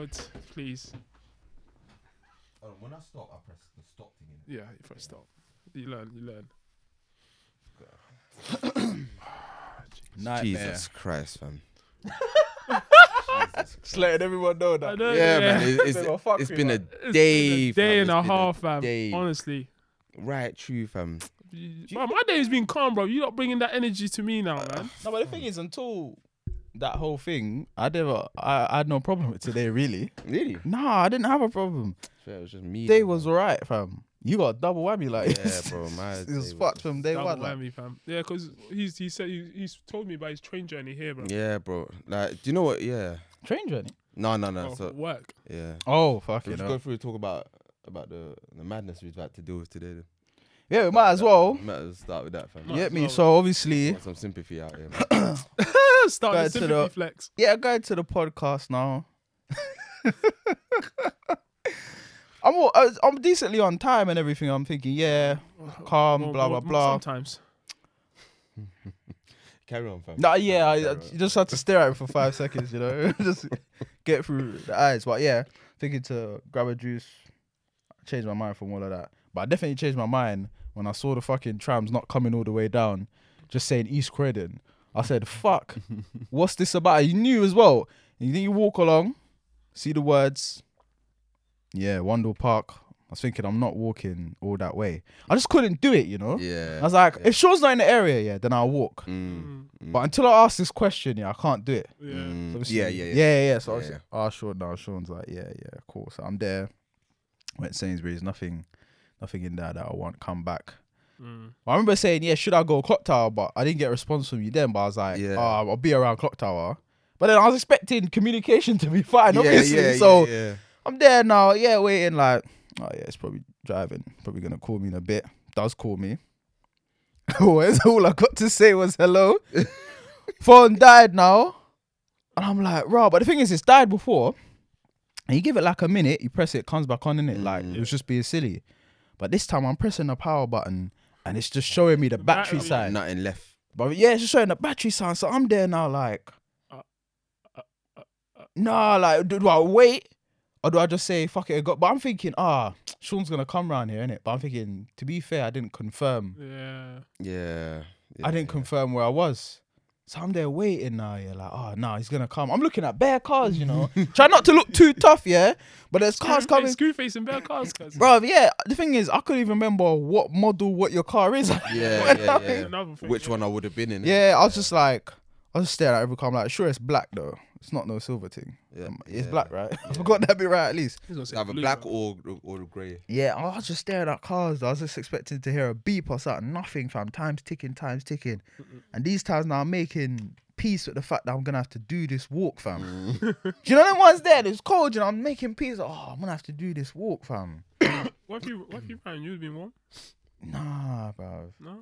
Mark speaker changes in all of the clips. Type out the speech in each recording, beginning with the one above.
Speaker 1: Words, please.
Speaker 2: Oh, when I stop, I press the stop thing in it.
Speaker 1: Yeah, if I stop, you learn. You learn.
Speaker 3: Nightmare.
Speaker 4: Jesus Christ, man.
Speaker 3: Just letting everyone know that.
Speaker 1: I know. Yeah,
Speaker 4: Yeah, man. It,
Speaker 3: They were
Speaker 4: it's
Speaker 3: fuck
Speaker 4: it's
Speaker 3: me,
Speaker 4: been a
Speaker 3: man.
Speaker 1: It's been
Speaker 4: day,
Speaker 1: a day
Speaker 4: fam.
Speaker 1: and
Speaker 4: It's
Speaker 1: a
Speaker 4: been
Speaker 1: half, fam.
Speaker 4: day.
Speaker 1: Honestly,
Speaker 4: Right, true, fam.
Speaker 1: You- Bro, my day's been calm, bro. You're not bringing that energy to me now, man.
Speaker 3: No, but the thing is, until that whole thing, I never, I, I had no problem with today, really.
Speaker 4: Really?
Speaker 3: Nah, I didn't have a problem.
Speaker 4: So it was just me.
Speaker 3: Day
Speaker 4: then,
Speaker 3: was
Speaker 4: bro.
Speaker 3: alright, fam. You got a double whammy, like
Speaker 4: Yeah, bro. My
Speaker 3: it
Speaker 4: day
Speaker 3: was
Speaker 4: was-
Speaker 3: fucked from day
Speaker 1: Double
Speaker 3: one. Like.
Speaker 1: whammy, fam. Yeah, because he's he said he, he's told me about his train journey here, bro.
Speaker 4: Yeah, bro. Like, do you know what? Yeah.
Speaker 3: Train journey.
Speaker 4: No, no, no.
Speaker 1: Oh,
Speaker 4: So
Speaker 1: work.
Speaker 4: yeah.
Speaker 3: Oh
Speaker 4: Should
Speaker 3: fucking
Speaker 4: we just go through and talk about about the the madness we've had to deal with today. Then?
Speaker 3: Yeah, we might as well.
Speaker 4: Might as well start with that, fam.
Speaker 1: Might
Speaker 3: You get
Speaker 1: as
Speaker 3: me?
Speaker 1: well.
Speaker 3: So obviously,
Speaker 4: Want some sympathy out here. Man.
Speaker 1: Start
Speaker 3: Go
Speaker 1: the
Speaker 3: to
Speaker 1: sympathy
Speaker 3: the-
Speaker 1: flex.
Speaker 3: yeah, going to the podcast now. I'm all, I was- I'm decently on time and everything. I'm thinking, yeah, calm,
Speaker 1: More-
Speaker 3: blah
Speaker 1: more- more
Speaker 3: blah blah.
Speaker 1: Sometimes.
Speaker 4: Carry on, fam.
Speaker 3: Nah, yeah, I, I
Speaker 4: Carry on.
Speaker 3: just had to stare at it for five seconds, you know, just get through the eyes. But yeah, thinking to grab a juice, change my mind from all of that. But I definitely changed my mind when I saw the fucking trams not coming all the way down, just saying East Croydon. I said, "Fuck, what's this about?" You knew as well. You think you walk along, see the words. Yeah, Wandle Park. I was thinking I'm not walking all that way. I just couldn't do it, you know.
Speaker 4: Yeah.
Speaker 3: I was like, if Sean's not in the area, yeah, then I'll walk.
Speaker 4: Mm,
Speaker 1: Mm,
Speaker 3: But until I ask this question, yeah, I can't do it.
Speaker 1: yeah.
Speaker 4: mm.
Speaker 3: So obviously-
Speaker 4: yeah, yeah, yeah.
Speaker 3: yeah, yeah. So
Speaker 4: Yeah,
Speaker 3: obviously, ah, Sean, now Sean's like, yeah, yeah, cool. So I'm there. Went Sainsbury's, nothing, nothing in there that I want. Come back.
Speaker 1: Mm.
Speaker 3: I remember saying, yeah, should I go clock tower? But I didn't get a response from you then. But I was like,
Speaker 4: Yeah.
Speaker 3: ah, I'll be around clock tower. But then I was expecting communication to be fine, obviously.
Speaker 4: yeah,
Speaker 3: so
Speaker 4: yeah, yeah.
Speaker 3: I'm there now. Yeah, waiting. Like, oh yeah, it's probably driving. Probably gonna call me in a bit. Does call me. Always, all I got to say was hello. Phone died now, and I'm like, raw. But the thing is, it's died before. And you give it like a minute, you press it, comes back on, and it like it was just being silly. But this time, I'm pressing the power button, and it's just showing me the battery
Speaker 1: battery.
Speaker 3: sign.
Speaker 4: Nothing left.
Speaker 3: But yeah, it's just showing the battery sign. So I'm there now, like,
Speaker 1: Uh, uh, uh, uh.
Speaker 3: nah, like, do, do I wait or do I just say fuck it? I got- But I'm thinking, ah, Sean's gonna come round here, innit? But I'm thinking, to be fair, I didn't confirm.
Speaker 1: mm, Yeah.
Speaker 4: Yeah.
Speaker 3: I didn't confirm where I was. So I'm there waiting now, yeah. Like, oh no, he's gonna come. I'm looking at bare cars, you know. Try not to look too tough, yeah. But there's cars
Speaker 1: Screwface-
Speaker 3: coming.
Speaker 1: Screwface and Bear Cars, cuz.
Speaker 3: Bro, yeah, the thing is, I couldn't even remember what model, what your car is.
Speaker 4: Yeah, yeah,
Speaker 3: What
Speaker 4: yeah.
Speaker 1: Another thing,
Speaker 4: Which
Speaker 1: yeah.
Speaker 4: one I would have been in? innit?
Speaker 3: Yeah, I was just like, I was just staring at every car. I'm like, sure, it's black though. It's not no silver thing.
Speaker 4: Yeah,
Speaker 3: Um, It's
Speaker 4: yeah.
Speaker 3: black, right? I got that bit right at least.
Speaker 1: He's gonna say
Speaker 4: Either
Speaker 1: blue,
Speaker 4: black
Speaker 1: bro.
Speaker 4: or or grey.
Speaker 3: Yeah, I was just staring at cars. Though. I was just expecting to hear a beep or something. Nothing, fam. Time's ticking, time's ticking. And these times now, I'm making peace with the fact that I'm gonna have to do this walk, fam. do you know the ones there? It's cold, you know. I'm making peace. like, oh, I'm gonna have to do this walk, fam.
Speaker 1: What if you what if you Ryan? You've been warm?
Speaker 3: Nah, bruv.
Speaker 1: No.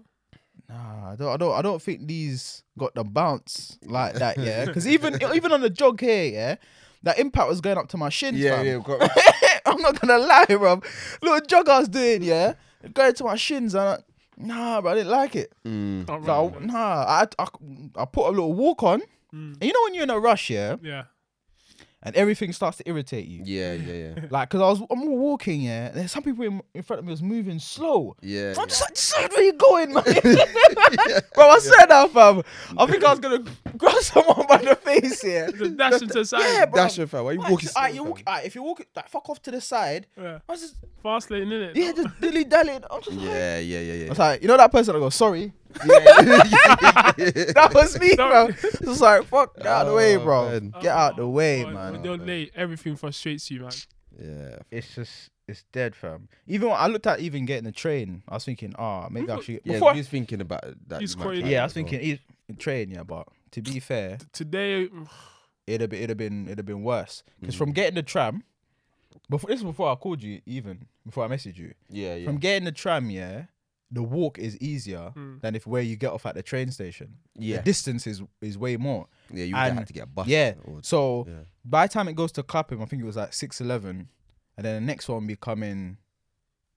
Speaker 3: Nah, I don't, I don't, I don't think these got the bounce like that, yeah. Because even, even on the jog here, yeah, that impact was going up to my shins. fam.
Speaker 4: got-
Speaker 3: I'm not gonna lie, bro. Little jog I was doing, yeah, going to my shins, and I, nah, bro, I didn't like it.
Speaker 4: Mm,
Speaker 1: Can't
Speaker 3: So I,
Speaker 1: remember.
Speaker 3: nah, I, I, I put a little walk on,
Speaker 1: Mm.
Speaker 3: and you know when you're in a rush, yeah,
Speaker 1: Yeah.
Speaker 3: and everything starts to irritate you.
Speaker 4: Yeah, yeah, yeah.
Speaker 3: Like, cause I was, I'm walking, yeah. and There's some people in, in front of me was moving slow.
Speaker 4: Yeah.
Speaker 3: I'm just like, decide where you going, man. bro, I said that, fam. I think I was gonna grab someone by the face here.
Speaker 1: Just dash into the side.
Speaker 3: Yeah, bro.
Speaker 4: Dash your fam. Why you
Speaker 3: What?
Speaker 4: walking?
Speaker 3: Alright, you
Speaker 4: slow,
Speaker 3: walk,
Speaker 4: fam?
Speaker 3: alright, if you walk, like, fuck off to the side.
Speaker 1: Yeah.
Speaker 3: I was just,
Speaker 1: Fast lane, innit?
Speaker 3: yeah, just dilly dallying. I'm just like,
Speaker 4: Yeah, yeah, yeah,
Speaker 3: I
Speaker 4: yeah.
Speaker 3: was like, you know that person? I go, sorry,
Speaker 4: Yeah.
Speaker 3: that was me, bro.
Speaker 1: Sorry.
Speaker 3: Just like, fuck, get out of the way,
Speaker 4: Oh,
Speaker 3: bro.
Speaker 4: man.
Speaker 3: Get out the way,
Speaker 1: Oh,
Speaker 3: man.
Speaker 1: When you're late, everything frustrates you, man.
Speaker 4: Yeah.
Speaker 3: It's just, it's dead, fam. Even when I looked at even getting the train, I was thinking, ah, maybe I
Speaker 1: Before-
Speaker 3: should.
Speaker 4: Yeah,
Speaker 3: Before,
Speaker 4: he
Speaker 3: yeah,
Speaker 4: was thinking about that.
Speaker 1: He's
Speaker 4: you might
Speaker 1: crazy.
Speaker 4: try
Speaker 3: I
Speaker 4: it
Speaker 3: was
Speaker 4: as well.
Speaker 3: thinking e- train, yeah, but to be fair,
Speaker 1: Today, mm-hmm.
Speaker 3: it'd have been, it'd have been, it'd have been worse. Because
Speaker 4: Mm.
Speaker 3: from getting the tram, before this is before I called you, even before I messaged you,
Speaker 4: Yeah, yeah.
Speaker 3: from getting the tram, yeah, the walk is easier
Speaker 1: Mm.
Speaker 3: than if where you get off at the train station.
Speaker 4: Yeah.
Speaker 3: The distance is is way more.
Speaker 4: Yeah, you would
Speaker 3: and-
Speaker 4: have to get a bus.
Speaker 3: yeah.
Speaker 4: or-
Speaker 3: So
Speaker 4: yeah.
Speaker 3: by the time it goes to Clapham, I think it was like six eleven, and then the next one becoming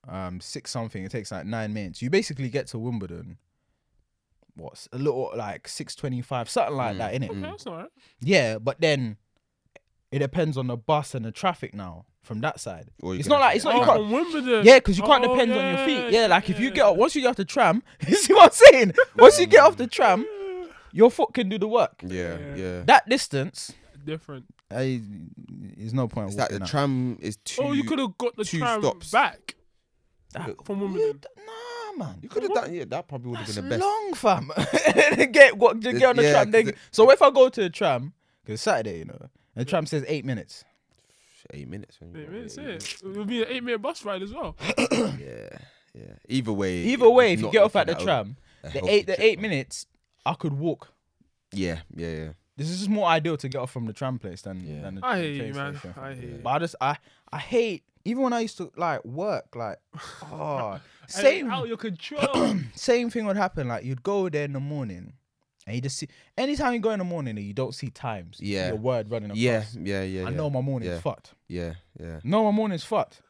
Speaker 3: um six something. It takes like nine minutes. You basically get to Wimbledon. What's
Speaker 4: Mm.
Speaker 3: a little like six twenty five, something like that, innit?
Speaker 1: okay, that's all right.
Speaker 3: Yeah, but then it depends on the bus and the traffic now from that side.
Speaker 4: Or you
Speaker 3: it's
Speaker 4: can
Speaker 3: not
Speaker 4: actually
Speaker 3: like it's
Speaker 4: get
Speaker 3: not you
Speaker 4: a
Speaker 1: Oh,
Speaker 4: cab.
Speaker 3: can't,
Speaker 1: from Wimbledon.
Speaker 3: yeah, because you can't
Speaker 1: Oh,
Speaker 3: depend on your feet. Yeah, like if you get
Speaker 1: yeah.
Speaker 3: up, once you get off the tram, you see what I'm saying? Once you get off the tram, your foot can do the work.
Speaker 4: Yeah,
Speaker 1: Yeah.
Speaker 4: yeah.
Speaker 3: That distance,
Speaker 1: different.
Speaker 3: I, is no point.
Speaker 4: It's like the
Speaker 3: walking that.
Speaker 4: tram is too.
Speaker 1: Oh, you could have got the
Speaker 4: two
Speaker 1: tram
Speaker 4: stops.
Speaker 1: back
Speaker 3: That-
Speaker 1: from Wimbledon.
Speaker 3: Nah, man.
Speaker 4: You could have done. Yeah, that probably would have
Speaker 3: That's
Speaker 4: been the best.
Speaker 3: long, fam. get what to
Speaker 4: It-
Speaker 3: get on the
Speaker 4: yeah,
Speaker 3: tram. Then,
Speaker 4: 'cause it-
Speaker 3: so if I go to the tram, because Saturday, you know, and the tram says eight minutes.
Speaker 4: Eight minutes. when you
Speaker 1: Eight
Speaker 4: go,
Speaker 1: minutes,
Speaker 4: yeah,
Speaker 1: yeah. It would be an eight minute bus ride as well.
Speaker 4: Yeah, yeah. Either way.
Speaker 3: Either
Speaker 4: it
Speaker 3: way,
Speaker 4: was
Speaker 3: if you
Speaker 4: not
Speaker 3: get off at
Speaker 4: looking
Speaker 3: the
Speaker 4: at a-
Speaker 3: tram,
Speaker 4: a
Speaker 3: the
Speaker 4: healthy
Speaker 3: eight the
Speaker 4: trip,
Speaker 3: eight
Speaker 4: man.
Speaker 3: minutes, I could walk.
Speaker 4: Yeah, yeah, yeah.
Speaker 3: This is just more ideal to get off from the tram place than
Speaker 4: Yeah.
Speaker 3: than the
Speaker 1: I
Speaker 3: the
Speaker 1: hear you,
Speaker 3: train
Speaker 1: man.
Speaker 3: station.
Speaker 1: I hear you.
Speaker 3: But I just I I hate even when I used to like work like oh
Speaker 1: And
Speaker 3: same
Speaker 1: Out your control.
Speaker 3: same thing would happen. Like you'd go there in the morning, and you just see. Anytime you go in the morning, and you don't see times. you see
Speaker 4: Yeah.
Speaker 3: your word running. Across.
Speaker 4: Yeah, yeah, yeah.
Speaker 3: I
Speaker 4: yeah.
Speaker 3: know my morning's
Speaker 4: yeah.
Speaker 3: fucked.
Speaker 4: Yeah, yeah.
Speaker 3: No, my morning's fucked.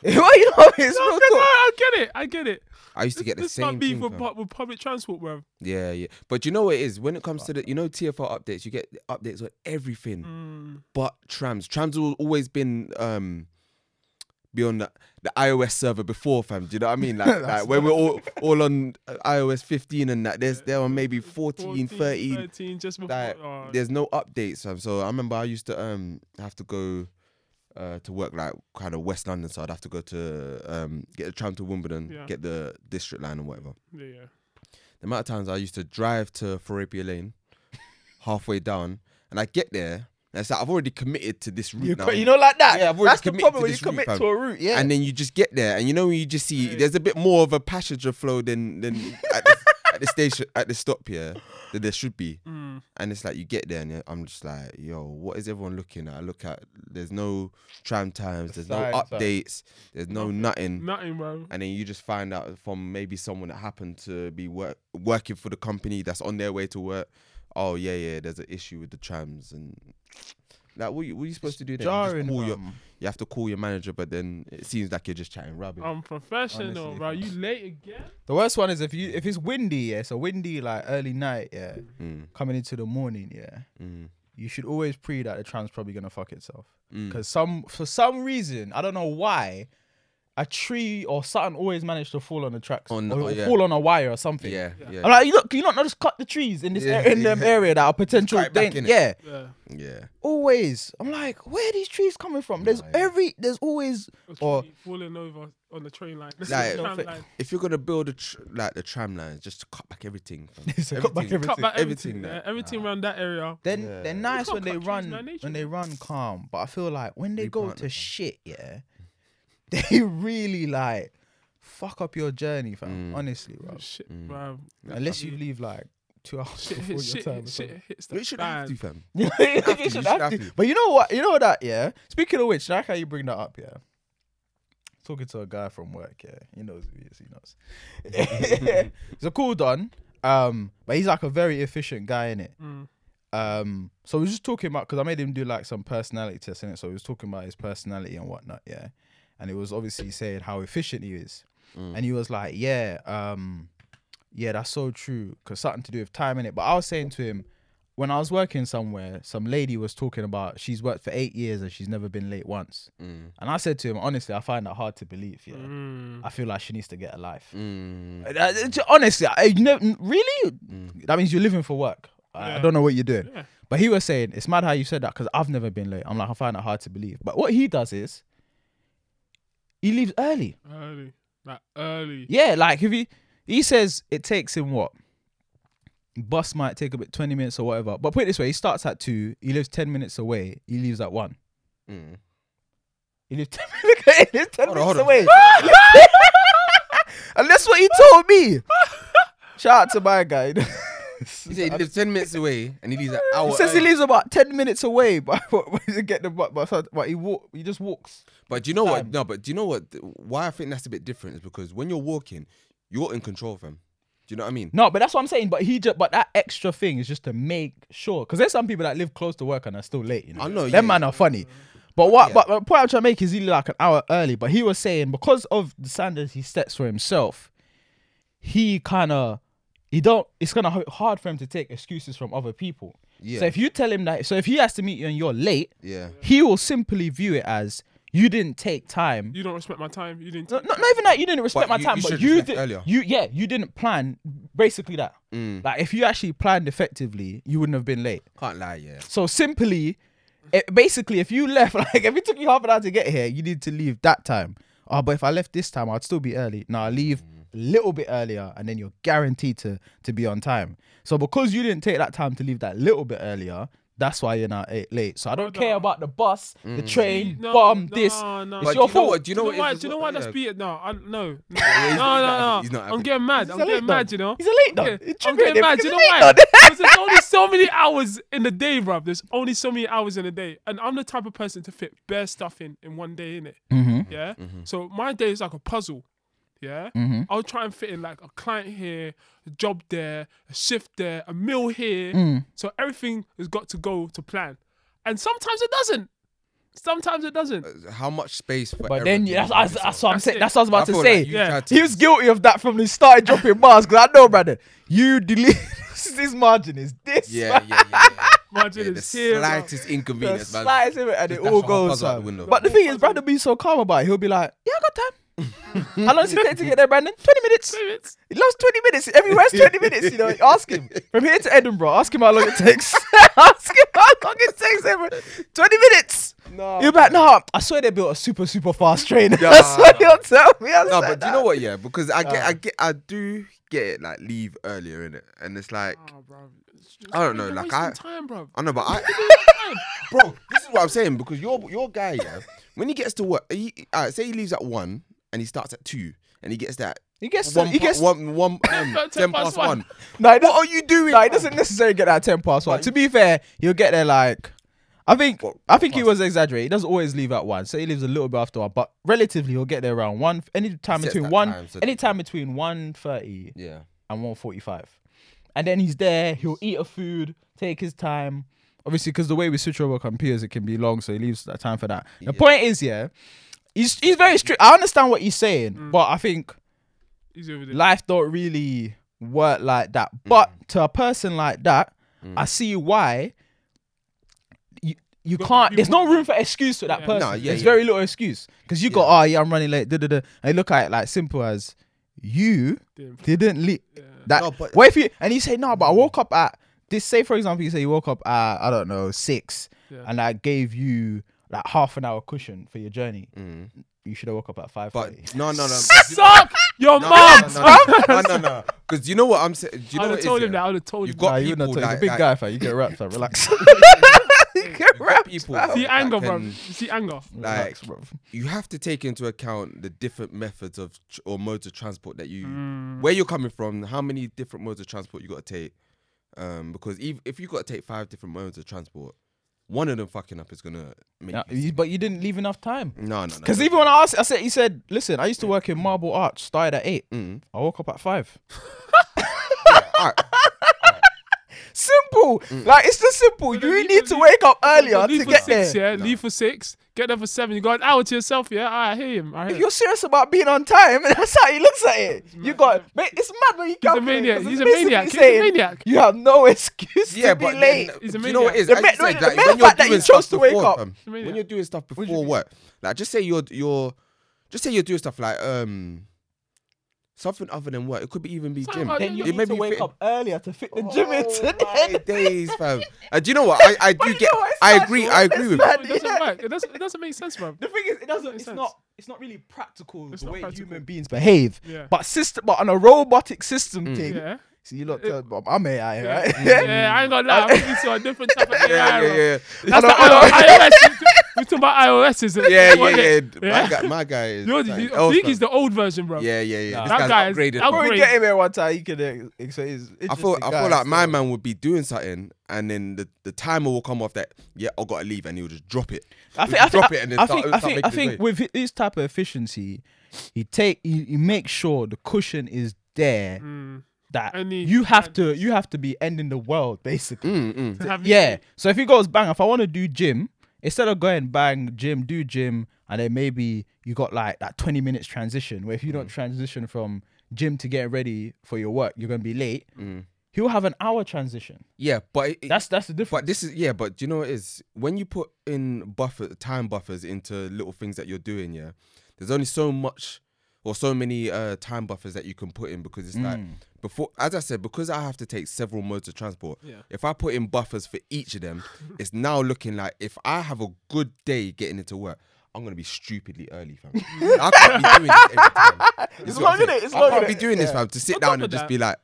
Speaker 3: Why you know it's
Speaker 1: No,
Speaker 3: real
Speaker 1: 'cause
Speaker 3: talk.
Speaker 1: Ah, I, I get it. I get it.
Speaker 4: I used to
Speaker 1: This-
Speaker 4: get the
Speaker 1: this
Speaker 4: same
Speaker 1: might be
Speaker 4: thing.
Speaker 1: with,
Speaker 4: fam.
Speaker 1: pu- with public transport, bro.
Speaker 4: Yeah, yeah. But you know what it is when it comes to the you know TFR updates, you get updates on everything
Speaker 1: Mm.
Speaker 4: but trams. Trams have always been um be on the, the iOS server before, fam. Do you know what I mean? Like, like when we're all all on uh, iOS 15 and that, there's there are maybe 14, 13.
Speaker 1: 13, just before.
Speaker 4: Like,
Speaker 3: uh,
Speaker 1: oh,
Speaker 4: there's no updates, fam. So I remember I used to um have to go uh to work like kind of West London, so I'd have to go to um get a tram to Wimbledon,
Speaker 1: Yeah.
Speaker 4: get the district line or whatever
Speaker 1: yeah, yeah.
Speaker 4: the amount of times I used to drive to Forapia Lane, halfway down, and I get there, and it's like I've already committed to this route
Speaker 3: You,
Speaker 4: now.
Speaker 3: co- you know, like that.
Speaker 4: Yeah, I've already
Speaker 3: That's the
Speaker 4: committed
Speaker 3: problem
Speaker 4: to
Speaker 3: when you
Speaker 4: this route,
Speaker 3: commit
Speaker 4: fam.
Speaker 3: to a route. Yeah,
Speaker 4: And then you just get there, and you know when you just see
Speaker 1: Yeah.
Speaker 4: there's a bit more of a passage of flow than than at, the, at the station at the stop here that there should be,
Speaker 1: Mm.
Speaker 4: and it's like you get there, and I'm just like, yo, what is everyone looking at? I look at there's no tram times, there's no
Speaker 3: Besides, like-
Speaker 4: updates, there's no nothing
Speaker 1: Nothing, bro.
Speaker 4: and then you just find out from maybe someone that happened to be work, working for the company that's on their way to work. Oh yeah, yeah. There's an issue with the trams and like what you what you supposed to do? Then? You just
Speaker 3: jarring.
Speaker 4: call your,
Speaker 3: fam.
Speaker 4: you have to call your manager, but then it seems like you're just chatting rubbish.
Speaker 3: Oh,
Speaker 1: I'm professional,
Speaker 4: Honestly.
Speaker 1: bro. You late again?
Speaker 3: The worst one is if you if it's windy. Yeah, so windy like early night. Yeah,
Speaker 4: Mm,
Speaker 3: coming into the morning. Yeah,
Speaker 4: mm,
Speaker 3: you should always pre that the tram's probably gonna fuck itself.
Speaker 4: mm.
Speaker 3: Because some for some reason, I don't know why, a tree or something always managed to fall on the tracks.
Speaker 4: On-
Speaker 3: or
Speaker 4: oh, yeah.
Speaker 3: fall on a wire or something.
Speaker 4: Yeah, yeah,
Speaker 3: I'm like, you look, you not just cut the trees in this
Speaker 4: Yeah,
Speaker 3: area, in them
Speaker 4: yeah.
Speaker 3: area that are potential
Speaker 4: cut it back,
Speaker 3: dan-
Speaker 4: innit?
Speaker 3: Yeah.
Speaker 1: Yeah.
Speaker 4: yeah.
Speaker 3: Always. I'm like, where are these trees coming from? There's
Speaker 4: Nah, yeah.
Speaker 3: every there's always
Speaker 1: A tree
Speaker 3: Or-
Speaker 1: falling over on the train line.
Speaker 4: Like-
Speaker 1: Tram
Speaker 3: Nothing.
Speaker 1: line.
Speaker 4: If you're gonna build a tr- like the tram lines, just cut back everything. fam.
Speaker 3: So cut back
Speaker 1: Cut
Speaker 3: everything.
Speaker 1: back
Speaker 4: everything,
Speaker 1: everything.
Speaker 4: like,
Speaker 1: yeah, Everything around that area.
Speaker 3: Then
Speaker 4: Yeah.
Speaker 3: they're
Speaker 4: You
Speaker 3: nice
Speaker 1: can't
Speaker 3: when they
Speaker 1: cut trees,
Speaker 3: run
Speaker 1: man, nature.
Speaker 3: when they run calm. But I feel like when they go
Speaker 4: Replant
Speaker 3: to
Speaker 4: them.
Speaker 3: shit, yeah, they really like fuck up your journey, fam.
Speaker 4: Mm.
Speaker 3: Honestly, bro.
Speaker 1: Shit,
Speaker 4: Mm.
Speaker 1: bro.
Speaker 3: Unless you leave like two hours
Speaker 1: Shit,
Speaker 3: before
Speaker 1: hit,
Speaker 3: your
Speaker 1: shit,
Speaker 3: time. or
Speaker 1: hit,
Speaker 3: something.
Speaker 1: shit hits the
Speaker 4: You should have to,
Speaker 1: fan.
Speaker 4: fam.
Speaker 3: You
Speaker 4: to,
Speaker 3: should
Speaker 4: you should
Speaker 3: have
Speaker 4: have
Speaker 3: to.
Speaker 4: to.
Speaker 3: But you know what? You know that, yeah. Speaking of which, like how you bring that up, yeah. Talking to a guy from work, yeah. He knows who he is. He knows. he's a cool don, um, but he's like a very efficient guy in it.
Speaker 1: Mm.
Speaker 3: Um, so we was just talking about because I made him do like some personality tests in it. So he was talking about his personality and whatnot, yeah. And it was obviously saying how efficient he is, and he was like, yeah, um, yeah, that's so true because something to do with time in it. But I was saying to him when I was working somewhere, some lady was talking about she's worked for eight years and she's never been late once.
Speaker 4: Mm,
Speaker 3: And I said to him, honestly, I find that hard to believe. Yeah,
Speaker 1: Mm.
Speaker 3: I feel like she needs to get a life.
Speaker 4: mm,
Speaker 3: Uh, uh, to- Honestly, I, you know, really, that means you're living for work. I, I
Speaker 1: Yeah.
Speaker 3: don't know what you're doing.
Speaker 1: Yeah.
Speaker 3: But he was saying, it's mad how you said that because I've never been late. I'm like, I find it hard to believe. But what he does is he leaves early.
Speaker 1: Early. Like early.
Speaker 3: Yeah, like if he he says it takes him what bus might take a bit twenty minutes or whatever. But put it this way, he starts at two, he lives ten minutes away, he leaves at one.
Speaker 4: mm.
Speaker 3: He lives ten, minutes- he lives 10
Speaker 4: Hold on,
Speaker 3: minutes
Speaker 4: hold on.
Speaker 3: away. and that's what he told me. Shout out to my guy.
Speaker 4: He said he lives ten minutes away, and he leaves an hour.
Speaker 3: He says he
Speaker 4: early.
Speaker 3: lives about ten minutes away, but to get the but, but, but he walk he just walks.
Speaker 4: But do you know
Speaker 3: time.
Speaker 4: what? No, but do you know what? Why I think that's a bit different is because when you're walking, you're in control of them. Do you know what I mean?
Speaker 3: No, but that's what I'm saying. But he just but that extra thing is just to make sure because there's some people that live close to work and are still late. You know,
Speaker 4: I know,
Speaker 3: them
Speaker 4: Oh, yeah.
Speaker 3: man are funny. But what?
Speaker 4: Yeah.
Speaker 3: But the point I'm trying to make is he like an hour early. But he was saying because of the standards he sets for himself, he kind of he don't. It's gonna h- hard for him to take excuses from other people.
Speaker 4: Yeah.
Speaker 3: So if you tell him that, so if he has to meet you and you're late,
Speaker 4: yeah.
Speaker 3: he will simply view it as you didn't take time.
Speaker 1: You don't respect my time. You didn't.
Speaker 3: No, not, not even that you didn't respect
Speaker 4: But
Speaker 3: my
Speaker 4: you-
Speaker 3: time,
Speaker 4: you
Speaker 3: but
Speaker 4: should
Speaker 3: you
Speaker 4: respect
Speaker 3: did.
Speaker 4: earlier. Mm.
Speaker 3: You yeah, you didn't plan basically that. Like if you actually planned effectively, you wouldn't have been late.
Speaker 4: Can't lie. Yeah.
Speaker 3: So simply, it, basically, if you left, like if it took you half an hour to get here, you need to leave that time. Oh, but if I left this time, I'd still be early. No, I leave a little bit earlier, and then you're guaranteed to to be on time. So because you didn't take that time to leave that little bit earlier, that's why you're now eight, late. So I don't care about the bus, the train,
Speaker 1: No,
Speaker 3: bomb, this.
Speaker 1: no, no.
Speaker 3: It's
Speaker 1: But
Speaker 4: do
Speaker 3: your
Speaker 4: Mm. you know
Speaker 3: fault.
Speaker 4: what- do you know
Speaker 1: do
Speaker 4: what?
Speaker 1: you know why?
Speaker 4: is
Speaker 1: Do you know
Speaker 4: as
Speaker 1: why
Speaker 4: well?
Speaker 1: that's
Speaker 4: Yeah.
Speaker 1: beat it? No, I, no, no,
Speaker 4: he's
Speaker 1: no,
Speaker 4: not
Speaker 1: no.
Speaker 4: happy. He's not
Speaker 1: I'm
Speaker 4: happy.
Speaker 1: getting mad.
Speaker 3: He's
Speaker 1: I'm
Speaker 3: a late
Speaker 1: getting mad.
Speaker 3: dog.
Speaker 1: You know.
Speaker 3: He's a late dog.
Speaker 1: Yeah,
Speaker 3: It
Speaker 1: I'm
Speaker 3: triggered
Speaker 1: getting
Speaker 3: him.
Speaker 1: mad.
Speaker 3: He's
Speaker 1: You
Speaker 3: a
Speaker 1: know
Speaker 3: late
Speaker 1: why?
Speaker 3: dog.
Speaker 1: Because there's only so many hours in the day, bruv. There's only so many hours in a day, and I'm the type of person to fit bare stuff in in one day, innit? Mm-hmm. Yeah. So my day is like a puzzle. Yeah. I'll try and fit in like a client here, a job there, a shift there, a meal here. So everything has got to go to plan, and sometimes it doesn't. Sometimes it doesn't.
Speaker 4: How much space for?
Speaker 3: But then
Speaker 4: everything
Speaker 3: yeah, that's,
Speaker 4: is yourself?
Speaker 3: that's, that's what I'm
Speaker 1: That's
Speaker 3: saying.
Speaker 1: it.
Speaker 3: That's what I was about
Speaker 4: I
Speaker 3: to
Speaker 4: feel
Speaker 3: say.
Speaker 4: like you
Speaker 1: Yeah.
Speaker 4: tried to-
Speaker 3: He was guilty of that from the started dropping bars because I know, brother. You delete this margin is this.
Speaker 4: Yeah, yeah, yeah. yeah.
Speaker 1: Margin
Speaker 4: yeah the
Speaker 1: is here. bruv.
Speaker 4: slightest
Speaker 3: The
Speaker 4: inconvenience, man.
Speaker 3: slightest of it and it
Speaker 4: Just that's
Speaker 3: all
Speaker 4: what I'll
Speaker 3: goes
Speaker 4: buzz out the
Speaker 3: out.
Speaker 4: window.
Speaker 3: But the thing is, Brandon be so calm about it. He'll be like, "Yeah, I got time. How long does it take to get there, Brandon? Twenty minutes.
Speaker 1: Minutes.
Speaker 3: It loves twenty minutes. Everywhere's twenty minutes. You know, ask him from here to Edinburgh. Ask him how long it takes. ask him how long it takes. Every twenty minutes.
Speaker 4: No.
Speaker 3: You'll be like, "No, I swear they built a super, super fast train. That's what he'll tell me. I
Speaker 4: No,
Speaker 3: said,
Speaker 4: but do you know what? Yeah, because I get, I get, I do get it. Like leave earlier in it, and it's like
Speaker 1: Oh, bruv. It's just-
Speaker 4: I don't know,
Speaker 1: you're
Speaker 4: like,
Speaker 1: wasting
Speaker 4: I-
Speaker 1: time, bruv.
Speaker 4: I know, but I,
Speaker 1: Time.
Speaker 4: bro, this is what I'm saying because your your guy, yeah, when he gets to work, he, all right, say he leaves at one and he starts at two and he gets that
Speaker 3: He gets
Speaker 4: one,
Speaker 3: he
Speaker 4: pa-
Speaker 3: gets
Speaker 4: one, one, um,
Speaker 1: Ten
Speaker 4: ten
Speaker 1: past
Speaker 4: past one.
Speaker 1: one.
Speaker 3: No, what
Speaker 4: are you doing?
Speaker 3: No, he doesn't necessarily get that ten past one. To be fair, you'll get there like I think
Speaker 4: What,
Speaker 3: I think he
Speaker 4: past-
Speaker 3: was exaggerating. He doesn't always leave at one, so he leaves a little bit after one. But relatively, he'll get there around one. Any time
Speaker 4: He sets
Speaker 3: between
Speaker 4: that
Speaker 3: one,
Speaker 4: time, so-
Speaker 3: any time between one thirty
Speaker 4: Yeah,
Speaker 3: and one forty-five, and then he's there. He'll eat a food, take his time. Obviously, because the way we switch over computers, it can be long, so he leaves that time for that. The point is, yeah, he's he's very strict. I understand what he's saying,
Speaker 4: Mm.
Speaker 3: but I think
Speaker 1: He's over there.
Speaker 3: life don't really work like that. But
Speaker 4: Mm.
Speaker 3: to a person like that, I see why you, you
Speaker 1: But
Speaker 3: can't.
Speaker 1: you
Speaker 3: There's no
Speaker 1: wouldn't-
Speaker 3: room for excuse for that
Speaker 1: Yeah.
Speaker 3: person.
Speaker 4: No, yeah,
Speaker 3: there's
Speaker 4: yeah.
Speaker 3: very little excuse because you go, oh yeah, I'm running late. Da, da, da. And you look at it like simple as you
Speaker 1: Didn't-
Speaker 3: didn't leave. That
Speaker 4: No, but-
Speaker 3: what if you and you say no, but I woke up at this. Say for example, you say you woke up at I don't know six,
Speaker 1: Yeah.
Speaker 3: and I gave you like half an hour cushion for your journey. You should have woke up at
Speaker 4: Mm.
Speaker 3: five.
Speaker 4: but no, no, no.
Speaker 1: Suck your
Speaker 4: No,
Speaker 1: mom.
Speaker 4: no, no, no, no, no, because you know what I'm saying. Do you know
Speaker 1: I would
Speaker 4: what
Speaker 1: have
Speaker 4: it
Speaker 1: told
Speaker 4: is,
Speaker 1: him
Speaker 4: yeah?
Speaker 1: that. I would have told
Speaker 4: You've
Speaker 1: him.
Speaker 4: got
Speaker 3: Nah, you
Speaker 4: people
Speaker 3: wouldn't have told you.
Speaker 4: like-
Speaker 3: He's a big
Speaker 4: like-
Speaker 3: guy, fam. You get wrapped up. Relax. you get
Speaker 4: You've got
Speaker 3: wrapped.
Speaker 4: people
Speaker 3: up.
Speaker 1: See
Speaker 4: that
Speaker 1: anger,
Speaker 4: can-
Speaker 1: bro. See anger.
Speaker 4: Like
Speaker 3: Relax, bruv.
Speaker 4: you have to take into account the different methods of tr- or modes of transport that you
Speaker 3: Mm.
Speaker 4: where you're coming from how many different modes of transport you got to take um because if, if you got to take five different modes of transport one of them fucking up is gonna make
Speaker 3: Nah,
Speaker 4: you
Speaker 3: you- but you didn't leave enough time.
Speaker 4: no no no
Speaker 3: Because even when I asked, I said, he said, listen, I used to work in Marble Arch, started at eight.
Speaker 4: Mm.
Speaker 3: I woke up at five.
Speaker 4: Alright,
Speaker 3: Simple. Like, it's just simple.
Speaker 1: then
Speaker 3: You
Speaker 1: leave
Speaker 3: need
Speaker 1: for-
Speaker 3: to
Speaker 1: leave-
Speaker 3: wake up earlier
Speaker 1: leave
Speaker 3: to
Speaker 1: for
Speaker 3: get
Speaker 1: six,
Speaker 3: there.
Speaker 1: yeah. Leave for six. Get there for seven. You got an hour to yourself, yeah. Ah, I hear him. I hear
Speaker 3: If
Speaker 1: him.
Speaker 3: you're serious about being on time, that's how he looks at it. You got, mate, it's mad when you
Speaker 1: He's a
Speaker 3: calculate,
Speaker 1: maniac.
Speaker 3: 'cause
Speaker 1: He's
Speaker 3: it's
Speaker 1: a maniac.
Speaker 3: basically
Speaker 1: He's a
Speaker 3: saying
Speaker 1: maniac.
Speaker 3: You have no excuse
Speaker 4: yeah
Speaker 3: to be
Speaker 4: but
Speaker 3: late.
Speaker 4: then,
Speaker 1: He's a
Speaker 4: do you know what it is
Speaker 3: The
Speaker 4: As
Speaker 3: mere-
Speaker 4: you said,
Speaker 3: the
Speaker 4: like,
Speaker 3: mere
Speaker 4: when you're
Speaker 3: fact that you
Speaker 4: doing
Speaker 3: chose
Speaker 4: stuff
Speaker 3: to wake
Speaker 4: before,
Speaker 3: up.
Speaker 4: fam,
Speaker 1: a maniac.
Speaker 4: when you're doing stuff
Speaker 1: you
Speaker 4: before
Speaker 1: mean?
Speaker 4: work like just say you're you're just say you're doing stuff like um something other than work it could be even be
Speaker 1: It's
Speaker 4: gym
Speaker 1: not about
Speaker 3: Then you
Speaker 1: It
Speaker 3: need
Speaker 4: may
Speaker 3: to
Speaker 4: be
Speaker 3: wake
Speaker 4: fit-
Speaker 3: up earlier to fit the gym into
Speaker 4: Oh
Speaker 3: the
Speaker 4: my
Speaker 3: end.
Speaker 4: days, fam. And do you know what? I, I
Speaker 3: But
Speaker 4: do
Speaker 3: you
Speaker 4: get.
Speaker 3: know what? It's
Speaker 4: I
Speaker 3: mad,
Speaker 4: agree.
Speaker 3: bro.
Speaker 4: I
Speaker 3: It's
Speaker 4: agree with.
Speaker 3: mad.
Speaker 1: It doesn't
Speaker 3: Yeah.
Speaker 1: work. It doesn't. It doesn't make sense, bro.
Speaker 3: The thing is, it doesn't.
Speaker 1: Makes
Speaker 3: It's
Speaker 1: sense.
Speaker 3: not. It's not really practical
Speaker 1: It's
Speaker 3: the
Speaker 1: not
Speaker 3: way
Speaker 1: practical.
Speaker 3: human beings behave.
Speaker 1: Yeah.
Speaker 3: But system, but on a robotic system
Speaker 4: Mm.
Speaker 3: thing.
Speaker 1: Yeah.
Speaker 3: See, you lot, tell- but I'm AI, right?
Speaker 1: Yeah. I ain't gonna lie. I'm thinking to a different type of AI.
Speaker 4: Yeah,
Speaker 1: bro.
Speaker 4: yeah, yeah.
Speaker 1: That's the
Speaker 3: I know-
Speaker 1: iOS. We talking about iOS, is it?
Speaker 4: Yeah, yeah, yeah.
Speaker 1: Yeah.
Speaker 4: My guy, my guy is.
Speaker 1: You're,
Speaker 4: like,
Speaker 1: you, I
Speaker 4: else,
Speaker 1: think he's
Speaker 4: fam.
Speaker 1: the old version, bro.
Speaker 4: Yeah, yeah,
Speaker 1: That
Speaker 4: yeah. This
Speaker 1: guy is
Speaker 4: guy's upgraded.
Speaker 1: up-
Speaker 4: fam.
Speaker 3: Bro, we
Speaker 1: Great.
Speaker 3: get him here one time. He can. Uh, so he's
Speaker 4: I feel,
Speaker 3: interesting
Speaker 4: I
Speaker 3: guy,
Speaker 4: feel like my
Speaker 3: so-
Speaker 4: man would be doing something, and then the, the timer will come off that. Yeah, I gotta leave, and he'll just drop it.
Speaker 3: I
Speaker 4: He'll
Speaker 3: think, I
Speaker 4: drop
Speaker 3: think,
Speaker 4: it and then
Speaker 3: I
Speaker 4: start,
Speaker 3: think, I
Speaker 4: start
Speaker 3: think,
Speaker 4: making
Speaker 3: I
Speaker 4: his
Speaker 3: think
Speaker 4: way.
Speaker 3: with this type of efficiency, he take, he, he makes sure the cushion is there
Speaker 1: Mm.
Speaker 3: that
Speaker 1: And he-
Speaker 3: you have to, you have to be ending the world basically.
Speaker 4: Mm,
Speaker 1: To have you-
Speaker 3: Yeah. So if he goes bang, if I want to do gym, instead of going bang gym, do gym, and then maybe you got like that twenty minutes
Speaker 1: Mm. Mm.
Speaker 3: transition where if you don't transition from gym to getting ready for your work, you're gonna be late. He'll have an hour transition.
Speaker 4: Yeah, but it, it-
Speaker 3: That's that's the difference.
Speaker 4: but this is yeah, but do you know what it is when you put in buffer time buffers into little things that you're doing, yeah. There's only so much or so many uh time buffers that you can put in because it's like
Speaker 3: Mm.
Speaker 4: before as I said, because I have to take several modes of transport,
Speaker 1: Yeah.
Speaker 4: if I put in buffers for each of them, it's now looking like if I have a good day getting into work, I'm gonna be stupidly early, fam. I can't be doing this every time. You see what I'm
Speaker 3: long, innit?
Speaker 4: saying?
Speaker 3: It's
Speaker 4: I
Speaker 3: long,
Speaker 4: can't be
Speaker 3: innit?
Speaker 4: doing this, fam, to sit
Speaker 1: On
Speaker 4: down
Speaker 1: top
Speaker 4: and
Speaker 1: of
Speaker 4: just
Speaker 1: that-
Speaker 4: be like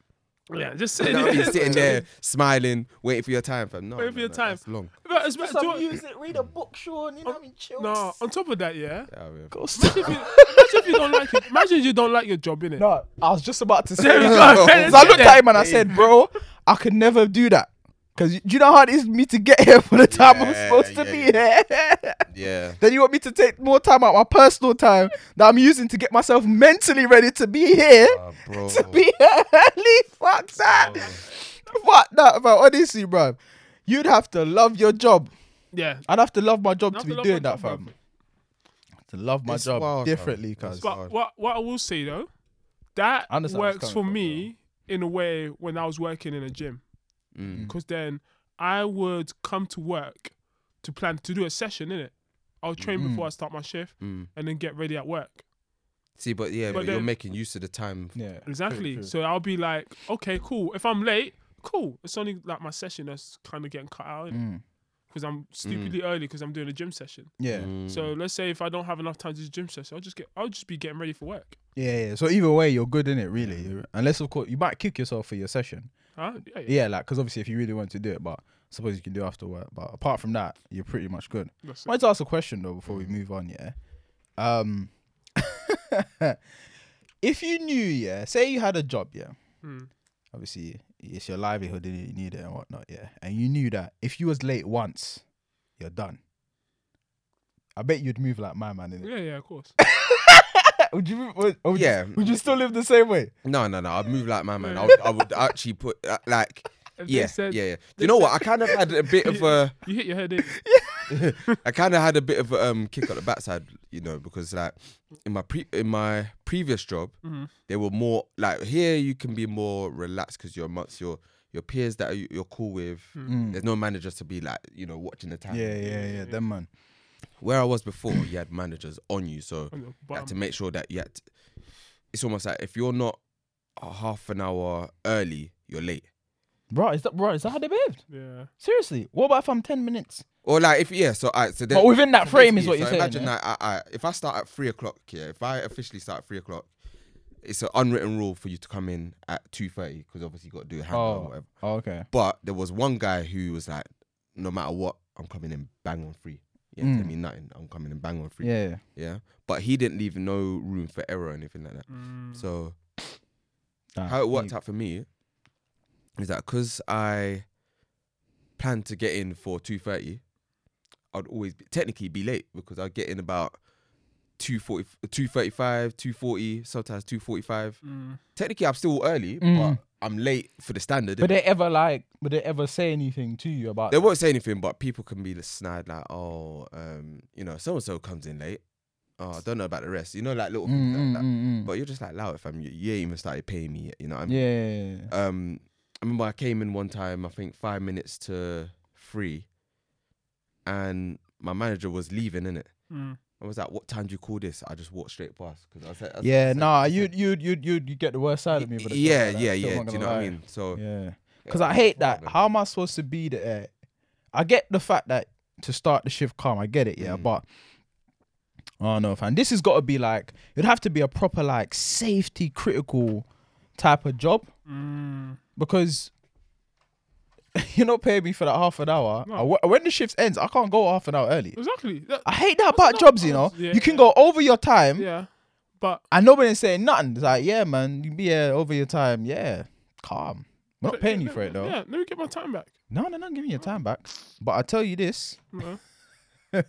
Speaker 1: Yeah, just
Speaker 4: you
Speaker 1: sitting
Speaker 4: know what I mean?
Speaker 1: there.
Speaker 4: sitting there smiling, waiting for your time, fam. No,
Speaker 1: Waiting
Speaker 4: no,
Speaker 1: for your
Speaker 4: no,
Speaker 1: time.
Speaker 4: That's long.
Speaker 1: But as well, do you-
Speaker 3: it, read a book, Sean. You know what I mean? Chill.
Speaker 1: no, on top of that, yeah.
Speaker 4: Yeah, yeah.
Speaker 1: Imagine if, you, imagine if you don't like it. Imagine if you don't like your job, innit?
Speaker 3: No, I was just about to say.
Speaker 1: There we go.
Speaker 3: 'Cause I looked at him and I said, "Bro, I could never do that." Cause you- do you know how it is for me to get here for the time I'm
Speaker 4: Yeah,
Speaker 3: supposed to
Speaker 4: yeah,
Speaker 3: be here?
Speaker 4: Yeah.
Speaker 3: then you want me to take more time out, my personal time that I'm using to get myself mentally ready to be here,
Speaker 4: Uh, bro.
Speaker 3: to be here early. Fuck that.
Speaker 4: Oh.
Speaker 3: Fuck that, bro. Honestly, bro, you'd have to love your job.
Speaker 1: Yeah.
Speaker 3: I'd have to love my job
Speaker 1: I'd have
Speaker 3: to be
Speaker 1: to love
Speaker 3: doing
Speaker 1: my
Speaker 3: that,
Speaker 1: job, bro.
Speaker 3: fam. To love my
Speaker 4: It's
Speaker 3: job
Speaker 4: wild, fam.
Speaker 3: differently,
Speaker 4: It's
Speaker 3: cuz.
Speaker 1: But
Speaker 4: hard.
Speaker 1: what what I will say though, that
Speaker 3: I understand where it's
Speaker 1: works
Speaker 3: coming
Speaker 1: for
Speaker 3: from,
Speaker 1: me in a way when I was working in a gym,
Speaker 4: Mm.
Speaker 1: because then I would come to work to plan to do a session in it. I'll train before I start my shift
Speaker 4: Mm.
Speaker 1: and then get ready at work.
Speaker 4: See, but yeah, but,
Speaker 1: But
Speaker 4: you're
Speaker 1: then-
Speaker 4: making use of the time.
Speaker 3: Yeah.
Speaker 1: Exactly.
Speaker 3: true.
Speaker 1: So I'll be like, okay, cool. If I'm late, cool. It's only like my session that's kind of getting cut out
Speaker 3: Mm.
Speaker 1: because I'm stupidly early because I'm doing a gym session.
Speaker 3: Yeah.
Speaker 4: Mm.
Speaker 1: So let's say if I don't have enough time to do gym session, I'll just get I'll just be getting ready for work.
Speaker 3: Yeah, yeah. So either way, you're good in it, really. You're- Unless of course you might kick yourself for your session.
Speaker 1: Huh? Yeah, yeah.
Speaker 3: Yeah, like because obviously if you really want to do it, but I suppose you can do after work. But apart from that, you're pretty much good.
Speaker 1: That's
Speaker 3: I wanted to ask a question though before we
Speaker 4: Mm.
Speaker 3: move on. Yeah, um, if you knew, yeah, say you had a job, yeah.
Speaker 4: Hmm.
Speaker 1: Mm.
Speaker 3: Obviously, it's your livelihood, and you need it and whatnot, yeah. And you knew that if you was late once, you're done. I bet you'd move like my man. Innit?
Speaker 1: Yeah, yeah, of course.
Speaker 3: Would you? Would, or would
Speaker 4: Yeah.
Speaker 3: You, would you still live the same way?
Speaker 4: No, no, no. I'd move like my man. I would, I would actually put uh, like.
Speaker 1: If they
Speaker 4: Yeah,
Speaker 1: said-
Speaker 4: yeah, yeah. You know what? I kind of had a bit of a,
Speaker 1: You hit your head in.
Speaker 4: I kind of had a bit of a um, kick at the backside, you know, because like in my pre, in my previous job,
Speaker 1: Mm-hmm.
Speaker 4: they were more like here you can be more relaxed because you're amongst your your peers that you- you're cool with. There's no managers to be like you know watching the time.
Speaker 3: Mm. Yeah, yeah, yeah. Them man.
Speaker 4: Where I was before, you had managers on you, so
Speaker 1: On your
Speaker 4: you had to
Speaker 1: bum.
Speaker 4: make sure that you had. To, it's almost like if you're not a half an hour early, you're late.
Speaker 3: Bro, is that bro? Is that how they behaved?
Speaker 1: Yeah.
Speaker 3: Seriously, what about if I'm ten minutes?
Speaker 4: Or like if yeah, so I so then,
Speaker 3: But within that
Speaker 4: so
Speaker 3: frame is
Speaker 4: basically,
Speaker 3: what you're
Speaker 4: so
Speaker 3: saying.
Speaker 4: Imagine
Speaker 3: yeah?
Speaker 4: that I, I, if I start at three o'clock, yeah, if I officially start at three o'clock, it's an unwritten rule for you to come in at two thirty because obviously you got to do a handout or
Speaker 3: Oh,
Speaker 4: whatever.
Speaker 3: oh, okay.
Speaker 4: But there was one guy who was like, no matter what, I'm coming in bang on three. Yeah,
Speaker 3: Mm.
Speaker 4: tell me nothing. I'm coming in bang on three.
Speaker 3: Yeah, yeah.
Speaker 4: yeah? But he didn't leave no room for error or anything like that.
Speaker 1: Mm.
Speaker 3: Mm.
Speaker 4: So
Speaker 3: Nah,
Speaker 4: how it worked
Speaker 3: deep.
Speaker 4: out for me is that because I planned to get in for two thirty, I'd always be, technically be late because I'd get in about 240, 235, 240, sometimes two forty five.
Speaker 1: Mm.
Speaker 4: Technically, I'm still early,
Speaker 3: Mm.
Speaker 4: but I'm late for the standard.
Speaker 3: But they ever like, would they ever say anything to you about?
Speaker 4: they won't say anything, but people can be snide, like, oh, um, you know, so and so comes in late. Oh, I don't know about the rest. You know, like little
Speaker 3: Mm,
Speaker 4: things like
Speaker 3: mm,
Speaker 4: that.
Speaker 3: mm, mm.
Speaker 4: But you're just like, loud, fam. You, you ain't even started paying me yet. You know what I mean?
Speaker 3: Yeah, yeah, yeah.
Speaker 4: um I remember I came in one time, I think five minutes to three, and my manager was leaving, innit?
Speaker 1: Mm.
Speaker 4: I was like, what time do you call this? I just walked straight past because I was like, I was- I
Speaker 3: yeah.
Speaker 4: was like-
Speaker 3: Nah, you'd you'd you'd you'd you get the worst side of me. But
Speaker 4: yeah, yeah, yeah. Do you know what I mean? So
Speaker 3: Yeah. Because I hate that. How am I supposed to be there? I get the fact that to start the shift calm, I get it,
Speaker 4: Mm.
Speaker 3: yeah, but oh no, fam. This has got to be like it'd have to be a proper like safety critical type of job
Speaker 1: Mm.
Speaker 3: because you're not paying me for that half an hour. I wo- when the shift ends, I can't go half an hour early.
Speaker 1: Exactly. That-
Speaker 3: I hate that about
Speaker 1: not
Speaker 3: jobs, you know.
Speaker 1: jobs, yeah,
Speaker 3: you can
Speaker 1: yeah.
Speaker 3: go over your
Speaker 4: Um,
Speaker 3: time
Speaker 1: yeah. But
Speaker 3: and nobody's saying nothing. It's like, yeah, man, you be here over your time. Yeah, calm. We're not paying you for it though.
Speaker 1: yeah, let me get my time back.
Speaker 3: No, no, no, give me your time back. But I tell you this:
Speaker 1: You know?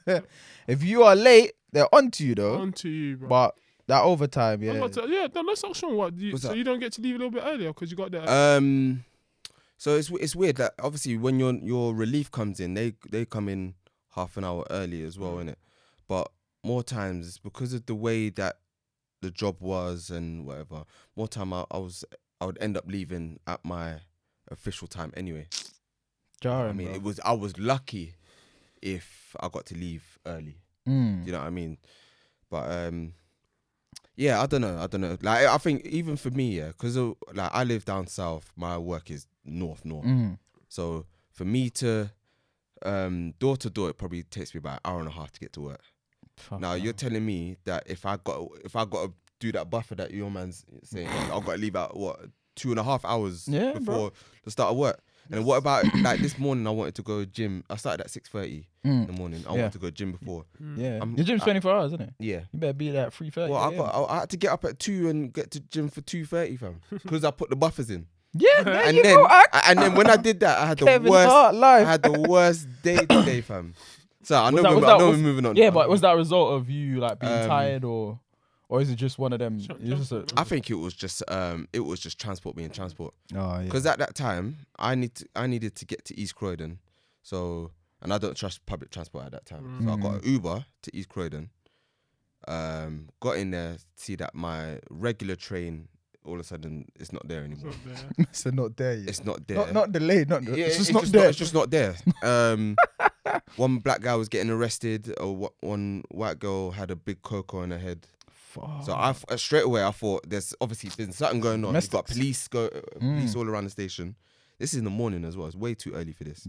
Speaker 3: if you are late, they're onto you though.
Speaker 1: On to you, bro.
Speaker 3: But that overtime,
Speaker 1: I'm
Speaker 3: yeah,
Speaker 1: about to- yeah, no, let's not sure what. You,
Speaker 4: What's
Speaker 1: so
Speaker 4: that?
Speaker 1: you don't get to leave a little bit earlier because you got there.
Speaker 4: Um, so it's it's weird that obviously when your your relief comes in, they they come in half an hour early as well, innit? But more times it's because of the way that the job was and whatever. More time I, I was I would end up leaving at my official time anyway.
Speaker 3: Jarring.
Speaker 4: I mean,
Speaker 3: bro.
Speaker 4: it was I was lucky if I got to leave early.
Speaker 3: Mm.
Speaker 4: Do you know what I mean? But um, yeah, I don't know. I don't know. Like I think even for me, yeah, because like I live down south, my work is north north.
Speaker 3: Mm.
Speaker 4: So for me to um door to door, it probably takes me about an hour and a half to get to work.
Speaker 3: Fuck
Speaker 4: Now
Speaker 3: that.
Speaker 4: you're telling me that if I got if I got to do that buffer that your man's saying, I've got to leave out what two and a half hours
Speaker 3: Yeah, bro.
Speaker 4: before the start of work. And what about like this morning? I wanted to go gym. I started at six thirty in
Speaker 3: Mm.
Speaker 4: the morning. I
Speaker 3: Yeah.
Speaker 4: wanted to go gym before.
Speaker 3: Yeah.
Speaker 4: I'm-
Speaker 1: Mm.
Speaker 3: Your gym's
Speaker 4: I-
Speaker 3: 24 hours, isn't it?
Speaker 4: Yeah.
Speaker 3: You better be there at 3.30.
Speaker 4: Well, I got. I, I had to get up at two and get to gym for two thirty, fam, because I put the buffers in.
Speaker 3: Yeah, there
Speaker 4: and
Speaker 3: you
Speaker 4: then,
Speaker 3: go. I,
Speaker 4: I- and then when I did that, I had the
Speaker 3: Kevin
Speaker 4: worst.
Speaker 3: Hart
Speaker 4: I
Speaker 3: life.
Speaker 4: had the worst day today, fam. So I know,
Speaker 3: Was that-
Speaker 4: we're,
Speaker 3: was
Speaker 4: I
Speaker 3: that-
Speaker 4: know
Speaker 3: was-
Speaker 4: we're moving on.
Speaker 3: yeah, but was that a result of you like being
Speaker 4: Um,
Speaker 3: tired or or is it just one of them? It's just a,
Speaker 4: I think it was just um, it was just transport being transport.
Speaker 3: oh, yeah.
Speaker 4: Because at that time, I need to, I needed to get to East Croydon, so and I don't trust public transport at that time. So I got
Speaker 3: Mm.
Speaker 4: an Uber to East Croydon. Um, got in there, see that my regular train all of a sudden it's not there anymore.
Speaker 3: so not there yet.
Speaker 4: It's not there.
Speaker 3: Not, not delayed. Not
Speaker 4: Yeah,
Speaker 3: it's just not there.
Speaker 4: it's just not there. Um, one black guy was getting arrested. Or wha- one white girl had a big cocoa on her head. So
Speaker 3: Oh.
Speaker 4: I f- uh, straight away I thought there's obviously been something going on. You've got
Speaker 3: Domestics.
Speaker 4: police go uh,
Speaker 3: Mm.
Speaker 4: police all around the station. This is in the morning as well. It's way too early for this.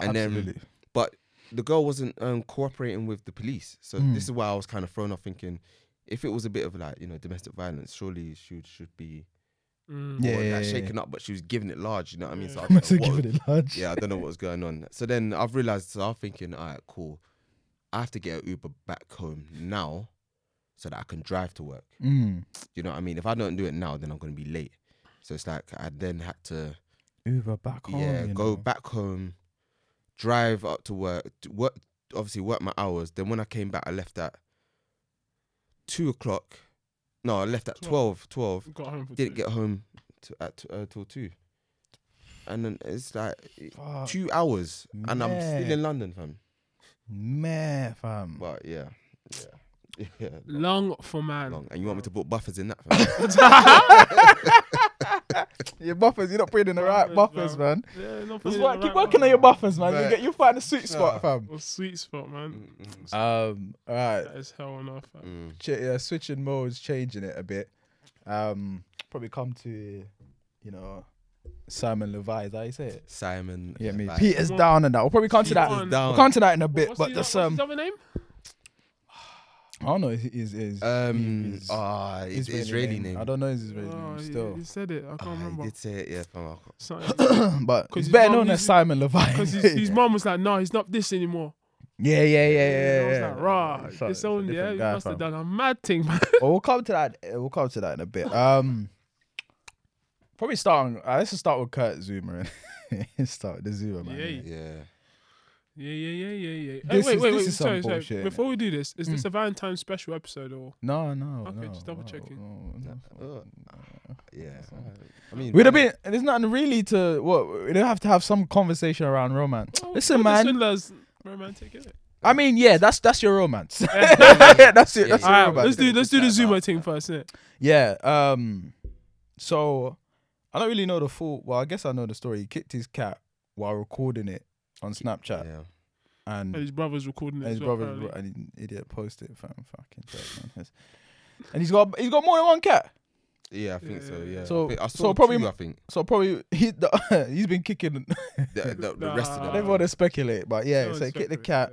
Speaker 4: And then,
Speaker 3: Absolutely.
Speaker 4: but the girl wasn't um, cooperating with the police. So
Speaker 3: Mm.
Speaker 4: this is why I was kind of thrown off, thinking if it was a bit of like you know domestic violence, surely she would- should be
Speaker 1: Mm.
Speaker 4: more
Speaker 3: Yeah,
Speaker 4: like,
Speaker 3: yeah, yeah.
Speaker 4: shaken up. But she was giving it large. You know what I mean? So I
Speaker 3: I'm
Speaker 4: was like, what-
Speaker 3: giving it lunch.
Speaker 4: yeah, I don't know what was going on. So then I've realized, so I'm thinking, all right, cool. I have to get an Uber back home now so that I can drive to work.
Speaker 3: Mm.
Speaker 4: You know what I mean? If I don't do it now, then I'm going to be late. So it's like I then had to,
Speaker 3: Uber back home.
Speaker 4: yeah,
Speaker 3: you
Speaker 4: go
Speaker 3: know.
Speaker 4: back home, drive up to work, d- work, obviously work my hours. Then when I came back, I left at two o'clock. No, I left at 12, 12
Speaker 1: Got home for
Speaker 4: didn't
Speaker 1: two.
Speaker 4: get home to, at t- uh, till two, and then it's like it-
Speaker 3: Fuck.
Speaker 4: two hours, and I'm still
Speaker 3: Mad.
Speaker 4: in London, fam.
Speaker 3: Meh, fam.
Speaker 4: But yeah, yeah, yeah.
Speaker 1: long for man.
Speaker 4: Long. And you want me to put buffers in that? Fam?
Speaker 3: Your buffers, you're not putting in the right buffers,
Speaker 1: Buffers,
Speaker 3: man.
Speaker 1: Yeah, not
Speaker 3: Just
Speaker 1: feeling
Speaker 3: work,
Speaker 1: the
Speaker 3: keep
Speaker 1: right
Speaker 3: working
Speaker 1: one.
Speaker 3: on your buffers, man. You
Speaker 4: Right.
Speaker 3: get, you'll find a sweet spot, fam.
Speaker 1: Well, sweet spot,
Speaker 4: Mm.
Speaker 1: man.
Speaker 3: Um, all right.
Speaker 1: That is hell on earth. man.
Speaker 3: Ch- yeah, switching modes, changing it a bit. Um, probably come to, you know, Simon Levi. Is that how you say it?
Speaker 4: Simon.
Speaker 3: Yeah, me.
Speaker 4: like,
Speaker 3: Peter's down and that. We'll probably come to that.
Speaker 1: Peter's
Speaker 3: We'll
Speaker 4: down.
Speaker 3: come to that in a bit.
Speaker 1: What's
Speaker 3: but
Speaker 1: his-
Speaker 3: just
Speaker 1: what's his
Speaker 3: um,
Speaker 1: other name?
Speaker 3: I don't know. Is is is
Speaker 4: Um.
Speaker 3: his
Speaker 4: Ah, his Israeli name.
Speaker 3: I don't know his Israeli
Speaker 1: Oh,
Speaker 3: name
Speaker 1: he-
Speaker 3: still,
Speaker 1: he said it. I can't
Speaker 4: Ah, he
Speaker 1: remember.
Speaker 4: did say it. Yeah, fam. I can't-
Speaker 1: Something. 'Cause
Speaker 3: but he's
Speaker 1: his
Speaker 3: better
Speaker 1: mum
Speaker 3: known as
Speaker 1: is-
Speaker 3: Simon Levi.
Speaker 1: Because his, his mum was like, no, he's not this anymore.
Speaker 3: yeah, yeah, yeah,
Speaker 1: And
Speaker 3: yeah.
Speaker 1: I was
Speaker 3: yeah.
Speaker 1: like, rah,
Speaker 3: It's a- it's
Speaker 1: this
Speaker 3: a
Speaker 1: own, yeah,
Speaker 3: different
Speaker 1: you
Speaker 3: guy,
Speaker 1: must have
Speaker 3: fam.
Speaker 1: done a mad thing, man.
Speaker 3: Well, we'll come to that. uh, We'll come to that in a bit. Um, probably starting. Uh, let's just start with Kurt Zuma. and start with the Zuma man.
Speaker 1: Yeah,
Speaker 4: Yeah.
Speaker 1: Yeah, yeah, yeah, yeah, yeah.
Speaker 3: This
Speaker 1: Hey, wait,
Speaker 3: is-
Speaker 1: wait,
Speaker 3: this
Speaker 1: wait.
Speaker 3: is some
Speaker 1: Sorry, sorry.
Speaker 3: bullshit, innit?
Speaker 1: Before we do this, is this a Valentine's special episode or?
Speaker 3: No, no.
Speaker 1: Okay,
Speaker 3: no,
Speaker 1: just double
Speaker 3: no,
Speaker 1: checking.
Speaker 3: no, no.
Speaker 4: Uh, yeah. I mean, um,
Speaker 3: We'd have been. There's nothing really to. What we'd have to have some conversation around romance.
Speaker 1: Oh,
Speaker 3: Listen, man.
Speaker 1: Swindler's romantic, innit?
Speaker 3: I mean, yeah, that's that's your romance. that's it. That's
Speaker 4: Yeah.
Speaker 3: your
Speaker 1: Alright,
Speaker 3: romance.
Speaker 1: let's do let's do the
Speaker 4: Nah, nah,
Speaker 1: Zuma thing first, innit?
Speaker 3: Yeah. Um. So, I don't really know the full. Well, I guess I know the story. He kicked his cat while recording it on Snapchat,
Speaker 4: Yeah.
Speaker 3: and
Speaker 1: And his brother's recording it.
Speaker 3: And
Speaker 1: as
Speaker 3: his
Speaker 1: well,
Speaker 3: brother
Speaker 1: apparently.
Speaker 3: and an idiot posted it. Fam, fucking joke, man. Yes. And he's got he's got more than one cat.
Speaker 4: Yeah, I think so.
Speaker 1: Yeah.
Speaker 4: Yeah.
Speaker 3: So-
Speaker 4: I think- I
Speaker 3: so
Speaker 4: saw
Speaker 3: probably-
Speaker 4: two, I think
Speaker 3: So probably he the, he's been kicking.
Speaker 4: the, the, the rest of
Speaker 1: Nah.
Speaker 4: them.
Speaker 3: I don't want to speculate, but yeah.
Speaker 1: No
Speaker 3: so he kicked the
Speaker 1: disrespect,
Speaker 3: cat.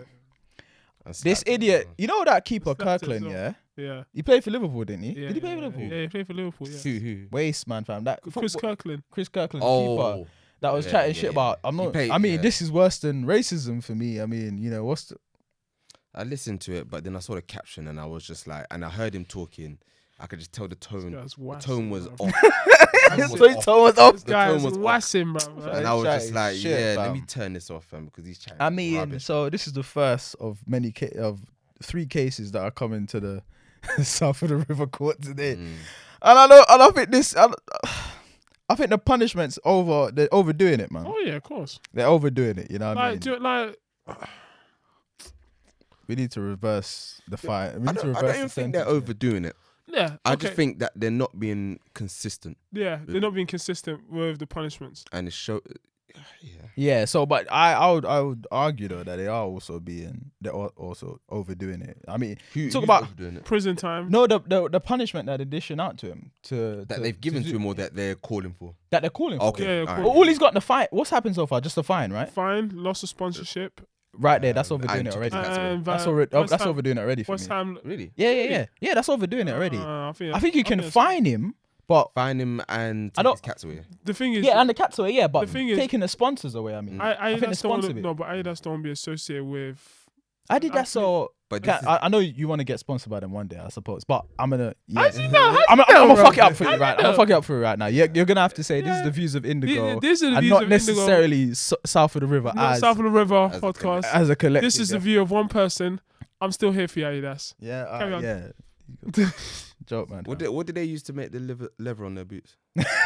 Speaker 4: And
Speaker 3: This
Speaker 4: slapped him.
Speaker 3: idiot, you know that keeper
Speaker 1: Slapped it as
Speaker 3: Kirkland,
Speaker 1: well.
Speaker 3: yeah.
Speaker 1: Yeah.
Speaker 3: He played for Liverpool, didn't he?
Speaker 1: yeah
Speaker 3: Did he play
Speaker 1: yeah,
Speaker 3: for Liverpool?
Speaker 1: Yeah, he played for Liverpool, yeah.
Speaker 4: Who? Who?
Speaker 3: Waste man, fam. That
Speaker 1: Chris
Speaker 3: football-
Speaker 1: Kirkland.
Speaker 3: Chris Kirkland,
Speaker 4: Oh.
Speaker 3: keeper, that was
Speaker 4: Yeah,
Speaker 3: chatting
Speaker 4: yeah,
Speaker 3: shit
Speaker 4: yeah.
Speaker 3: about. I'm
Speaker 4: He
Speaker 3: not.
Speaker 4: played-
Speaker 3: I mean,
Speaker 4: yeah.
Speaker 3: this is worse than racism for me. I mean, you know, what's the,
Speaker 4: I listened to it, but then I saw the caption and I was just like, and I heard him talking. I could just tell the tone.
Speaker 1: guy's
Speaker 4: The
Speaker 1: whack,
Speaker 4: tone was
Speaker 1: bro.
Speaker 4: off.
Speaker 1: That's
Speaker 3: so
Speaker 1: it.
Speaker 3: he told us off.
Speaker 1: This guy
Speaker 4: tone
Speaker 1: is
Speaker 4: was off.
Speaker 1: wassing, bro.
Speaker 4: and
Speaker 1: man.
Speaker 4: I was just
Speaker 3: Chatting
Speaker 4: like,
Speaker 3: shit,
Speaker 4: yeah, let me
Speaker 3: fam.
Speaker 4: turn this off, fam, because he's chatting.
Speaker 3: I mean,
Speaker 4: rubbish.
Speaker 3: so this is the first of many ca- of three cases that are coming to the South of the River Court today,
Speaker 4: Mm.
Speaker 3: and I don't, and I think this, I, don't- I think the punishment's over. They're overdoing it, man.
Speaker 1: Oh yeah, of course.
Speaker 3: They're overdoing it. You know what I mean?
Speaker 1: Like, do, you- like,
Speaker 3: we need to reverse the fight. We
Speaker 4: I
Speaker 3: need
Speaker 4: don't, I
Speaker 3: to reverse
Speaker 4: don't
Speaker 3: the
Speaker 4: even think they're
Speaker 3: sentence.
Speaker 4: overdoing it.
Speaker 1: Yeah.
Speaker 4: I
Speaker 1: okay.
Speaker 4: just think that they're not being consistent
Speaker 1: Yeah, they're not being consistent with the punishments.
Speaker 4: and it's show. Yeah.
Speaker 3: Yeah, so but I, I would I would argue though that they are also being they're al- also overdoing it. I mean, talk about
Speaker 4: doing it.
Speaker 1: Prison time.
Speaker 3: no the, the the punishment that they're dishing out to him to
Speaker 4: that they've given to
Speaker 3: do-
Speaker 4: him or that they're calling for.
Speaker 3: that they're calling for.
Speaker 4: Okay.
Speaker 1: Yeah, yeah,
Speaker 4: all
Speaker 1: cool.
Speaker 3: Well, all he's got in the fine. What's happened so far? Just a fine, right?
Speaker 1: Fine. Loss of sponsorship.
Speaker 3: Right there. That's overdoing
Speaker 4: and
Speaker 3: it
Speaker 4: to-
Speaker 3: already.
Speaker 4: That's
Speaker 1: and
Speaker 4: already-
Speaker 3: That's
Speaker 1: Van-
Speaker 3: already. oh,
Speaker 1: West
Speaker 3: That's
Speaker 1: Ham-
Speaker 3: overdoing it already for
Speaker 1: West
Speaker 3: me.
Speaker 1: Ham.
Speaker 4: Really?
Speaker 3: Yeah, yeah, yeah, yeah. That's overdoing it already.
Speaker 1: Uh, I think,
Speaker 3: I think you
Speaker 1: I
Speaker 3: can
Speaker 1: it's-
Speaker 3: fine him, but
Speaker 4: Find him and
Speaker 3: I
Speaker 4: take
Speaker 3: don't-
Speaker 4: his cats away.
Speaker 1: The thing is,
Speaker 3: yeah, and the cats away. Yeah, but
Speaker 1: The thing is- Mm.
Speaker 3: taking the sponsors away. I mean,
Speaker 1: I,
Speaker 3: I
Speaker 1: I,
Speaker 3: think the
Speaker 1: Adidas don't
Speaker 3: sponsor
Speaker 1: want
Speaker 3: bit.
Speaker 1: no, but Adidas don't want to be associated with.
Speaker 3: I did that so.
Speaker 4: But
Speaker 3: Can,
Speaker 4: this is-
Speaker 3: I, I know you want to get sponsored by them one day, I suppose. But I'm gonna. Yeah.
Speaker 1: How'd you know? How'd
Speaker 3: I'm,
Speaker 1: you
Speaker 3: I'm, I'm
Speaker 1: know,
Speaker 3: gonna
Speaker 1: bro?
Speaker 3: fuck it up for you,
Speaker 1: How'd
Speaker 3: right? I'm
Speaker 1: know?
Speaker 3: gonna fuck it up for you right now. You're, you're gonna have to say this is
Speaker 1: Yeah.
Speaker 3: the views of Indigo,
Speaker 1: these are the
Speaker 3: and
Speaker 1: views
Speaker 3: not
Speaker 1: of Indigo.
Speaker 3: necessarily S- south of the river
Speaker 1: Not
Speaker 3: as
Speaker 1: South of the River
Speaker 4: as a
Speaker 1: podcast.
Speaker 3: as a collective.
Speaker 1: this is
Speaker 3: yeah.
Speaker 1: the view of one person. I'm still here for you, Adidas.
Speaker 3: Yeah, uh,
Speaker 1: Carry on.
Speaker 3: yeah. Joke, man.
Speaker 4: what did, what did they use to make the leather, leather on their boots?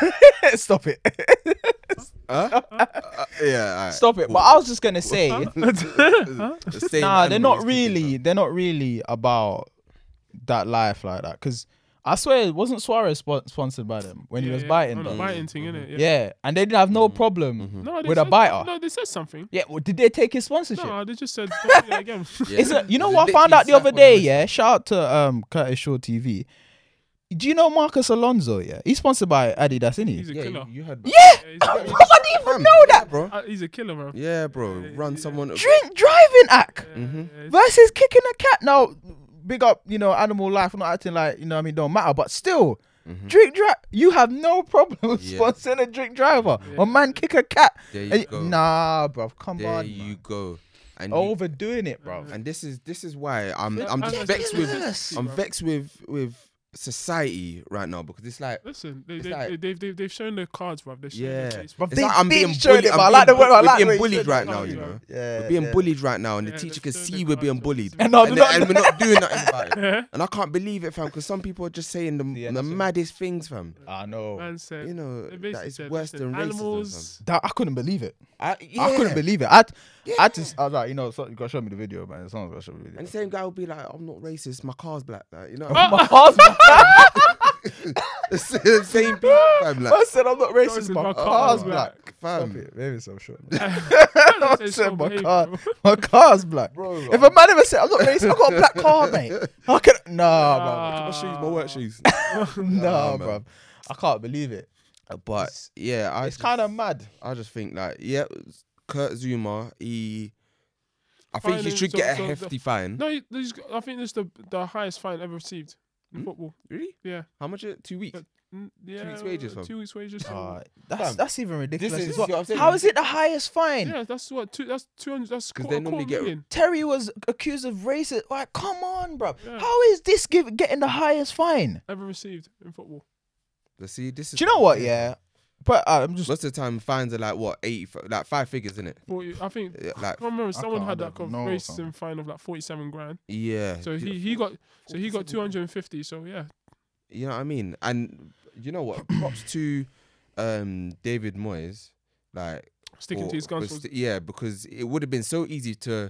Speaker 3: Stop it.
Speaker 4: Huh? Uh, yeah. all right.
Speaker 3: Stop it. But I was just gonna say,
Speaker 4: The same
Speaker 3: nah, they're
Speaker 4: animal
Speaker 3: not
Speaker 4: is kicking
Speaker 3: really. They're not really about that life like that. Cause I swear, it wasn't Suarez spon- sponsored by them when he was biting?
Speaker 1: on the
Speaker 3: them?
Speaker 1: biting thing, innit?
Speaker 3: Yeah. and they didn't have no problem.
Speaker 1: No, they
Speaker 3: With a
Speaker 1: said-
Speaker 3: biter.
Speaker 1: No, they said something.
Speaker 3: Yeah, well, did they take his sponsorship?
Speaker 1: No, they just said don't do that again.
Speaker 4: them. Yeah.
Speaker 3: Is it, you know
Speaker 4: They
Speaker 3: what I found
Speaker 4: literally
Speaker 3: out the
Speaker 4: slap
Speaker 3: other
Speaker 4: on
Speaker 3: day?
Speaker 4: wrist.
Speaker 3: Yeah, shout out to um Curtis Shaw TV. Do you know Marcus Alonso? Yeah, he's sponsored by Adidas, isn't he?
Speaker 1: He's a
Speaker 4: Yeah,
Speaker 1: killer.
Speaker 4: you, you had.
Speaker 3: Yeah,
Speaker 1: he's-
Speaker 3: how did you even
Speaker 4: Fam,
Speaker 3: know that?
Speaker 4: bro.
Speaker 1: Uh, He's a killer, bro.
Speaker 4: Yeah, bro. Run someone.
Speaker 3: Drink driving act
Speaker 1: Mm-hmm.
Speaker 3: versus kicking a cat. Now, big up, you know, animal life. I'm not acting like you know, what I mean, don't matter, but still. Drink drive. You have no problem
Speaker 4: Mm-hmm. Yeah.
Speaker 3: sponsoring a drink driver. A man kick a cat.
Speaker 4: There you
Speaker 3: And y-
Speaker 4: go.
Speaker 3: Nah, bro. Come
Speaker 4: There
Speaker 3: on.
Speaker 4: you
Speaker 3: man.
Speaker 4: go. And you-
Speaker 3: Overdoing it, bro.
Speaker 4: and this is this is why I'm I'm
Speaker 1: I- I-
Speaker 4: just vexed
Speaker 1: Yes.
Speaker 4: with I'm vexed with with society right now because it's like
Speaker 1: Listen, they,
Speaker 4: It's
Speaker 1: they,
Speaker 4: like-
Speaker 1: they, they've, they've, they've shown their cards, bruv. They've shown
Speaker 4: Yeah.
Speaker 1: their face.
Speaker 3: Bruv,
Speaker 4: It's
Speaker 3: they
Speaker 4: like I'm
Speaker 3: did
Speaker 4: being
Speaker 3: show
Speaker 4: bullied.
Speaker 3: it,
Speaker 4: I'm
Speaker 3: but I like
Speaker 4: being
Speaker 3: the way- I
Speaker 4: bu- we're
Speaker 3: like the way
Speaker 4: being
Speaker 3: you
Speaker 4: bullied
Speaker 3: said
Speaker 4: right
Speaker 1: that.
Speaker 4: now, you
Speaker 1: Yeah.
Speaker 4: know.
Speaker 3: Yeah,
Speaker 4: We're being
Speaker 3: yeah.
Speaker 4: bullied right now, and the
Speaker 1: Yeah,
Speaker 4: teacher can
Speaker 1: let's do
Speaker 4: see
Speaker 1: the
Speaker 4: we're being
Speaker 1: cards,
Speaker 4: bullied,
Speaker 1: let's
Speaker 3: do the
Speaker 4: and,
Speaker 3: cards.
Speaker 4: and we're not doing nothing about it.
Speaker 1: Yeah.
Speaker 4: And I can't believe it, fam, because some people are just saying the,
Speaker 3: Yeah,
Speaker 4: the
Speaker 3: that's it.
Speaker 4: maddest things, fam.
Speaker 3: I know.
Speaker 1: Man said,
Speaker 4: You know,
Speaker 1: they basically
Speaker 4: that is
Speaker 1: said,
Speaker 4: worse
Speaker 1: listen,
Speaker 4: than
Speaker 1: animals.
Speaker 3: That, I couldn't believe it.
Speaker 4: racism, fam.
Speaker 3: I
Speaker 4: yeah.
Speaker 3: couldn't believe it. I, I just, I was like, you know, so, you gotta show me the video, man. Someone's gotta show me the video.
Speaker 4: And the same guy would be like, "I'm not racist. My car's black." Like, you know,
Speaker 1: Ah!
Speaker 3: my husband
Speaker 4: the same people, fam. Like,
Speaker 3: I said, I'm not racist.
Speaker 1: Racist,
Speaker 3: My
Speaker 1: my
Speaker 3: car's
Speaker 1: car's
Speaker 3: black. Stop
Speaker 4: Fam.
Speaker 3: it. Maybe some short.
Speaker 1: They
Speaker 3: I
Speaker 1: said,
Speaker 3: said
Speaker 1: "Stop
Speaker 3: my
Speaker 1: behaving,
Speaker 3: car,
Speaker 1: bro."
Speaker 3: my car's black. if a man ever said, I'm not racist, I've got a black car, mate. How can, nah,
Speaker 4: my shoes, my work shoes.
Speaker 3: bro. Nah,
Speaker 4: Nah, man.
Speaker 3: bro. I can't believe it.
Speaker 4: But yeah, I
Speaker 3: It's
Speaker 4: just-
Speaker 3: kind of mad.
Speaker 4: I just think like, yeah, Kurt Zuma, he. I think he
Speaker 1: Fine,
Speaker 4: should
Speaker 1: so-
Speaker 4: get a
Speaker 1: so the-
Speaker 4: hefty fine.
Speaker 1: No, he- he's got- I think this is the, the highest fine ever received in football.
Speaker 4: Really?
Speaker 1: Yeah.
Speaker 4: How much? it- Hmm? Two weeks.
Speaker 1: But- Mm, yeah
Speaker 4: weeks' wages, Ah, fam.
Speaker 1: Two weeks wages.
Speaker 3: Uh,
Speaker 1: something.
Speaker 3: that's
Speaker 4: Fam,
Speaker 3: that's even ridiculous.
Speaker 4: is-
Speaker 3: as well.
Speaker 4: see what I'm saying?
Speaker 3: How is it the highest fine?
Speaker 1: yeah, that's what two. That's two hundred. That's
Speaker 4: 'Cause
Speaker 1: because
Speaker 4: they normally get-
Speaker 3: Terry was accused of racist. Like, come on, bro.
Speaker 1: Yeah.
Speaker 3: How is this give, getting the highest fine?
Speaker 1: ever received in football.
Speaker 4: Let's see, this is.
Speaker 3: Do you know what? Yeah, but uh, I'm just
Speaker 4: Most of the time, fines are like what eighty, f- like five figures, isn't it?
Speaker 1: Forty. I think. I
Speaker 4: Like,
Speaker 1: can't remember. Someone
Speaker 3: can't-
Speaker 1: had
Speaker 3: I
Speaker 1: that
Speaker 3: don't
Speaker 1: con-
Speaker 3: know,
Speaker 1: racism
Speaker 3: fam.
Speaker 1: fine of like forty-seven grand.
Speaker 4: yeah.
Speaker 1: So
Speaker 4: you-
Speaker 1: he he got so he got two hundred and fifty. So yeah,
Speaker 4: You know what I mean? And you know what? Props to um, David Moyes, like
Speaker 1: sticking
Speaker 4: for-
Speaker 1: to his guns.
Speaker 4: for
Speaker 1: was-
Speaker 4: sti- yeah, because it would have been so easy to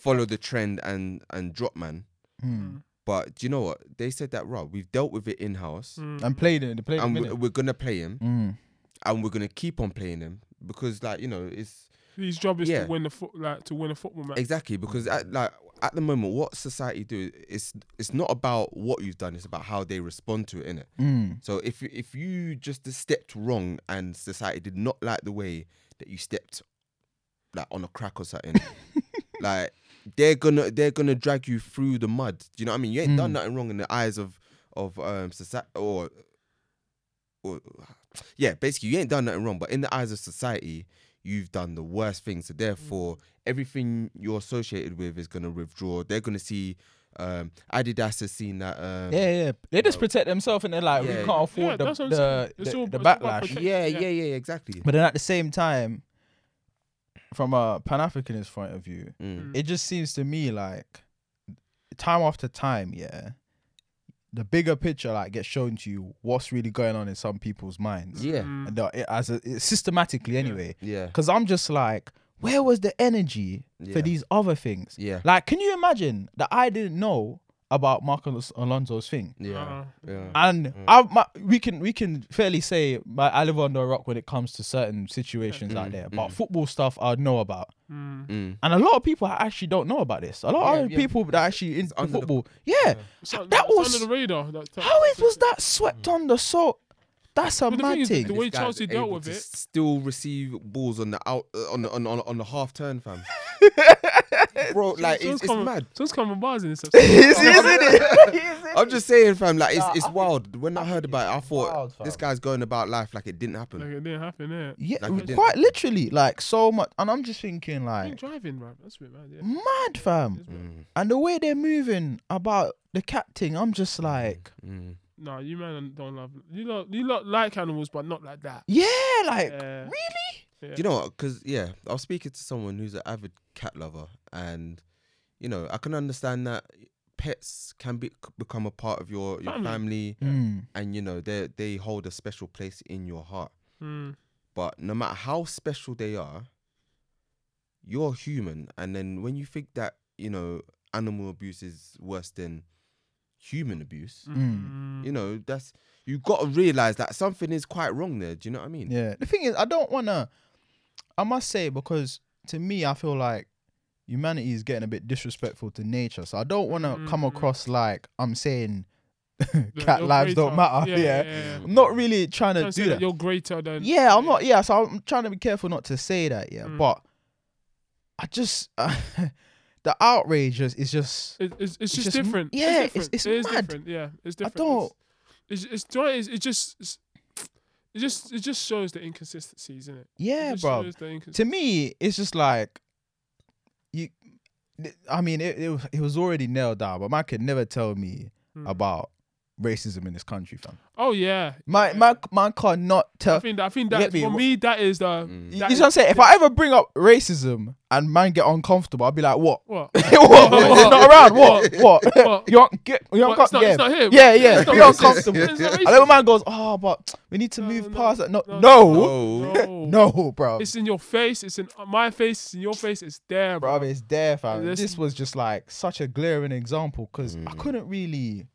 Speaker 4: follow the trend and and drop man.
Speaker 3: Hmm.
Speaker 1: Mm.
Speaker 4: But do you know what? They said that right. We've dealt with it in house,
Speaker 1: Mm,
Speaker 3: I'm playing it. Playing
Speaker 4: and
Speaker 3: it.
Speaker 4: we're, we're gonna play him,
Speaker 3: Mm.
Speaker 4: and we're gonna keep on playing him because, like you know, it's
Speaker 1: his job is
Speaker 4: Yeah.
Speaker 1: to win the foot like to win a football match.
Speaker 4: exactly because at, like at the moment, what society do it's it's not about what you've done; it's about how they respond to it, innit?
Speaker 3: Mm.
Speaker 4: So if you- if you just stepped wrong and society did not like the way that you stepped, like on a crack or something, like they're gonna they're gonna drag you through the mud. Do you know what I mean? You ain't
Speaker 3: Hmm.
Speaker 4: done nothing wrong in the eyes of of um society or or yeah, basically you ain't done nothing wrong, but in the eyes of society, you've done the worst thing.
Speaker 3: Hmm.
Speaker 4: So therefore, everything you're associated with is gonna withdraw. They're gonna see. Um, Adidas has seen that. Um,
Speaker 3: Yeah, yeah. They just protect themselves and they're like,
Speaker 4: Yeah.
Speaker 3: we can't afford
Speaker 1: Yeah,
Speaker 3: the,
Speaker 1: that's what I'm
Speaker 3: the,
Speaker 1: saying.
Speaker 3: the,
Speaker 1: It's all-
Speaker 3: the
Speaker 1: it's all about
Speaker 3: backlash.
Speaker 1: protection.
Speaker 4: yeah,
Speaker 1: Yeah.
Speaker 4: yeah, yeah, yeah, exactly.
Speaker 3: But then at the same time, from a Pan Africanist point of view,
Speaker 4: Mm.
Speaker 1: Mm-hmm.
Speaker 3: it just seems to me like time after time, yeah, the bigger picture like gets shown to you what's really going on in some people's minds.
Speaker 4: Yeah,
Speaker 1: Mm.
Speaker 3: And, uh, it- as a, it- systematically anyway.
Speaker 4: yeah,
Speaker 3: Because I'm just like, where was the energy
Speaker 4: Yeah.
Speaker 3: for these other things?
Speaker 4: yeah.
Speaker 3: Like, can you imagine that I didn't know about Marcos Alonso's thing.
Speaker 1: Uh-huh. Ah.
Speaker 4: Yeah. Yeah.
Speaker 1: Mm.
Speaker 3: And I, my, we can we can fairly say my, I live under a rock when it comes to certain situations out there. But football stuff I know about,
Speaker 4: Mm.
Speaker 3: and a lot of people actually don't know about this. A lot
Speaker 4: Yeah,
Speaker 3: of
Speaker 4: yeah.
Speaker 3: people that actually into
Speaker 4: under the-
Speaker 3: football, yeah,
Speaker 1: It's un-
Speaker 3: that
Speaker 1: it's
Speaker 3: was
Speaker 1: under the radar. That type.
Speaker 3: how is was that swept under so? That's a
Speaker 1: But the thing
Speaker 3: mad
Speaker 1: is, the
Speaker 3: thing.
Speaker 1: way
Speaker 4: This guy's
Speaker 1: Chelsea dealt
Speaker 4: able
Speaker 1: with
Speaker 4: to
Speaker 1: it-
Speaker 4: Still receive balls on the out uh, on the on, on, on the half turn, fam. Bro, like
Speaker 1: Someone's
Speaker 4: it's, it's
Speaker 1: coming-
Speaker 4: mad.
Speaker 1: Someone's coming bars in this.
Speaker 3: Is it?
Speaker 4: I'm just saying, fam. Like it's it's wild. When I heard about it, I thought
Speaker 3: wild, fam.
Speaker 4: this guy's going about life like it didn't happen.
Speaker 1: Like it didn't happen, yeah.
Speaker 3: Yeah,
Speaker 4: Like, we didn't-
Speaker 3: quite literally, like so much. And I'm just thinking,
Speaker 1: I ain't
Speaker 3: like, mm.
Speaker 1: driving, man. That's a bit mad, yeah.
Speaker 3: mad fam.
Speaker 4: Mm.
Speaker 3: And the way they're moving about the cat thing, I'm just like,
Speaker 4: Mm.
Speaker 1: Nah, you man don't love. You lot, you lot like animals, but not like that.
Speaker 3: yeah, like
Speaker 1: Yeah.
Speaker 3: really?
Speaker 1: Yeah.
Speaker 4: You know what? Because yeah, I was speaking to someone who's an avid cat lover, and you know, I can understand that pets can be become a part of your your
Speaker 1: Family.
Speaker 4: family,
Speaker 3: Mm.
Speaker 4: and you know they they hold a special place in your heart.
Speaker 1: Mm.
Speaker 4: But no matter how special they are, you're human, and then when you think that you know animal abuse is worse than human abuse,
Speaker 1: Mm.
Speaker 4: you know that's you got to realize that something is quite wrong there. Do you know what I mean?
Speaker 3: Yeah. The thing is, I don't wanna. I must say because to me, I feel like humanity is getting a bit disrespectful to nature. So I don't wanna come across like I'm saying
Speaker 1: Mm-hmm. That
Speaker 3: cat
Speaker 1: you're
Speaker 3: lives
Speaker 1: greater.
Speaker 3: don't matter. Yeah,
Speaker 1: yeah. yeah, yeah.
Speaker 3: I'm not really trying to
Speaker 1: Don't say
Speaker 3: do that.
Speaker 1: that you're greater than.
Speaker 3: Yeah, I'm not. Yeah, so I'm trying to be careful not to say that. Yeah,
Speaker 1: Mm.
Speaker 3: but I just the outrage is, is just
Speaker 1: It, it's, it's just
Speaker 3: just m-
Speaker 1: different.
Speaker 3: yeah,
Speaker 1: it's
Speaker 3: it's-
Speaker 1: different.
Speaker 3: it's
Speaker 1: It is
Speaker 3: mad.
Speaker 1: different. Yeah, it's different.
Speaker 3: don't-
Speaker 1: It's it's, it's, it's, it's just it's, it just it just shows the inconsistencies in it.
Speaker 3: yeah,
Speaker 1: it just
Speaker 3: bro.
Speaker 1: Shows the incons-
Speaker 3: To me, it's just like you. th- I mean, it it, was- it was already nailed down, but man could never tell me
Speaker 1: Mm.
Speaker 3: about racism in this country, fam.
Speaker 1: oh yeah,
Speaker 3: My my man can't not
Speaker 1: I
Speaker 3: tell.
Speaker 1: think that, I think
Speaker 3: get
Speaker 1: that
Speaker 3: Uh, me,
Speaker 1: for
Speaker 3: wha-
Speaker 1: me that is the
Speaker 4: Mm.
Speaker 3: You
Speaker 1: that
Speaker 3: see
Speaker 1: is-
Speaker 3: what I'm saying? If I ever bring up racism and man get uncomfortable, I'll be like, "What?
Speaker 1: what.
Speaker 3: what? It's not around. What? What?
Speaker 1: What?
Speaker 3: You don't get? You
Speaker 1: What?
Speaker 3: don't
Speaker 1: It's
Speaker 3: come-
Speaker 1: not,
Speaker 3: yeah.
Speaker 1: it's not here.
Speaker 3: Yeah, yeah.
Speaker 1: It's not
Speaker 3: Be
Speaker 1: racist.
Speaker 3: uncomfortable.
Speaker 1: It's not
Speaker 3: And then
Speaker 1: racist.
Speaker 3: when man goes, oh, but we need to
Speaker 1: No,
Speaker 3: move
Speaker 1: no,
Speaker 3: past that. No,
Speaker 1: no,
Speaker 3: no, no,
Speaker 4: No.
Speaker 3: bro.
Speaker 1: It's in your face. It's in uh, my face. It's in your face. It's there, bro.
Speaker 3: bro, it's there, fam.
Speaker 1: This-
Speaker 3: This, was just like such a glaring example because
Speaker 4: Mm.
Speaker 3: I couldn't really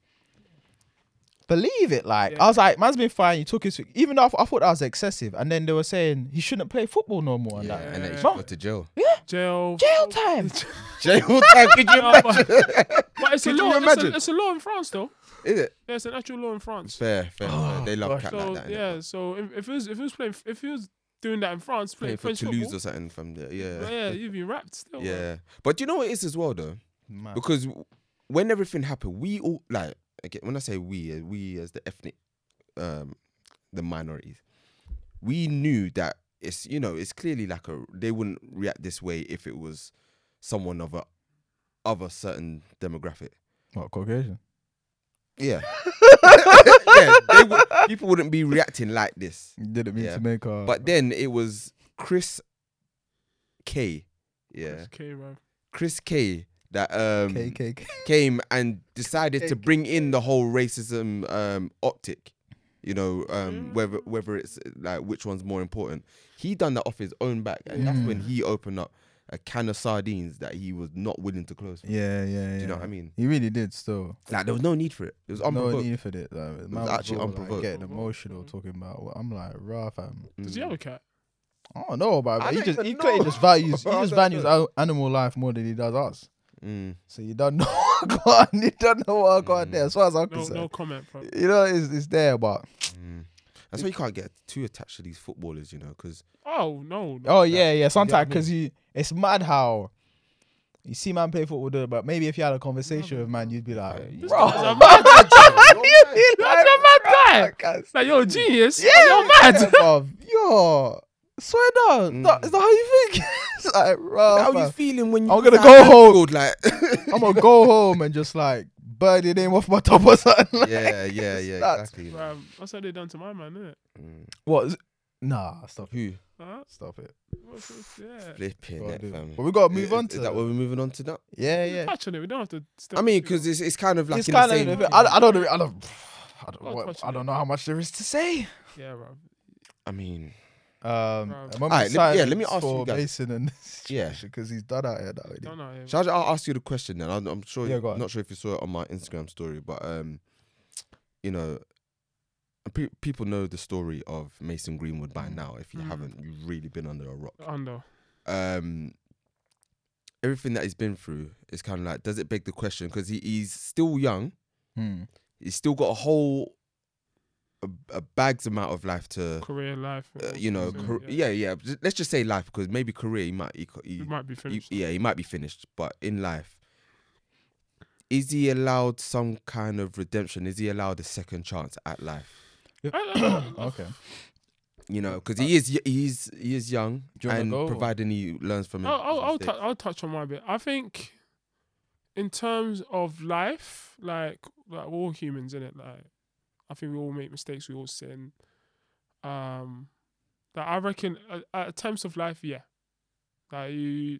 Speaker 3: believe it. Like I was like, man's been fine. He took his, even though I, th- I thought that was excessive, and then they were saying he shouldn't play football no more. And
Speaker 4: Yeah,
Speaker 3: that.
Speaker 4: and then you
Speaker 1: Yeah.
Speaker 4: should go to jail.
Speaker 1: Jail.
Speaker 3: jail time.
Speaker 4: jail time? Could you
Speaker 1: No,
Speaker 4: imagine?
Speaker 1: but, but it's a
Speaker 4: Could you
Speaker 1: law. It's a,
Speaker 4: imagine?
Speaker 1: it's a law in France, though.
Speaker 4: Is it?
Speaker 1: There's an actual law in France.
Speaker 4: Fair, fair. fair. They love
Speaker 3: gosh.
Speaker 4: cat
Speaker 1: So
Speaker 4: like that.
Speaker 1: Oh, yeah. So if, if it was if it was playing if it was doing that in France,
Speaker 4: Playing
Speaker 1: playing French
Speaker 4: for Toulouse
Speaker 1: football,
Speaker 4: or something from there.
Speaker 1: yeah.
Speaker 4: Yeah.
Speaker 1: you'd be wrapped still. man.
Speaker 4: Yeah. But you know what it is as well though?
Speaker 3: Man.
Speaker 4: Because w- when everything happened, we all like okay, when I say we, uh, we as the ethnic um the minorities, we knew that it's you know, it's clearly like a they wouldn't react this way if it was someone of a of a certain demographic.
Speaker 3: What Caucasian?
Speaker 4: Yeah. yeah, they would, people wouldn't be reacting like this.
Speaker 3: Didn't mean
Speaker 4: Yeah.
Speaker 3: to make a.
Speaker 4: But then it was Chris K. Yeah.
Speaker 1: It's okay, bro.
Speaker 4: Chris K that um
Speaker 3: KKK.
Speaker 4: came and decided to
Speaker 3: K-
Speaker 4: bring in the whole racism um optic. You know,
Speaker 1: Mm.
Speaker 4: um whether whether it's like which one's more important. He done that off his own back and that's when
Speaker 3: Mm.
Speaker 4: he opened up a can of sardines that he was not willing to close.
Speaker 3: Yeah, yeah, yeah.
Speaker 4: Do you know what I mean?
Speaker 3: He really did still.
Speaker 4: Like there was no need for it. It was unprovoked.
Speaker 3: No need for it. Like, it
Speaker 4: was actually unprovoked.
Speaker 3: getting emotional talking about. What, I'm like, rah, fam.
Speaker 1: Does
Speaker 4: Mm.
Speaker 1: he have a cat?
Speaker 3: I don't know about.
Speaker 4: I
Speaker 3: But he
Speaker 4: don't
Speaker 3: just he
Speaker 4: even
Speaker 3: clearly
Speaker 4: know.
Speaker 3: just values he
Speaker 4: I
Speaker 3: just
Speaker 4: don't
Speaker 3: values
Speaker 4: know.
Speaker 3: an- animal life more than he does us.
Speaker 4: Mm.
Speaker 3: So you don't know what got on- you don't know what got on there as far as I'm
Speaker 1: No,
Speaker 3: concerned.
Speaker 1: no comment, bro.
Speaker 3: You know, it's, it's there, but
Speaker 4: Mm. That's why you can't get too attached to these footballers, you know, because
Speaker 1: Oh no. no.
Speaker 3: oh yeah, yeah. Sometimes because you, it's mad how. You see, man, play football, do it, but maybe if you had a conversation with man, you'd be like,
Speaker 1: This
Speaker 3: bro,
Speaker 1: guy's a mad guy.
Speaker 3: you'd be like,
Speaker 1: That's a mad guy.
Speaker 3: guys,
Speaker 1: Like you're a genius.
Speaker 3: Yeah,
Speaker 1: You're mad.
Speaker 3: bruv. Yo, swear down. That, is that how you think? it's like, bruv,
Speaker 4: Mm. how are you
Speaker 3: bruv,
Speaker 4: feeling when you
Speaker 3: I'm gonna
Speaker 4: was at
Speaker 3: go home.
Speaker 4: Anfield, Like
Speaker 3: I'm gonna go home and just like burn your name off my top or something. Like,
Speaker 4: yeah, yeah, yeah,
Speaker 3: That's-
Speaker 4: exactly. Mm.
Speaker 1: Bro, that's what they done to my man, innit?
Speaker 3: What? Is, nah, stop it.
Speaker 4: Who
Speaker 1: Huh?
Speaker 3: Stop it.
Speaker 1: What's this? Yeah.
Speaker 4: flipping
Speaker 3: Gotta
Speaker 4: it,
Speaker 3: do.
Speaker 4: fam?
Speaker 3: But we gotta move
Speaker 4: Is-
Speaker 3: on
Speaker 4: is
Speaker 3: to-
Speaker 4: that. What we're moving on to now?
Speaker 3: Yeah,
Speaker 1: Yeah.
Speaker 3: yeah.
Speaker 1: Touch on it. We don't have to. step
Speaker 4: I mean,
Speaker 1: into it.
Speaker 4: because it's it's kind of like
Speaker 3: it's
Speaker 4: in the
Speaker 3: kind of.
Speaker 4: same.
Speaker 3: I, I don't. know- I don't. I don't,
Speaker 1: Not
Speaker 3: what,
Speaker 1: touching
Speaker 3: I
Speaker 1: it.
Speaker 3: don't know how much there is to say.
Speaker 1: yeah, bro.
Speaker 4: I mean,
Speaker 3: Um,
Speaker 1: Bro.
Speaker 3: a moment
Speaker 4: Alright,
Speaker 3: of
Speaker 4: let me- yeah, let me
Speaker 3: silence
Speaker 4: ask you
Speaker 3: for
Speaker 4: guys.
Speaker 3: Mason and
Speaker 4: Yeah.
Speaker 3: because he's done out here now. innit?
Speaker 1: Don't know. yeah.
Speaker 4: Shall I, will ask you the question then. I'm, I'm sure.
Speaker 3: Yeah, go on.
Speaker 4: not sure if you saw it on my Instagram story, but um, you know, pe- people know the story of Mason Greenwood by now. If you
Speaker 1: Mm.
Speaker 4: haven't, you've really been under a rock.
Speaker 1: Under.
Speaker 4: Um, everything that he's been through is kind of like, does it beg the question? Because he, he's still young.
Speaker 3: Hmm.
Speaker 4: He's still got a whole a, a bags amount of life to.
Speaker 1: Career life.
Speaker 4: Uh, you know,
Speaker 1: Mm-hmm. Yeah.
Speaker 4: car- yeah, yeah. j- Let's just say life, because maybe career, he might, he, co- he,
Speaker 1: You might be
Speaker 4: he-
Speaker 1: finished.
Speaker 4: yeah, he might be finished, but in life, is he allowed some kind of redemption? Is he allowed a second chance at life?
Speaker 3: Okay.
Speaker 4: You know, because he is he is he is young,
Speaker 3: Do you wanna
Speaker 4: and
Speaker 3: go or-
Speaker 4: providing he learns from it.
Speaker 1: I'll, I'll, I'll, tou- I'll touch on my bit. I think, in terms of life, like like we're all humans, in it. Like, I think we all make mistakes. We all sin. Um, like I reckon at, at times of life, yeah, like you,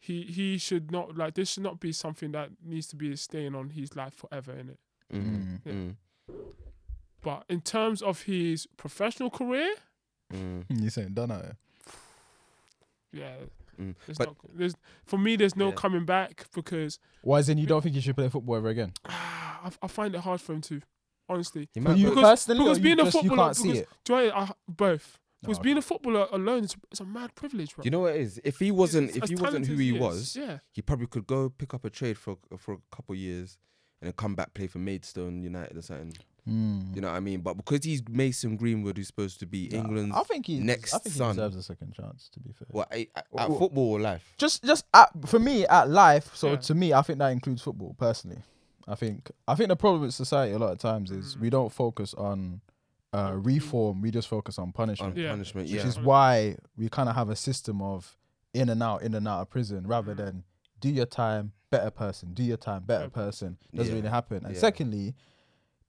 Speaker 1: he he should not like this should not be something that needs to be staying on his life forever, in it.
Speaker 4: mm,
Speaker 1: Yeah.
Speaker 4: mm,
Speaker 1: But in terms of his professional career,
Speaker 4: mm,
Speaker 3: You saying done out here?
Speaker 1: yeah,
Speaker 4: mm.
Speaker 1: there's
Speaker 4: But
Speaker 1: not, there's for me, there's no
Speaker 4: Yeah.
Speaker 1: coming back because
Speaker 3: Why is it you don't think you should play football ever again?
Speaker 1: I, I find it hard for him to, honestly.
Speaker 4: he
Speaker 3: For
Speaker 4: might be-
Speaker 3: you
Speaker 1: Because-
Speaker 3: personally, or
Speaker 1: because
Speaker 3: you
Speaker 1: being a
Speaker 3: just- you
Speaker 1: footballer,
Speaker 3: can't see
Speaker 1: because-
Speaker 3: it.
Speaker 1: Do you know, I, both. Because
Speaker 3: okay.
Speaker 1: being a footballer alone is is a mad privilege, bro.
Speaker 4: you know what it is? If he wasn't,
Speaker 1: As-
Speaker 4: if
Speaker 1: as
Speaker 4: he wasn't
Speaker 1: talented
Speaker 4: who
Speaker 1: as
Speaker 4: he
Speaker 1: is,
Speaker 4: was,
Speaker 1: yeah.
Speaker 4: he probably could go pick up a trade for for a couple years, and then come back play for Maidstone United or something.
Speaker 3: Mm.
Speaker 4: You know what I mean? But because he's Mason Greenwood, who's supposed to be England's
Speaker 3: I think he
Speaker 4: next
Speaker 3: I think he
Speaker 4: son.
Speaker 3: deserves a second chance. To be fair.
Speaker 4: Well, I, I,
Speaker 3: Wha-
Speaker 4: at
Speaker 3: wha-
Speaker 4: uh, football or life?
Speaker 3: Just, just at, for me at life. So
Speaker 1: Yeah.
Speaker 3: to me, I think that includes football. Personally, I think I think the problem with society a lot of times is we don't focus on uh,
Speaker 4: Mm.
Speaker 3: reform. We just focus on punishment.
Speaker 4: On
Speaker 1: Yeah.
Speaker 4: punishment,
Speaker 3: which
Speaker 4: yeah.
Speaker 3: is why we kind of have a system of in and out, in and out of prison, rather than do your time, better person, do your time, better
Speaker 1: Better
Speaker 3: person. Doesn't
Speaker 4: Yeah.
Speaker 3: really happen. And
Speaker 4: Yeah.
Speaker 3: secondly,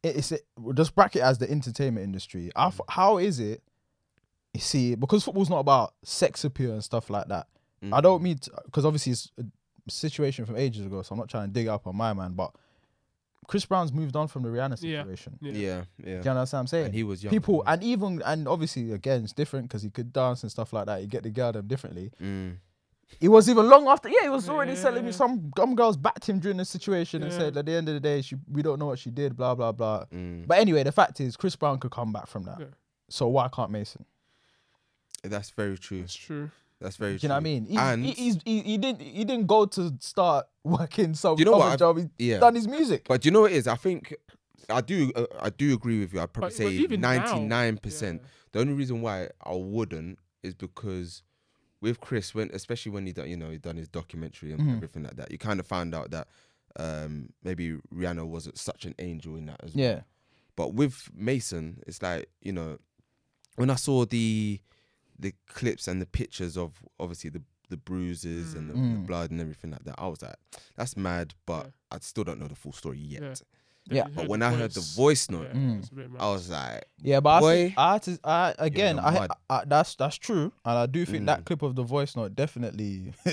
Speaker 3: it- it's it, we'll just bracket it as the entertainment industry. I f- How is it? You see, because football's not about sex appeal and stuff like that.
Speaker 4: Mm.
Speaker 3: I don't mean because obviously it's a situation from ages ago, so I'm not trying to dig up on my man, but Chris Brown's moved on from the Rihanna
Speaker 1: Yeah.
Speaker 3: situation.
Speaker 1: Yeah.
Speaker 4: Yeah, yeah.
Speaker 3: Do you understand what I'm saying?
Speaker 4: And he was young.
Speaker 3: people and even and obviously again it's different because he could dance and stuff like that you get the girl them differently
Speaker 4: Mm.
Speaker 3: it was even long after yeah he was already selling
Speaker 1: Yeah.
Speaker 3: me some gum girls backed him during the situation and
Speaker 1: Yeah.
Speaker 3: said at the end of the day she we don't know what she did blah blah blah
Speaker 4: Mm.
Speaker 3: but anyway the fact is chris brown could come back from that
Speaker 1: Yeah.
Speaker 3: so why can't mason
Speaker 4: That's very true.
Speaker 1: It's true.
Speaker 4: That's very
Speaker 3: do
Speaker 4: true.
Speaker 3: you know what i mean he's,
Speaker 4: and
Speaker 3: he, he's, he, he didn't he didn't go to start working some
Speaker 4: You know
Speaker 3: other
Speaker 4: what, I've-
Speaker 3: job he's
Speaker 4: yeah,
Speaker 3: done his music
Speaker 4: but do you know what it is? I think I do. Uh, I do agree with you. I'd probably
Speaker 1: But- but
Speaker 4: say
Speaker 1: even now,
Speaker 4: ninety-nine percent.
Speaker 1: yeah.
Speaker 4: The only reason why I wouldn't is because with Chris, when especially when he done, you know, he done his documentary and
Speaker 3: Mm-hmm.
Speaker 4: everything like that, you kind of found out that um, maybe Rihanna wasn't such an angel in that as well.
Speaker 3: yeah
Speaker 4: But with Mason, it's like you know, when I saw the the clips and the pictures of obviously the the bruises and the, the
Speaker 3: Mm.
Speaker 4: blood and everything like that, I was like, that's mad, but
Speaker 1: Yeah.
Speaker 4: I still don't know the full story yet.
Speaker 1: Yeah.
Speaker 3: Yeah.
Speaker 1: Then you
Speaker 4: But when I heard the voice note,
Speaker 1: yeah,
Speaker 3: Mm.
Speaker 1: it's a bit mad.
Speaker 4: I was like,
Speaker 3: Yeah, but I,
Speaker 4: Boy,
Speaker 3: think, I, had to, I again,
Speaker 4: the
Speaker 3: I,
Speaker 4: mud.
Speaker 3: I, that's that's true, and I do think
Speaker 4: Mm.
Speaker 3: that clip of the voice note definitely.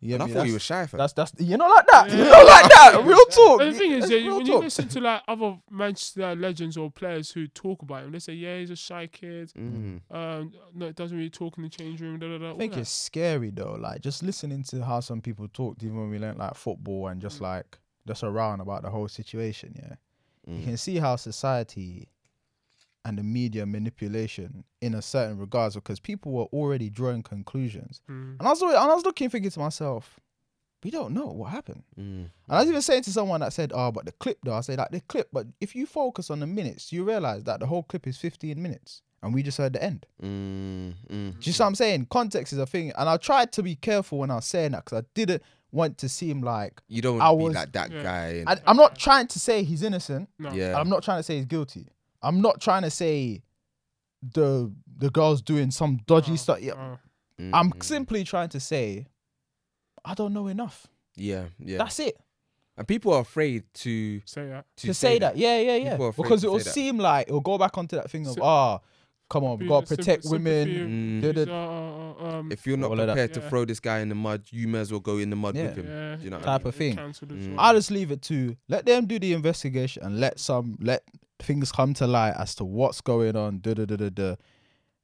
Speaker 3: yeah,
Speaker 4: and I thought you were shy for
Speaker 3: That's that's you're not like that. You're
Speaker 1: Yeah.
Speaker 3: not like that. Real talk.
Speaker 1: But the thing is,
Speaker 3: That's
Speaker 1: yeah,
Speaker 3: real
Speaker 1: you- when you
Speaker 3: talk.
Speaker 1: listen to like other Manchester legends or players who talk about him, they say, "Yeah, he's a shy kid.
Speaker 4: Mm.
Speaker 1: Um, no, it doesn't really talk in the change room." Da, da, da, all
Speaker 3: I think
Speaker 1: that.
Speaker 3: it's scary though. Like just listening to how some people talked, even when we learnt like football and
Speaker 1: Mm.
Speaker 3: just like just around about the whole situation. Yeah,
Speaker 4: Mm.
Speaker 3: you can see how society and the media manipulation in a certain regards because people were already drawing conclusions.
Speaker 1: Mm.
Speaker 3: And I was alwa- and I was looking, thinking to myself, we don't know what happened.
Speaker 4: Mm.
Speaker 3: And I was even saying to someone that said, "Oh, but the clip though." I said, "Like the clip, but if you focus on the minutes, you realize that the whole clip is 15 minutes, and we just heard the end."
Speaker 4: Mm. Mm.
Speaker 3: Do you see what I'm saying? Context is a thing, and I tried to be careful when I was saying that because I didn't want to seem like
Speaker 4: You don't
Speaker 3: I
Speaker 4: want to
Speaker 3: was-
Speaker 4: be like that
Speaker 1: Yeah.
Speaker 4: guy. And,
Speaker 3: I, I'm not trying to say he's innocent.
Speaker 1: No.
Speaker 4: yeah,
Speaker 3: and I'm not trying to say he's guilty. I'm not trying to say the the girl's doing some dodgy
Speaker 1: Oh,
Speaker 3: stuff. Yeah,
Speaker 1: oh.
Speaker 4: Mm,
Speaker 3: I'm
Speaker 4: mm.
Speaker 3: simply trying to say I don't know enough.
Speaker 4: yeah, yeah.
Speaker 3: That's it.
Speaker 4: and people are afraid to
Speaker 1: Say that.
Speaker 4: to,
Speaker 3: to, say, that. Yeah, yeah,
Speaker 4: People are
Speaker 3: yeah.
Speaker 4: afraid
Speaker 3: Because
Speaker 4: to
Speaker 3: it will
Speaker 4: say that.
Speaker 3: seem like it'll go back onto that thing of
Speaker 1: Sym-
Speaker 3: ah, come on, we
Speaker 1: Be-
Speaker 3: gotta
Speaker 1: symp-
Speaker 3: protect
Speaker 1: sympathy,
Speaker 4: Mm.
Speaker 3: women. Did
Speaker 1: is,
Speaker 3: it-
Speaker 1: uh, uh, uh, um,
Speaker 4: If you're not
Speaker 3: All of that.
Speaker 4: prepared to
Speaker 1: Yeah.
Speaker 4: throw this guy in the mud, you may as well go in the mud
Speaker 3: Yeah.
Speaker 4: with him.
Speaker 1: yeah,
Speaker 4: Do you know what I
Speaker 3: Type
Speaker 1: yeah,
Speaker 3: of thing.
Speaker 1: cancel the
Speaker 4: Mm.
Speaker 1: job.
Speaker 3: I just leave it to let them do the investigation and let some let things come to light as to what's going on. Da da da da da.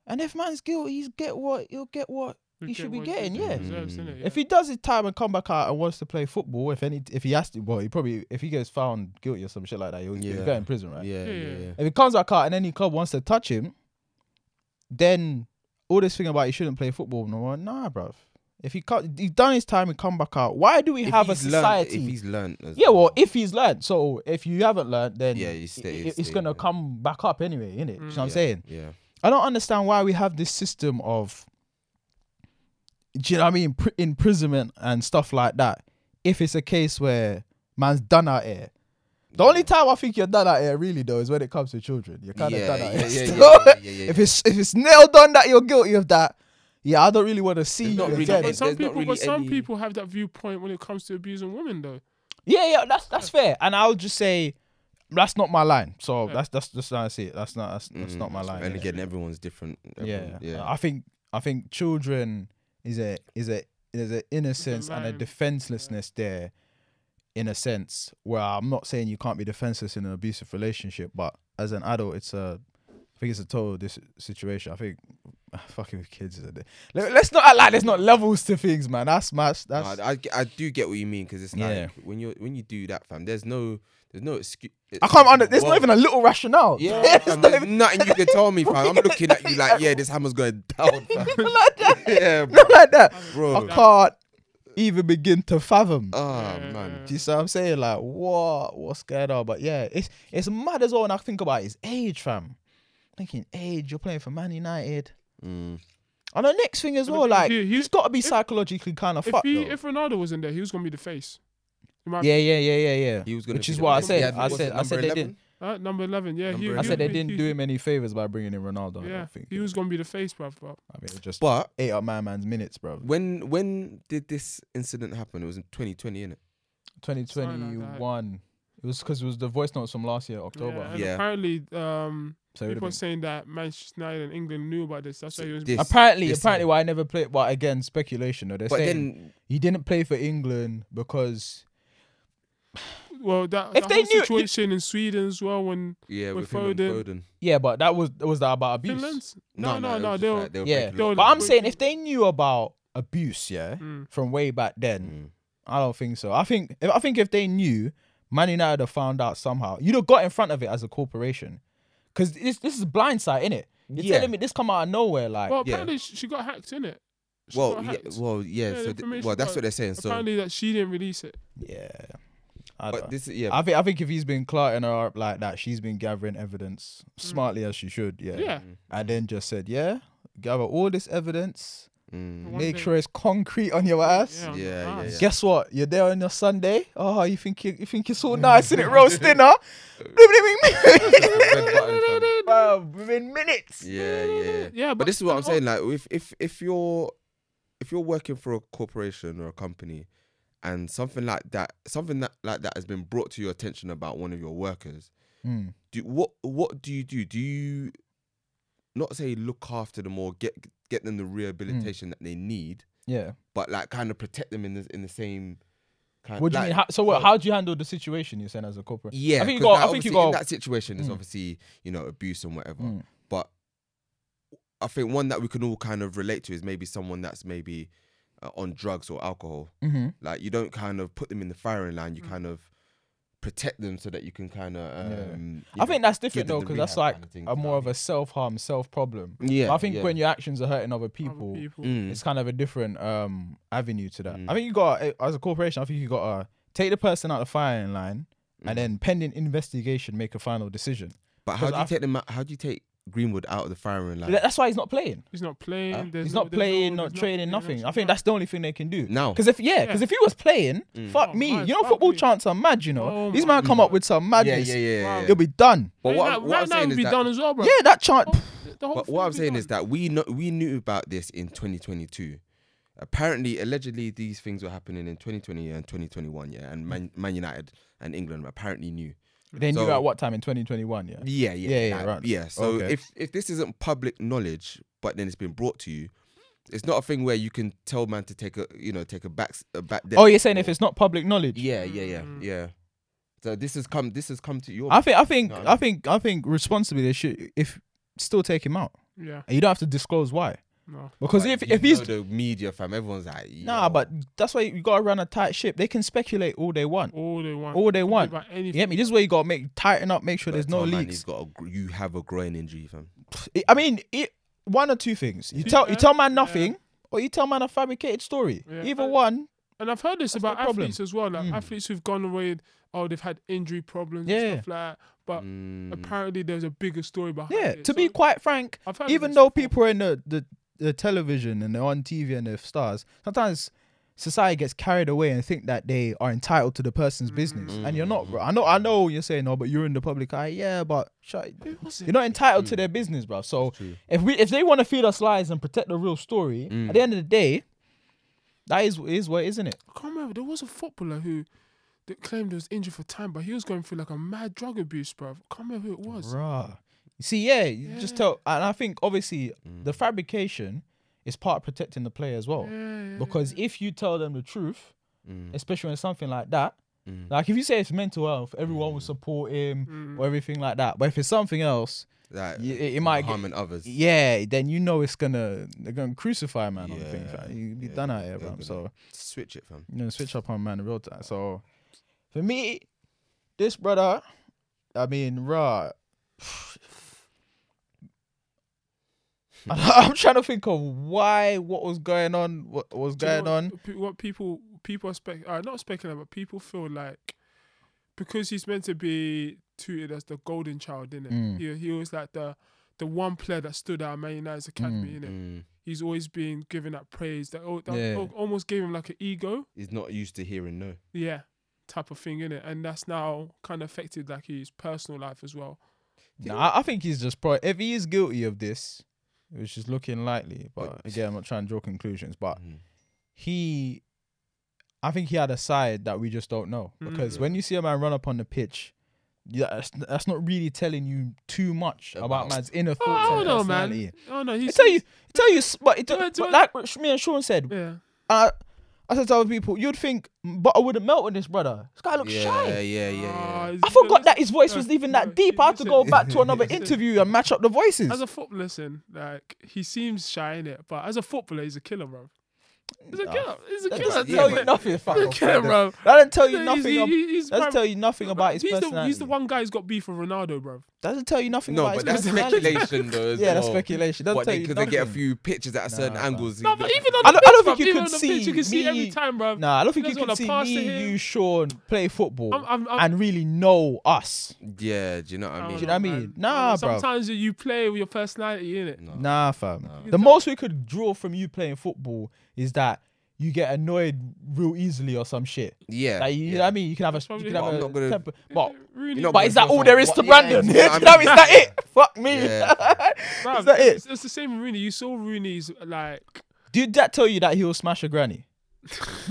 Speaker 3: And if man's guilty, he's get what he'll get what
Speaker 1: You
Speaker 3: he
Speaker 1: get
Speaker 3: should be
Speaker 1: what you
Speaker 3: getting.
Speaker 1: think
Speaker 3: Yeah.
Speaker 1: he deserves,
Speaker 4: Mm.
Speaker 1: innit?
Speaker 3: If
Speaker 1: Yeah.
Speaker 3: he does his time and come back out and wants to play football, if any, if he has to, well, he probably if he gets found guilty or some shit like that, he'll, he'll
Speaker 4: Yeah.
Speaker 3: go in prison, right?
Speaker 4: Yeah,
Speaker 1: Yeah,
Speaker 4: yeah,
Speaker 1: yeah.
Speaker 4: yeah.
Speaker 3: If he comes back out and any club wants to touch him, then all this thing about he shouldn't play football no more, nah, bruv. If he can't, he's done his time and come back out. Why do we
Speaker 4: If
Speaker 3: have a
Speaker 4: he's learnt-
Speaker 3: society?
Speaker 4: if he's learned. as
Speaker 3: yeah, well, if he's learned, so if you haven't learned, then
Speaker 4: Yeah, you stay-
Speaker 3: i-
Speaker 4: you
Speaker 3: i- it's
Speaker 4: stay
Speaker 3: gonna
Speaker 4: with it.
Speaker 3: come back up anyway, innit? Do you know what I'm
Speaker 4: Yeah,
Speaker 3: saying?
Speaker 4: Yeah.
Speaker 3: I don't understand why we have this system of, do you know what I mean, pr- imprisonment and stuff like that. If it's a case where man's done out here, the only time I think you're done out here really though is when it comes to children. You're kind of
Speaker 4: Yeah,
Speaker 3: done out
Speaker 4: yeah,
Speaker 3: here.
Speaker 4: yeah,
Speaker 3: still.
Speaker 4: yeah, yeah, yeah, yeah,
Speaker 3: if it's if it's nailed on that you're guilty of that, yeah, I don't really want to see
Speaker 4: It's
Speaker 3: you
Speaker 4: not really-
Speaker 3: again.
Speaker 1: But
Speaker 4: there's
Speaker 1: some
Speaker 4: not
Speaker 1: people,
Speaker 4: really
Speaker 1: but some
Speaker 4: any-
Speaker 1: people have that viewpoint when it comes to abusing women, though.
Speaker 3: Yeah, yeah, that's that's fair. And I'll just say that's not my line. So that's that's just how I see it. That's not that's, that's not my line.
Speaker 4: Mm. And
Speaker 3: yeah.
Speaker 4: again, everyone's different.
Speaker 3: yeah.
Speaker 4: Everyone- yeah.
Speaker 3: I think I think children is a is a is an innocence and a
Speaker 1: line, yeah.
Speaker 3: defenselessness there, in a sense. Where I'm not saying you can't be defenseless in an abusive relationship, but as an adult, it's a I think it's a total dis- situation. I think ah, fucking with kids is a. Di- Let, us not act like there's not levels to things, man. That's my that's
Speaker 4: No, I, I ge- I do get what you mean because it's like
Speaker 3: Yeah.
Speaker 4: when you when you do that, fam. There's no there's no excuse.
Speaker 3: I can't under. There's not even a little rationale.
Speaker 4: yeah.
Speaker 3: There's
Speaker 4: fam,
Speaker 3: not
Speaker 4: there's
Speaker 3: even-
Speaker 4: nothing you can tell me, fam. I'm looking at you like yeah, this hammer's going down, fam.
Speaker 3: like that.
Speaker 4: yeah, bro.
Speaker 3: Not like that. I
Speaker 4: bro.
Speaker 3: can't even begin to fathom.
Speaker 4: Oh
Speaker 1: Yeah,
Speaker 4: man.
Speaker 3: Do you see what I'm saying? Like, what? What's going on? But yeah, it's it's mad as well when I think about his age, fam. Thinking age, you're playing for Man United.
Speaker 4: Mm.
Speaker 3: And the next thing as
Speaker 1: And the
Speaker 3: well,
Speaker 1: thing is,
Speaker 3: like
Speaker 1: he- he-
Speaker 3: he's got to be psychologically kind of
Speaker 1: If
Speaker 3: fucked.
Speaker 1: he,
Speaker 3: though.
Speaker 1: if Ronaldo wasn't there, he was gonna be the face. In my-
Speaker 3: yeah, yeah, yeah, yeah, yeah.
Speaker 4: He was gonna
Speaker 3: Which
Speaker 4: be
Speaker 3: is
Speaker 4: the
Speaker 3: why I
Speaker 4: number- he
Speaker 3: said,
Speaker 4: had-
Speaker 3: I
Speaker 4: was it
Speaker 3: said, I
Speaker 4: number
Speaker 3: said they
Speaker 4: 11?
Speaker 3: didn't,
Speaker 1: Uh, number eleven. Yeah, he,
Speaker 4: Number
Speaker 1: he
Speaker 3: I said they
Speaker 1: was-
Speaker 3: didn't
Speaker 1: he-
Speaker 3: do him any favors by bringing in Ronaldo. I
Speaker 1: Yeah,
Speaker 3: don't think.
Speaker 1: he was gonna be the face, bruv. bruv.
Speaker 3: I mean, it just
Speaker 4: But
Speaker 3: ate up my man's minutes, bro.
Speaker 4: when when did this incident happen? It was in 2020, innit?
Speaker 3: 2021. It was because it was the voice notes from last year,
Speaker 1: Yeah,
Speaker 3: October.
Speaker 1: and
Speaker 4: Yeah.
Speaker 1: Apparently, um,
Speaker 3: So it would've
Speaker 1: people are
Speaker 3: been-
Speaker 1: saying that Manchester United and England knew about this. That's why he was.
Speaker 4: This-
Speaker 3: apparently,
Speaker 4: this-
Speaker 3: apparently, why I never played. But again, speculation. Though they're
Speaker 4: But
Speaker 3: saying
Speaker 4: then
Speaker 3: he didn't play for England because
Speaker 1: Well, that,
Speaker 3: If
Speaker 1: that
Speaker 3: they
Speaker 1: whole
Speaker 3: knew-
Speaker 1: situation in Sweden as well when
Speaker 4: yeah,
Speaker 1: With
Speaker 4: with, him and
Speaker 1: Foden.
Speaker 4: Foden.
Speaker 3: yeah, but that was was that about abuse?
Speaker 1: Finland. No, no, no.
Speaker 4: it was just
Speaker 1: they were,
Speaker 4: like they were
Speaker 3: Yeah,
Speaker 4: breaking up.
Speaker 1: They'll-
Speaker 3: but I'm saying if they knew about abuse, yeah,
Speaker 1: Mm.
Speaker 3: from way back then, I don't think so. I think if I think if they knew, Man United have found out somehow. You'd have got in front of it as a corporation, because this this is blindsight, innit? You're
Speaker 4: Yeah.
Speaker 3: telling me this come out of nowhere, like
Speaker 1: well,
Speaker 4: yeah.
Speaker 1: apparently sh- she got hacked in it.
Speaker 4: well, yeah, well, yeah.
Speaker 1: Yeah, the
Speaker 4: so th-
Speaker 1: information
Speaker 4: well, that's
Speaker 1: got-
Speaker 4: what they're saying. So,
Speaker 1: apparently that she didn't release it.
Speaker 3: yeah. I don't.
Speaker 4: but this, is- yeah,
Speaker 3: I think I think if he's been clarting her up like that, she's been gathering evidence smartly as she should, yeah.
Speaker 1: Yeah.
Speaker 3: And then just said, yeah, gather all this evidence,
Speaker 4: mm,
Speaker 1: One
Speaker 3: make
Speaker 1: day.
Speaker 3: sure it's concrete on your ass.
Speaker 1: Yeah,
Speaker 4: Yeah, yeah,
Speaker 1: nice.
Speaker 4: yeah.
Speaker 3: Guess what? You're there on your Sunday. Oh, you think you, you think it's all nice in it roast dinner?
Speaker 4: red button, fam.
Speaker 3: Bro, within minutes.
Speaker 4: yeah, yeah.
Speaker 1: Yeah,
Speaker 4: But this is what I'm
Speaker 1: and
Speaker 4: saying. Like, if if if you're if you're working for a corporation or a company, and something like that, something that like that has been brought to your attention about one of your workers,
Speaker 3: Mm.
Speaker 4: do what what do you do? Do you not say look after them or get get them the
Speaker 3: Mm.
Speaker 4: rehabilitation that they need,
Speaker 3: Yeah.
Speaker 4: but like kind of protect them in the in the same kind?
Speaker 3: What do you
Speaker 4: Uh, like,
Speaker 3: mean? How, so, what, how do you handle the situation you're saying as a corporate?
Speaker 4: Yeah,
Speaker 3: I think you
Speaker 4: 'cause,
Speaker 3: got.
Speaker 4: like,
Speaker 3: I think
Speaker 4: obviously
Speaker 3: you got.
Speaker 4: in that situation. There's
Speaker 3: Mm.
Speaker 4: obviously you know abuse and whatever,
Speaker 3: Mm.
Speaker 4: but I think one that we can all kind of relate to is maybe someone that's maybe uh, on drugs or alcohol.
Speaker 3: Mhm.
Speaker 4: Like you don't kind of put them in the firing line. You kind of protect them so that you can kind of.
Speaker 3: Mm. Yeah.
Speaker 4: Um,
Speaker 3: I think that's different
Speaker 4: them
Speaker 3: though,
Speaker 4: the
Speaker 3: because that's
Speaker 4: rehab
Speaker 3: like
Speaker 4: kind of thing,
Speaker 3: a
Speaker 4: do you know
Speaker 3: more
Speaker 4: what
Speaker 3: of a self harm, self problem.
Speaker 4: Yeah,
Speaker 3: I think
Speaker 4: yeah.
Speaker 3: when your actions are hurting other
Speaker 1: other
Speaker 3: people,
Speaker 1: people.
Speaker 4: Mm.
Speaker 3: it's kind of a different um avenue to that. I
Speaker 4: Mm.
Speaker 3: think you got eh, as a corporation. I think you got to take the person out of the firing line,
Speaker 4: Mm.
Speaker 3: and then pending investigation, make a final decision.
Speaker 4: but how
Speaker 3: 'cause
Speaker 4: do you
Speaker 3: I-
Speaker 4: take them? out- How do you take Greenwood out of the firing line?
Speaker 3: Th- That's why he's not playing.
Speaker 1: He's not playing. there's
Speaker 3: Uh, he's
Speaker 1: no-
Speaker 3: not
Speaker 1: there's no-
Speaker 3: playing, not
Speaker 1: there's no-
Speaker 3: trading,
Speaker 1: there's
Speaker 3: nothing.
Speaker 1: no-
Speaker 3: I think that's the only thing they can do.
Speaker 4: Now.
Speaker 3: because if yeah, because if he was playing,
Speaker 4: Mm.
Speaker 3: fuck
Speaker 1: Oh,
Speaker 3: me,
Speaker 1: man,
Speaker 3: you know
Speaker 1: fuck
Speaker 3: football
Speaker 1: me.
Speaker 3: chants are mad. You know
Speaker 1: Oh,
Speaker 3: these
Speaker 1: my
Speaker 3: man come up with some
Speaker 4: yeah,
Speaker 3: madness.
Speaker 4: yeah, yeah. yeah, yeah.
Speaker 3: They'll be done.
Speaker 4: But what,
Speaker 1: Right
Speaker 4: I'm-
Speaker 1: now-
Speaker 4: what I'm
Speaker 1: right now
Speaker 4: saying
Speaker 1: would
Speaker 4: is
Speaker 1: be
Speaker 4: that,
Speaker 1: done as well, bro. Oh.
Speaker 3: Yeah, that chant.
Speaker 1: The whole
Speaker 4: But
Speaker 1: thing
Speaker 4: what I'm
Speaker 1: would be
Speaker 4: saying is
Speaker 1: done.
Speaker 4: that we know we knew about this in 2022. Apparently, allegedly, these things were happening in 2020 and 2021. Yeah, and Man, Man United and England apparently knew.
Speaker 3: They knew
Speaker 4: So-
Speaker 3: at what time in 2021? Yeah.
Speaker 4: Yeah, yeah,
Speaker 3: Yeah, yeah,
Speaker 4: like,
Speaker 3: right.
Speaker 4: yeah. So
Speaker 3: Okay.
Speaker 4: if if this isn't public knowledge, but then it's been brought to you, it's not a thing where you can tell man to take a you know take a back s- a back.
Speaker 3: Oh, you're saying if it's not public knowledge?
Speaker 4: yeah, yeah, yeah, yeah.
Speaker 3: Mm.
Speaker 4: So this has come this has come to your
Speaker 3: I think I think
Speaker 4: No,
Speaker 3: I think I think responsibly they should if still take him out.
Speaker 1: Yeah.
Speaker 3: and you don't have to disclose why.
Speaker 1: No.
Speaker 3: Because
Speaker 4: Like,
Speaker 3: if
Speaker 4: you
Speaker 3: if he's
Speaker 4: know the media fam, everyone's like,
Speaker 3: nah,
Speaker 4: yo,
Speaker 3: but that's why you gotta run a tight ship. They can speculate all they want,
Speaker 1: All they want.
Speaker 3: all they want.
Speaker 1: About
Speaker 3: You
Speaker 1: anything.
Speaker 3: get me? This is where you gotta make tighten up, make sure there's no
Speaker 4: tell man
Speaker 3: leaks.
Speaker 4: he's got a gr- you have a groin injury, fam.
Speaker 3: I- I mean, it, one or two things. You tell you tell man nothing, or you tell man a fabricated story.
Speaker 1: Yeah.
Speaker 3: Either one.
Speaker 1: And I've heard this about
Speaker 3: the problem. Mm.
Speaker 1: athletes as well. Like athletes who've gone away, oh, they've had injury problems
Speaker 3: Yeah.
Speaker 1: and stuff like that. But
Speaker 4: Mm.
Speaker 3: Mm.
Speaker 1: apparently there's a bigger story behind
Speaker 3: Yeah.
Speaker 1: it.
Speaker 3: To be
Speaker 1: So
Speaker 3: quite frank,
Speaker 1: I've heard
Speaker 3: even
Speaker 1: this
Speaker 3: though
Speaker 1: before.
Speaker 3: people are in the, the the television and they're on TV and they're stars, sometimes society gets carried away and think that they are entitled to the person's business, and you're not, bro. I know, I know you're saying no, but you're in the public eye. Yeah, but shut.
Speaker 1: was
Speaker 3: You're not entitled to their business, bro. So if we if they want to feed us lies and protect the real story, at the end of the day, that is is what isn't it?
Speaker 1: I can't remember. There was a footballer who that claimed he was injured for time, but he was going through like a mad drug abuse, bro. I can't remember who it was.
Speaker 3: Bruh. You See, yeah, you just tell, and I think obviously
Speaker 4: Mm.
Speaker 3: the fabrication is part of protecting the player as well. because if you tell them the truth,
Speaker 4: Mm.
Speaker 3: especially when it's something like that, like if you say it's mental health, everyone
Speaker 4: Mm.
Speaker 3: will support him or everything like that. But if it's something else,
Speaker 4: That
Speaker 3: Y- it- it might get-
Speaker 4: harming others.
Speaker 3: yeah, then you know it's gonna they're gonna crucify a man on the thing.
Speaker 4: Yeah,
Speaker 3: fam. You be
Speaker 4: yeah,
Speaker 3: done out here,
Speaker 4: they're
Speaker 3: fam.
Speaker 4: gonna-
Speaker 3: So
Speaker 4: Switch it, fam.
Speaker 3: you know, switch up on man in real time. So for me, this brother, I mean, raw. I'm trying to think of why, what was going on, what was
Speaker 1: Do you know
Speaker 3: going on.
Speaker 1: what, pe- What people people are spec uh, not speculating, but people feel like because he's meant to be treated as the golden child, innit?
Speaker 3: Mm.
Speaker 1: He, he was like the the one player that stood out at Man United's academy, innit?
Speaker 4: Mm.
Speaker 1: He's always been given that praise that, al- that
Speaker 3: Mm. Yeah.
Speaker 1: al- almost gave him like an ego,
Speaker 4: He's not used to hearing no.
Speaker 1: yeah, type of thing, innit? And that's now kind of affected like his personal life as well.
Speaker 3: No, I, I think he's just probably if he is guilty of this, which is looking likely, but again, I'm not trying to draw conclusions. But
Speaker 4: Mm.
Speaker 3: he, I think he had a side that we just don't know
Speaker 1: Mm-hmm.
Speaker 3: because when you see a man run up on the pitch, yeah, that's, that's not really telling you too much about,
Speaker 4: About-
Speaker 3: man's inner
Speaker 1: Oh, I
Speaker 3: thoughts
Speaker 1: don't
Speaker 3: and
Speaker 1: know, man.
Speaker 3: personality.
Speaker 1: Oh no,
Speaker 3: I
Speaker 1: he's
Speaker 3: tell you, I tell you, s- but, it,
Speaker 1: Do it, do
Speaker 3: but
Speaker 1: it.
Speaker 3: like what me and Sean said,
Speaker 1: yeah.
Speaker 3: I, I said to other people, you'd think, but I wouldn't melt with this brother. This guy looks
Speaker 4: Yeah,
Speaker 3: shy.
Speaker 4: yeah, yeah, yeah.
Speaker 1: Ah, is-
Speaker 3: I forgot
Speaker 1: listen-
Speaker 3: that his voice
Speaker 1: uh,
Speaker 3: was even
Speaker 1: no,
Speaker 3: that deep. I had to
Speaker 1: listen,
Speaker 3: go back to another
Speaker 1: listen.
Speaker 3: interview and match up the voices.
Speaker 1: As a footballer, listen, like he seems shy in it, but as a footballer, he's a killer, bro. He's a killer. He's a
Speaker 3: That
Speaker 1: killer.
Speaker 3: doesn't
Speaker 1: Yeah,
Speaker 3: tell
Speaker 1: man.
Speaker 3: you nothing. fuck
Speaker 1: Look
Speaker 3: off,
Speaker 1: at him, bro.
Speaker 3: brother. That doesn't tell you
Speaker 1: He's-
Speaker 3: nothing.
Speaker 1: he-
Speaker 3: ab-
Speaker 1: he's
Speaker 3: doesn't
Speaker 1: prime-
Speaker 3: tell you nothing about his
Speaker 1: he's the,
Speaker 3: personality.
Speaker 1: he's the one guy who's got beef with Ronaldo, bro.
Speaker 3: Doesn't tell you nothing
Speaker 4: No,
Speaker 3: about
Speaker 4: but
Speaker 3: his
Speaker 4: that's
Speaker 3: personality.
Speaker 4: speculation, though. as
Speaker 3: Yeah, that's
Speaker 4: well.
Speaker 3: speculation. Doesn't
Speaker 4: What,
Speaker 3: tell
Speaker 4: they-
Speaker 3: you
Speaker 4: Because they get a
Speaker 3: nothing.
Speaker 4: few pictures at certain
Speaker 3: Nah,
Speaker 4: angles.
Speaker 1: No, but even on the
Speaker 3: I don't- I don't
Speaker 1: pitch,
Speaker 3: think you
Speaker 1: bruv, even
Speaker 3: could
Speaker 1: on the pitch,
Speaker 3: see
Speaker 1: you can see every
Speaker 3: me-
Speaker 1: time, bro.
Speaker 3: Nah, I don't think
Speaker 1: He
Speaker 3: you
Speaker 1: doesn't
Speaker 3: can
Speaker 1: wanna
Speaker 3: see
Speaker 1: pass to
Speaker 3: me,
Speaker 1: him.
Speaker 3: you, Sean, play football
Speaker 1: I'm- I'm- I'm-
Speaker 3: and really know us.
Speaker 4: yeah, do you know what I
Speaker 1: Oh,
Speaker 4: mean?
Speaker 3: you know what I mean?
Speaker 1: man.
Speaker 3: Nah, bruv.
Speaker 1: Sometimes you play with your personality in it.
Speaker 3: Nah, fam. The most we could draw from you playing football is that you get annoyed real easily or some shit.
Speaker 4: Yeah,
Speaker 3: Like, you
Speaker 4: yeah.
Speaker 3: know what I mean? You can have a, you can
Speaker 1: But
Speaker 3: have
Speaker 4: I'm
Speaker 3: a
Speaker 4: not gonna-
Speaker 3: temper. But,
Speaker 1: Really,
Speaker 4: not
Speaker 3: but is that all there is to
Speaker 4: Yeah,
Speaker 3: Brandon?
Speaker 4: you
Speaker 3: Do
Speaker 4: know
Speaker 3: you
Speaker 4: what I
Speaker 3: know what I
Speaker 4: mean?
Speaker 3: mean? Is that it? Fuck me.
Speaker 4: Yeah.
Speaker 1: bruv,
Speaker 3: is that it?
Speaker 1: It's, it's the same with Rooney. You saw Rooney's like
Speaker 3: Did that tell you that he will smash a granny?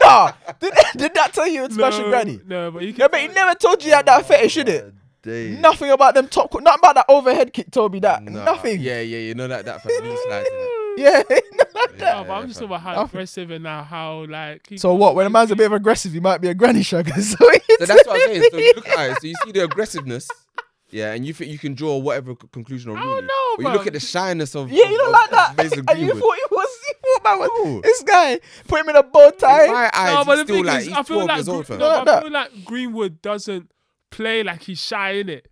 Speaker 3: nah. Did, did that tell you it smash a
Speaker 1: no,
Speaker 3: granny?
Speaker 1: No, but you can.
Speaker 3: Yeah, but he never told you that that fetish, did it? Nothing about them top, co- nothing about that overhead kick told me that.
Speaker 4: Nah,
Speaker 3: Nothing.
Speaker 4: Yeah, yeah, you know that that fam. loose lines, innit?
Speaker 3: Yeah.
Speaker 1: Nah, but I'm just talking about how
Speaker 3: Nothing.
Speaker 1: aggressive and now how like. He,
Speaker 3: so what? When a man's a bit of aggressive, he might be a granny shugger. So,
Speaker 4: So that's what I'm saying. So you look at it. So you see the aggressiveness. Yeah, and you think you can draw whatever c- conclusion or
Speaker 1: don't
Speaker 4: really.
Speaker 1: know,
Speaker 4: But you look
Speaker 1: bruv.
Speaker 4: at the shyness of
Speaker 3: yeah, you
Speaker 4: of-
Speaker 3: don't like that.
Speaker 4: of Mason
Speaker 3: And you
Speaker 4: Greenwood.
Speaker 3: thought it was, you thought man was
Speaker 4: No.
Speaker 3: this guy put him in a bow
Speaker 4: In
Speaker 3: tie.
Speaker 4: my eyes,
Speaker 1: No, but
Speaker 4: he's
Speaker 1: the
Speaker 4: still
Speaker 1: thing
Speaker 4: like
Speaker 1: is, I
Speaker 4: he's
Speaker 1: feel
Speaker 4: 12
Speaker 1: like
Speaker 4: years old,
Speaker 1: Gre-
Speaker 4: fam.
Speaker 1: no,
Speaker 3: Like
Speaker 1: but I
Speaker 3: that.
Speaker 1: feel like Greenwood doesn't play like he's shy in it.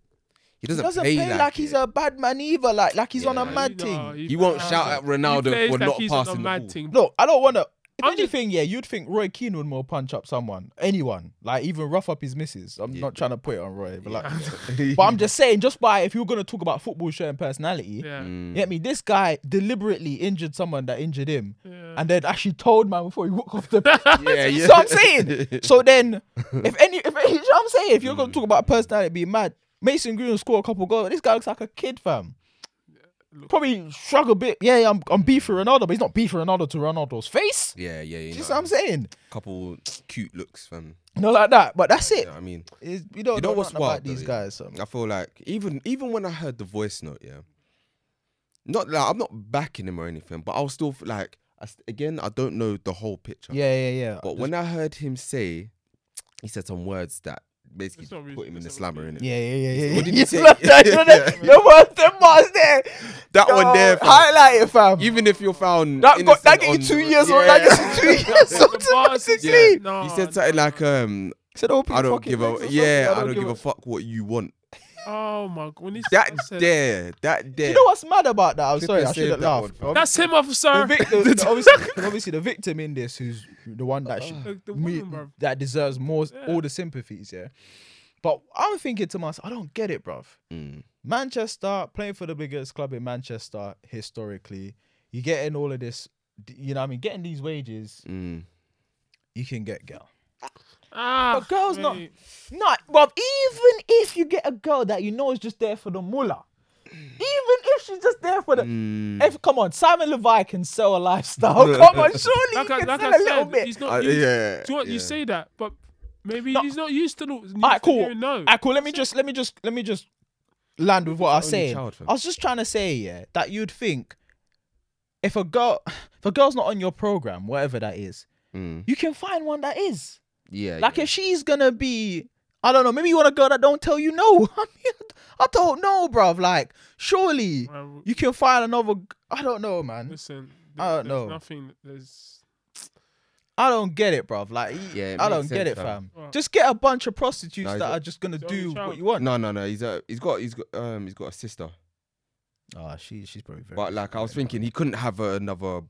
Speaker 4: He
Speaker 3: He
Speaker 4: doesn't,
Speaker 3: doesn't
Speaker 4: play, like,
Speaker 3: he's
Speaker 4: it.
Speaker 3: a bad man either. Like, like he's on a
Speaker 4: Yeah.
Speaker 1: uh,
Speaker 3: mad thing.
Speaker 4: He won't shout at Ronaldo for not passing the ball.
Speaker 1: Thing.
Speaker 3: No, I don't want to. If
Speaker 1: I'm just-
Speaker 3: anything, yeah, you'd think Roy Keane would more punch up someone, anyone, like even rough up his missus. I'm not trying to put it on Roy, but like, but I'm just saying, just by if you're gonna talk about football showing personality,
Speaker 1: Yeah.
Speaker 4: Mm.
Speaker 3: you get me? This guy deliberately injured someone that injured him,
Speaker 1: Yeah.
Speaker 3: and then actually told man before he walked off the. pitch.
Speaker 4: Yeah, yeah.
Speaker 3: So I'm saying, so then, if any, if any, you know what I'm saying, if you're gonna talk about personality being mad, Mason Green will score a couple goals. This guy looks like a kid, fam. Probably shrug a bit. Yeah, yeah, I'm, I'm beef with Ronaldo, but he's not beef with Ronaldo to Ronaldo's face.
Speaker 4: Yeah, yeah, you
Speaker 3: Do
Speaker 4: know.
Speaker 3: you see what I'm saying?
Speaker 4: Couple cute looks, fam.
Speaker 3: Not like that, but that's
Speaker 4: You
Speaker 3: it.
Speaker 4: know what I mean?
Speaker 3: It's, you don't
Speaker 4: You
Speaker 3: know
Speaker 4: know what's
Speaker 3: nothing about
Speaker 4: wild? though,
Speaker 3: these
Speaker 4: yeah?
Speaker 3: guys. So.
Speaker 4: I feel like even even when I heard the voice note, yeah. Not like I'm not backing him or anything, but I was still like, I s again, I don't know the whole picture.
Speaker 3: Yeah, yeah, yeah.
Speaker 4: But when I heard him say, he said some words that basically
Speaker 1: It's not
Speaker 4: put
Speaker 1: reasonable,
Speaker 4: him in the
Speaker 1: it's not
Speaker 4: slammer, innit?
Speaker 3: Yeah, yeah, yeah, yeah.
Speaker 4: What did
Speaker 3: yeah.
Speaker 4: you say?
Speaker 3: Love that, you know that- The words, the bars there.
Speaker 4: That one there, fam.
Speaker 3: Highlight it, fam.
Speaker 4: Even if you're found,
Speaker 3: that got, that get
Speaker 4: innocent
Speaker 3: you two
Speaker 4: on-
Speaker 3: years
Speaker 4: yeah.
Speaker 3: old. That gets you two years old.
Speaker 1: The bars is-
Speaker 3: Automatically.
Speaker 4: Yeah. he said something like, um,
Speaker 3: Said open
Speaker 4: I don't
Speaker 3: fucking
Speaker 4: give
Speaker 3: legs or
Speaker 4: a
Speaker 3: something.
Speaker 4: yeah, I don't give a fuck what you want.
Speaker 1: Oh my god! When he
Speaker 4: That
Speaker 1: said,
Speaker 4: there, that
Speaker 3: Do
Speaker 4: there.
Speaker 3: you know what's mad about that? I'm sorry, I
Speaker 4: saved
Speaker 3: shouldn't
Speaker 4: that
Speaker 3: laugh.
Speaker 4: one, fam.
Speaker 3: fam.
Speaker 1: That's him, officer.
Speaker 3: the victim, the- obviously, 'cause obviously the victim in this, who's the one
Speaker 4: Uh,
Speaker 3: that should,
Speaker 1: The- the
Speaker 3: me-
Speaker 1: woman, bruv.
Speaker 3: that deserves more
Speaker 1: Yeah.
Speaker 3: all the sympathies, yeah. But I'm thinking to myself, I don't get it, bruv.
Speaker 4: Mm.
Speaker 3: Manchester playing for the biggest club in Manchester historically, you getting all of this, d- you know, what I mean, getting these wages,
Speaker 4: Mm.
Speaker 3: you can get girl.
Speaker 1: Ah,
Speaker 3: But girls not-
Speaker 1: mate.
Speaker 3: Not, bruv. Even if you get a girl that you know is just there for the mullah, even if she's just there for the.
Speaker 4: Mm.
Speaker 3: If come on, Simon Levi can sell a lifestyle. Come on, surely
Speaker 1: Like,
Speaker 3: you
Speaker 1: I,
Speaker 3: can
Speaker 1: like
Speaker 3: sell
Speaker 1: I
Speaker 3: a little
Speaker 1: said,
Speaker 3: bit.
Speaker 1: he's not.
Speaker 4: Uh,
Speaker 1: used,
Speaker 4: yeah,
Speaker 1: Do you, what,
Speaker 4: yeah.
Speaker 1: you say that, but maybe
Speaker 3: No.
Speaker 1: he's not used to. All
Speaker 3: All right, cool.
Speaker 1: No.
Speaker 3: Alright, Ah, cool. Let me just let me just let me just land with what I was
Speaker 4: only
Speaker 3: saying.
Speaker 4: child, fam.
Speaker 3: I was just trying to say, yeah, that you'd think if a girl if a girl's not on your program, whatever that is,
Speaker 4: Mm.
Speaker 3: you can find one that is.
Speaker 4: Yeah,
Speaker 3: Like
Speaker 4: yeah.
Speaker 3: if she's gonna be, I don't know, maybe you want a girl that don't tell you no. I mean, I don't know, bruv. Like, surely
Speaker 1: Man,
Speaker 3: you can find another. g- I don't know, man.
Speaker 1: listen.
Speaker 3: I
Speaker 1: there's
Speaker 3: don't know.
Speaker 1: Nothing. There's.
Speaker 3: I don't get it, bruv. Like, y-
Speaker 4: Yeah, it
Speaker 3: I
Speaker 4: makes
Speaker 3: don't get
Speaker 4: sense,
Speaker 3: it, fam.
Speaker 4: fam.
Speaker 1: Right.
Speaker 3: Just get a bunch of prostitutes
Speaker 4: No, he's
Speaker 3: that
Speaker 4: a-
Speaker 3: are just gonna
Speaker 1: he's only
Speaker 3: do what
Speaker 1: child.
Speaker 3: you want.
Speaker 4: no, no, no. He's a, he's got, he's got, um, he's got a sister.
Speaker 3: Oh, she, she's probably very.
Speaker 4: But like I was thinking, he couldn't have another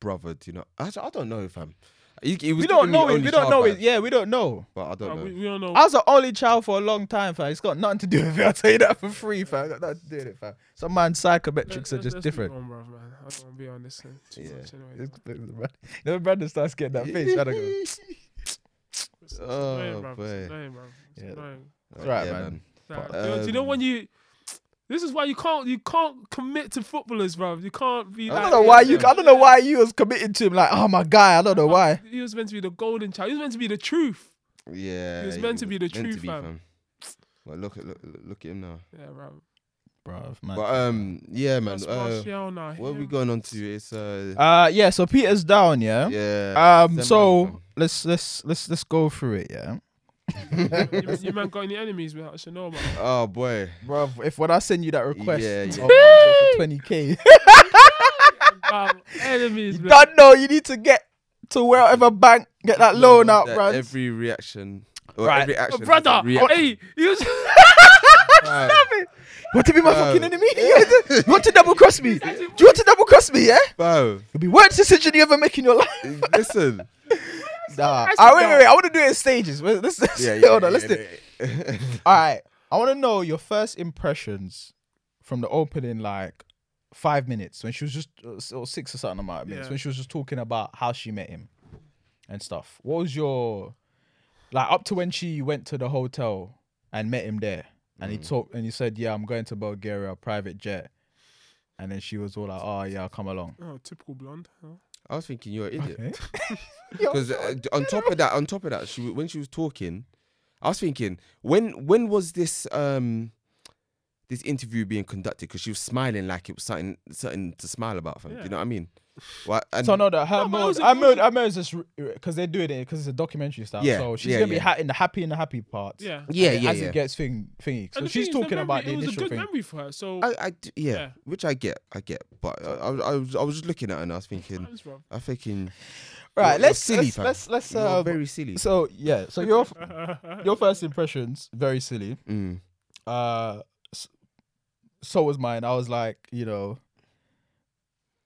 Speaker 4: brother. Do you know? I, I don't know, fam. He, he was
Speaker 3: we don't
Speaker 4: giving me
Speaker 3: know it.
Speaker 4: only
Speaker 3: We don't
Speaker 4: child
Speaker 3: know it.
Speaker 4: vibes,
Speaker 3: Yeah, we don't know.
Speaker 4: But I don't
Speaker 1: uh,
Speaker 4: know.
Speaker 1: we, we don't know.
Speaker 3: I was an only child for a long time, fam. It's got nothing to do with it. I'll tell you that for free, fam. Got nothing to do with it, fam. Some man's
Speaker 1: Let-
Speaker 3: psychometrics are
Speaker 1: let's-
Speaker 3: just
Speaker 1: let's move
Speaker 3: different.
Speaker 1: On, bruv, man. I don't want to be on this thing too
Speaker 4: Yeah.
Speaker 1: much anyway.
Speaker 3: It's- You know, when Brandon starts getting that face. I don't go.
Speaker 1: It's, it's
Speaker 4: Oh,
Speaker 1: annoying, bruv.
Speaker 4: boy.
Speaker 1: It's annoying, bruv. It's
Speaker 3: Yeah.
Speaker 1: annoying.
Speaker 3: It's right, man.
Speaker 1: Nah,
Speaker 4: But,
Speaker 1: do you- do you know
Speaker 4: um,
Speaker 1: when you? This is why you can't you can't commit to footballers, bruv. You can't be.
Speaker 4: I
Speaker 1: like,
Speaker 3: I don't know why you. I don't know why you was committed to him. Like, oh my guy. I don't know why.
Speaker 1: He was meant to be the golden child. He was meant to be the truth.
Speaker 4: Yeah,
Speaker 1: He was meant to be the
Speaker 4: meant
Speaker 1: true fam.
Speaker 4: But look at look, look at him now.
Speaker 1: Yeah, bruv.
Speaker 3: Bruv, man.
Speaker 4: But um, yeah, man.
Speaker 1: That's
Speaker 4: Uh,
Speaker 1: Martial now.
Speaker 4: what are we
Speaker 1: Him.
Speaker 4: going on to? It's uh,
Speaker 3: Uh, yeah. So Peter's down. Yeah.
Speaker 4: yeah.
Speaker 3: Um.
Speaker 4: send
Speaker 3: So
Speaker 4: man, fam.
Speaker 3: let's let's let's let's go through it. Yeah.
Speaker 1: you, you man got any enemies without us? You know, man.
Speaker 4: oh boy,
Speaker 3: Bruv, if when I send you that request,
Speaker 4: Yeah, yeah.
Speaker 3: twenty k.
Speaker 1: Bruv, enemies,
Speaker 3: You
Speaker 1: man.
Speaker 3: don't know. You need to get to wherever bank, get that loan out,
Speaker 4: That
Speaker 3: bro.
Speaker 4: Every reaction. Or
Speaker 3: Right.
Speaker 4: every action.
Speaker 1: Oh, brother, hey, you was
Speaker 4: Right.
Speaker 3: want to be my
Speaker 4: Bro.
Speaker 3: fucking enemy? You want to, you want to double cross me? Do you want to double cross me? Yeah.
Speaker 4: Bro,
Speaker 3: It'll be worst decision you ever make in your life.
Speaker 4: listen.
Speaker 3: Nah. Ah, wait, wait, wait. I want to do it in stages. Wait, Let's, let's,
Speaker 4: Yeah,
Speaker 3: hold on. let's do. it.
Speaker 4: do.
Speaker 3: All right. I want to know your first impressions from the opening, like five minutes when she was just uh, s- or six or something amount of minutes
Speaker 1: Yeah.
Speaker 3: when she was just talking about how she met him and stuff. What was your like up to when she went to the hotel and met him there and
Speaker 4: Mm.
Speaker 3: he talked and he said, "Yeah, I'm going to Bulgaria, private jet," and then she was all like, "Oh yeah, I'll come along."
Speaker 1: Oh, typical blonde. huh?
Speaker 4: I was thinking you're an idiot.
Speaker 3: Yo,
Speaker 4: Because uh, d- on top of that, on top of that, she w- when she was talking, I was thinking when when was this um this interview being conducted? Because she was smiling like it was something something to smile about. Fam. Do you
Speaker 1: Yeah.
Speaker 4: know what I mean? Well, and
Speaker 3: So no, the her
Speaker 1: No, but it
Speaker 3: mode,
Speaker 1: was a
Speaker 3: her mode,
Speaker 1: good-
Speaker 3: her mode is just because they're doing it because it's a documentary style.
Speaker 4: Yeah,
Speaker 3: so she's
Speaker 4: yeah,
Speaker 3: gonna be
Speaker 4: yeah.
Speaker 3: ha- in the happy and the happy part.
Speaker 1: Yeah.
Speaker 4: yeah,
Speaker 3: and
Speaker 4: yeah,
Speaker 3: as
Speaker 4: yeah.
Speaker 3: it gets thing thingy. So
Speaker 1: And the
Speaker 3: she's
Speaker 1: thing is, the
Speaker 3: talking
Speaker 1: memory-
Speaker 3: about the
Speaker 1: It was a
Speaker 3: initial
Speaker 1: good
Speaker 3: thing.
Speaker 1: memory for her. So
Speaker 4: I, I d- yeah,
Speaker 1: Yeah.
Speaker 4: which I get, I get, but I, I, was- I was I was just looking at her and I was thinking,
Speaker 1: Times, bruv.
Speaker 4: I thinking,
Speaker 3: Right,
Speaker 4: you're
Speaker 3: let's
Speaker 4: silly,
Speaker 3: let's
Speaker 4: fam.
Speaker 3: let's, let's
Speaker 4: you're
Speaker 3: uh,
Speaker 4: very silly.
Speaker 3: so yeah. So your your first impressions very silly.
Speaker 4: Mm.
Speaker 3: Uh, s- so was mine. I was like, you know,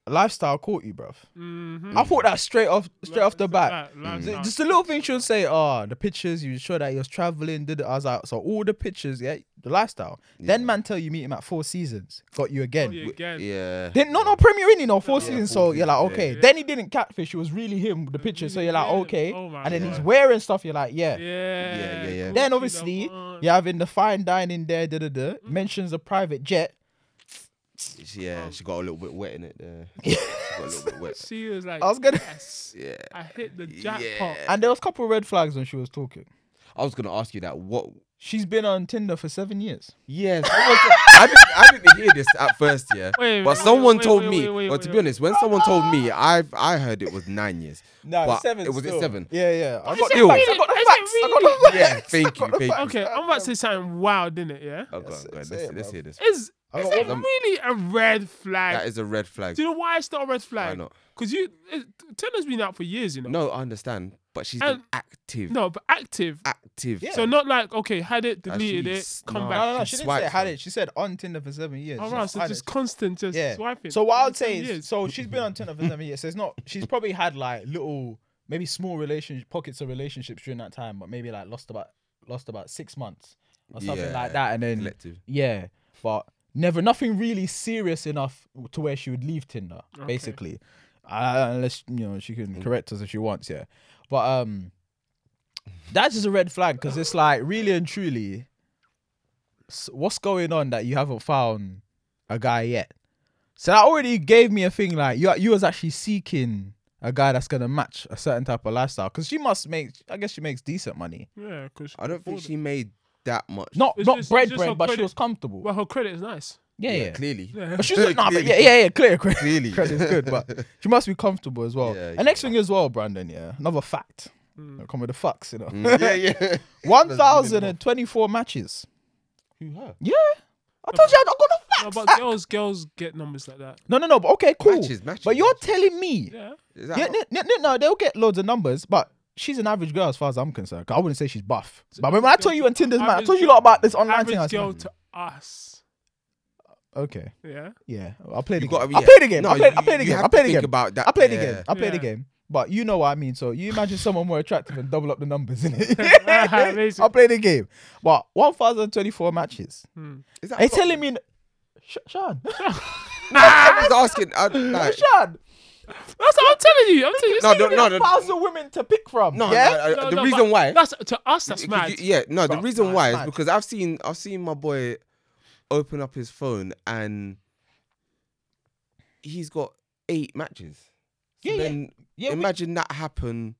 Speaker 3: lifestyle caught you, bruv.
Speaker 1: Mhm.
Speaker 3: I thought that straight off straight off the bat.
Speaker 1: Like,
Speaker 3: Th-
Speaker 1: like,
Speaker 3: Just a little thing she'll say, oh, the pictures, you show that you're traveling, did it. I was like, so all the pictures, yeah, the lifestyle. Then man tell you meet him at four seasons, got you again.
Speaker 1: Oh, yeah, again.
Speaker 4: Yeah.
Speaker 3: Then no no Premier in, you know, four
Speaker 4: Yeah,
Speaker 3: seasons.
Speaker 4: four
Speaker 3: so you're like,
Speaker 4: seasons,
Speaker 3: okay.
Speaker 1: yeah.
Speaker 3: Then he didn't catfish, it was really him with the picture. So you're like,
Speaker 1: Yeah.
Speaker 3: okay.
Speaker 1: Oh my
Speaker 3: and then he's
Speaker 1: God.
Speaker 3: wearing stuff, you're like,
Speaker 1: Yeah.
Speaker 3: yeah.
Speaker 4: yeah, yeah.
Speaker 1: Gucci
Speaker 3: Then
Speaker 1: the Mm-hmm.
Speaker 3: obviously
Speaker 1: one.
Speaker 3: you're having the fine dining there, da da da. Mentions a private jet. Oh.
Speaker 4: Yeah, she got a little bit wet in it there. she got a little bit wet.
Speaker 1: She was like,
Speaker 3: I was gonna
Speaker 1: yes,
Speaker 4: Yeah.
Speaker 1: I hit the jackpot.
Speaker 4: Yeah.
Speaker 3: and there was a couple of red flags when she was talking.
Speaker 4: I was gonna ask you that. What
Speaker 3: She's been on Tinder for seven years.
Speaker 4: Yes. I, didn't, I didn't hear this at first, yeah.
Speaker 1: Wait,
Speaker 4: but
Speaker 1: wait,
Speaker 4: someone
Speaker 1: wait,
Speaker 4: told
Speaker 1: wait,
Speaker 4: me.
Speaker 1: wait, wait,
Speaker 4: well,
Speaker 1: wait,
Speaker 4: to be
Speaker 1: wait.
Speaker 4: honest, when someone told me, I I heard it was nine years.
Speaker 3: No,
Speaker 4: But it was at seven.
Speaker 3: Yeah, yeah. I
Speaker 4: got
Speaker 1: it
Speaker 4: ill.
Speaker 1: really? Is it really?
Speaker 4: Yeah, thank you, thank you.
Speaker 1: Okay, I'm about to say something wild, innit? Yeah.
Speaker 4: Oh, go on, go on. Let's,
Speaker 3: Say it,
Speaker 4: let's
Speaker 3: bruv.
Speaker 4: hear this.
Speaker 1: Is
Speaker 3: I
Speaker 1: is
Speaker 3: got
Speaker 1: it
Speaker 4: one.
Speaker 1: really a red flag?
Speaker 4: That is a red flag.
Speaker 1: Do you know why it's not a red flag?
Speaker 4: not?
Speaker 1: Because you, it, Tinder's been out for years, you know.
Speaker 4: No, I understand, but she's been
Speaker 1: And-
Speaker 4: active.
Speaker 1: No, but active.
Speaker 4: Active.
Speaker 3: Yeah.
Speaker 1: So not like okay, had it,
Speaker 4: Actually,
Speaker 1: deleted it,
Speaker 4: it's
Speaker 1: come
Speaker 4: not.
Speaker 1: back.
Speaker 3: No, no, no. She didn't say
Speaker 4: Swiped,
Speaker 3: had
Speaker 4: man.
Speaker 3: it. She said on Tinder for seven years.
Speaker 1: All
Speaker 3: She
Speaker 1: right, so
Speaker 3: had
Speaker 1: just
Speaker 3: it.
Speaker 1: constant, just
Speaker 3: yeah.
Speaker 1: swiping.
Speaker 3: So what I would
Speaker 1: Seven
Speaker 3: say is,
Speaker 1: years.
Speaker 3: so she's been on Tinder for seven years. So it's not. She's probably had like little, maybe small relationship pockets of relationships during that time, but maybe like lost about lost about six months or something
Speaker 4: Yeah,
Speaker 3: like that, and then
Speaker 4: collective.
Speaker 3: yeah, but never nothing really serious enough to where she would leave Tinder, basically, uh, unless you know she can correct us if she wants, yeah. But um, that's just a red flag because it's like really and truly, s- what's going on that you haven't found a guy yet? So that already gave me a thing like you you was actually seeking a guy that's gonna match a certain type of lifestyle because she must make I guess she makes decent money,
Speaker 1: yeah, because
Speaker 4: I don't think she made that much.
Speaker 3: not
Speaker 1: It's
Speaker 3: not
Speaker 1: just-
Speaker 3: bread
Speaker 1: it's just her
Speaker 3: bread, but she
Speaker 1: credit-
Speaker 3: was comfortable.
Speaker 1: Well, her credit is nice.
Speaker 3: yeah, yeah.
Speaker 4: Clearly.
Speaker 1: Yeah.
Speaker 3: But she's like, nah, but
Speaker 4: Clearly.
Speaker 3: yeah, yeah, yeah, clear, clear.
Speaker 4: Clearly.
Speaker 3: Credit's good, but she must be comfortable as well.
Speaker 4: Yeah,
Speaker 3: and next thing as well, Brandon, yeah, another fact. Come with the fucks, you know.
Speaker 4: Mm, yeah, yeah.
Speaker 3: 1,024 matches.
Speaker 2: Who her?
Speaker 3: Yeah. I told you I got the
Speaker 1: No,
Speaker 3: facts.
Speaker 1: but girls, girls get numbers like that.
Speaker 3: No, no, no, but okay, cool.
Speaker 4: Matches, matches,
Speaker 3: but you're
Speaker 4: matches.
Speaker 3: telling me.
Speaker 1: Yeah.
Speaker 4: Is
Speaker 3: Yeah,
Speaker 4: that
Speaker 3: n- n- n- no, they'll get loads of numbers, but she's an average girl as far as I'm concerned. 'cause I wouldn't say she's buff. But when I told you on Tinder's man, I told you a lot about this online thing. I
Speaker 1: Average
Speaker 3: said,
Speaker 1: girl to us.
Speaker 3: okay.
Speaker 1: Yeah.
Speaker 3: Yeah, I played the
Speaker 4: You gotta
Speaker 3: game.
Speaker 4: be-
Speaker 3: I
Speaker 4: yeah.
Speaker 3: played the game.
Speaker 4: No,
Speaker 3: I played, I
Speaker 4: you-
Speaker 3: played the
Speaker 4: you
Speaker 3: game.
Speaker 4: have
Speaker 3: I
Speaker 4: to
Speaker 3: played the
Speaker 4: think
Speaker 3: game.
Speaker 4: about that,
Speaker 3: I played the
Speaker 4: yeah.
Speaker 3: game. I played the
Speaker 1: Yeah.
Speaker 3: game. But you know what I mean. So you imagine someone more attractive and double up the numbers in it.
Speaker 1: Amazing.
Speaker 3: I played the game. But 1,024 matches.
Speaker 1: Hmm.
Speaker 4: is that
Speaker 3: They
Speaker 4: a lot?
Speaker 3: telling me, Sh- Sean,
Speaker 4: I was asking. I, like,
Speaker 3: Sean,
Speaker 1: That's what I'm telling you. I'm telling you.
Speaker 4: no,
Speaker 1: it's-
Speaker 4: no, no, no,
Speaker 3: a thousand women to pick from.
Speaker 4: no,
Speaker 3: yeah.
Speaker 4: no, no,
Speaker 1: no,
Speaker 4: The
Speaker 1: no,
Speaker 4: reason
Speaker 1: but
Speaker 4: why.
Speaker 1: That's to us. That's
Speaker 4: Could
Speaker 1: mad.
Speaker 4: you- yeah, no, the reason
Speaker 3: nah,
Speaker 4: why
Speaker 3: it's
Speaker 4: is
Speaker 3: mad.
Speaker 4: because I've seen I've seen my boy open up his phone and he's got eight matches. So
Speaker 3: Yeah, yeah.
Speaker 4: then
Speaker 3: Yeah, we-
Speaker 4: imagine that happen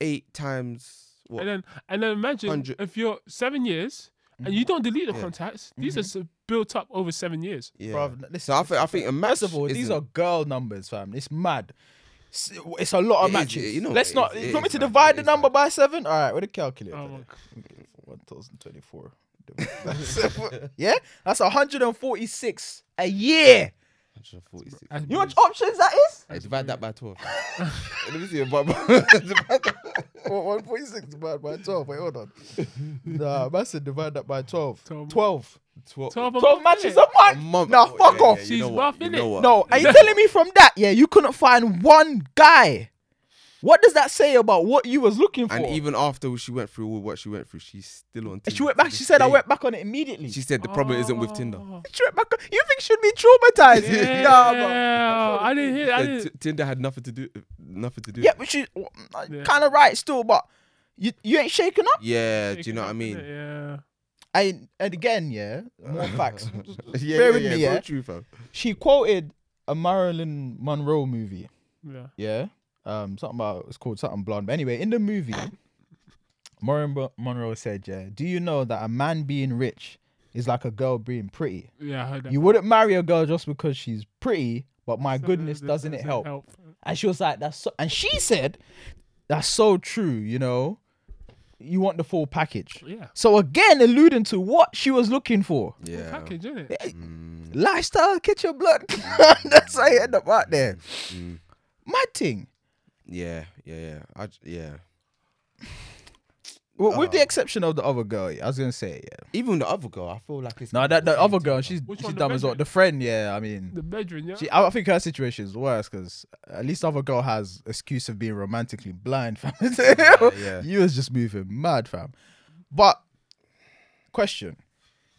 Speaker 4: eight times. What?
Speaker 1: And then and then imagine
Speaker 4: 100.
Speaker 1: if you're seven years and
Speaker 3: Mm-hmm.
Speaker 1: you don't delete the contacts. These are s- built up over seven years.
Speaker 4: yeah.
Speaker 3: Bruv, listen,
Speaker 4: so I think I think a match.
Speaker 3: First of all, these
Speaker 4: isn't-
Speaker 3: are girl numbers, fam. It's mad. It's, it's a lot
Speaker 4: It
Speaker 3: of
Speaker 4: is,
Speaker 3: matches.
Speaker 4: you know,
Speaker 3: Let's
Speaker 4: it
Speaker 3: not.
Speaker 4: is, it
Speaker 3: you want me
Speaker 4: is,
Speaker 3: to
Speaker 4: man.
Speaker 3: divide
Speaker 4: It
Speaker 3: the
Speaker 4: is,
Speaker 3: number by seven? All right, with a calculator.
Speaker 1: Oh,
Speaker 3: there. 1,024. yeah, that's 146 a year.
Speaker 4: 146.
Speaker 1: my-
Speaker 3: You know what options that is?
Speaker 4: Hey, divide that by twelve. Let me see a bubble. Divide that-
Speaker 3: 146 divided by 12. Wait, hold on. Nah, man said divide that by 12. 12.
Speaker 1: Twelve.
Speaker 3: 12,
Speaker 4: Twelve.
Speaker 1: Twelve a month,
Speaker 3: matches
Speaker 1: innit?
Speaker 3: a
Speaker 4: A month.
Speaker 3: month. Nah, fuck
Speaker 4: Yeah,
Speaker 3: off.
Speaker 4: yeah, you
Speaker 1: She's
Speaker 4: know what,
Speaker 1: rough,
Speaker 4: you
Speaker 1: innit?
Speaker 4: know what.
Speaker 3: No, are you telling me from that? Yeah, you couldn't find one guy. What does that say about what you was looking for?
Speaker 4: And even after she went through all what she went through, she's still on.
Speaker 3: And
Speaker 4: Tinder
Speaker 3: she went
Speaker 4: to
Speaker 3: back. She
Speaker 4: this
Speaker 3: said I
Speaker 4: day.
Speaker 3: went back on it immediately.
Speaker 4: She said the problem isn't with Tinder.
Speaker 1: Oh.
Speaker 3: She went back on- You think she'd be traumatized?
Speaker 1: Yeah,
Speaker 3: Nah, bro.
Speaker 1: I didn't hear. I
Speaker 4: Said
Speaker 1: didn't.
Speaker 4: T- Tinder had nothing to do, nothing to do.
Speaker 3: Yeah,
Speaker 4: with it.
Speaker 3: but she
Speaker 1: Yeah.
Speaker 3: kind of right still, but you you ain't shaken up.
Speaker 4: yeah. Do you know what I mean?
Speaker 1: Yeah.
Speaker 3: And and again, yeah, more facts.
Speaker 4: yeah,
Speaker 3: Bear with me, yeah.
Speaker 4: true, fam.
Speaker 3: she quoted a Marilyn Monroe movie.
Speaker 1: Yeah.
Speaker 3: Yeah. Um, something about it's called something blonde. But anyway, in the movie, Marilyn Mo- Monroe said, "Yeah, do you know that a man being rich is like a girl being pretty?
Speaker 1: Yeah. I heard that.
Speaker 3: You wouldn't marry a girl just because she's pretty, but my
Speaker 1: So
Speaker 3: goodness,
Speaker 1: that
Speaker 3: doesn't it help?" And she was like, "That's so," and she said, "That's so true." You know, you want the full package.
Speaker 1: Yeah.
Speaker 3: So again, alluding to what she was looking for,
Speaker 4: Yeah.
Speaker 1: Package, innit?
Speaker 3: lifestyle, catch your blood. That's how you end up out there.
Speaker 4: Mm.
Speaker 3: Mad thing.
Speaker 4: Yeah, yeah, yeah. I j- yeah.
Speaker 3: Well, with
Speaker 4: Oh.
Speaker 3: the exception of the other girl, yeah, I was gonna say, yeah.
Speaker 4: Even the other girl, I feel like it's
Speaker 3: No, that the other girl, she's
Speaker 1: Which
Speaker 3: she's
Speaker 1: one, the
Speaker 3: dumb as well.
Speaker 1: bedroom?
Speaker 3: The friend, yeah. I mean,
Speaker 1: The bedroom, yeah.
Speaker 3: she, I I think her situation is worse because at least the other girl has excuse of being romantically blind, fam.
Speaker 4: yeah.
Speaker 3: You was just moving mad, fam. But question: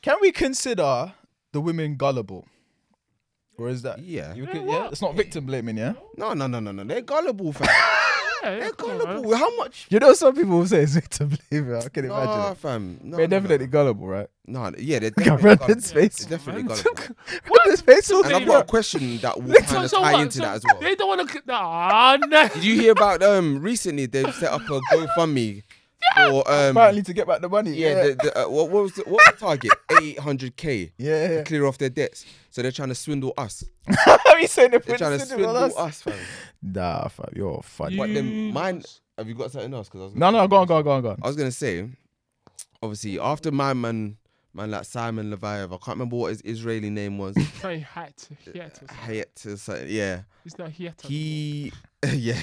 Speaker 3: Can we consider the women gullible, or is that
Speaker 4: Yeah.
Speaker 3: You
Speaker 1: Yeah,
Speaker 3: can, yeah,
Speaker 1: what?
Speaker 3: it's not victim blaming, yeah.
Speaker 4: No, no, no, no, no. They're gullible, fam.
Speaker 1: yeah, yeah
Speaker 4: They're
Speaker 1: come on, man.
Speaker 4: gullible. How much?
Speaker 3: You know, some people will say it's victim blaming. I can imagine.
Speaker 4: Nah,
Speaker 3: it.
Speaker 4: fam. No,
Speaker 3: They're
Speaker 4: no,
Speaker 3: definitely gullible, right?
Speaker 4: No, no yeah, they're
Speaker 3: Look at
Speaker 4: definitely gullible.
Speaker 3: Redman's
Speaker 4: They're
Speaker 3: face.
Speaker 4: definitely
Speaker 1: man.
Speaker 4: gullible.
Speaker 3: Look at his face. Look
Speaker 4: And
Speaker 3: at
Speaker 4: I've
Speaker 3: him.
Speaker 4: got a question that will
Speaker 3: Let's
Speaker 4: kind of
Speaker 1: So
Speaker 4: tie
Speaker 1: what?
Speaker 4: into
Speaker 1: So
Speaker 4: that as well.
Speaker 1: They don't want to. Ah, nah.
Speaker 4: Did you hear about um recently they've set up a GoFundMe Or um,
Speaker 3: Apparently to get back the money.
Speaker 4: yeah,
Speaker 3: Yeah.
Speaker 4: The, the, uh, what, what was the, what was the target? 800k
Speaker 3: yeah.
Speaker 4: to clear off their debts. So they're trying to swindle us.
Speaker 3: He said
Speaker 4: They're trying to swindle us, fam.
Speaker 3: Nah, fam, you're funny.
Speaker 4: But then mine. Have you got something else? Because I was.
Speaker 3: No, no, go on, go on, go on, go on.
Speaker 4: I was gonna say, obviously after my man, man like Simon Leviev, I can't remember what his Israeli name was.
Speaker 1: Trying hat to hiatus.
Speaker 4: Hayat or something. Yeah,
Speaker 1: It's not hiatus.
Speaker 4: he, yeah.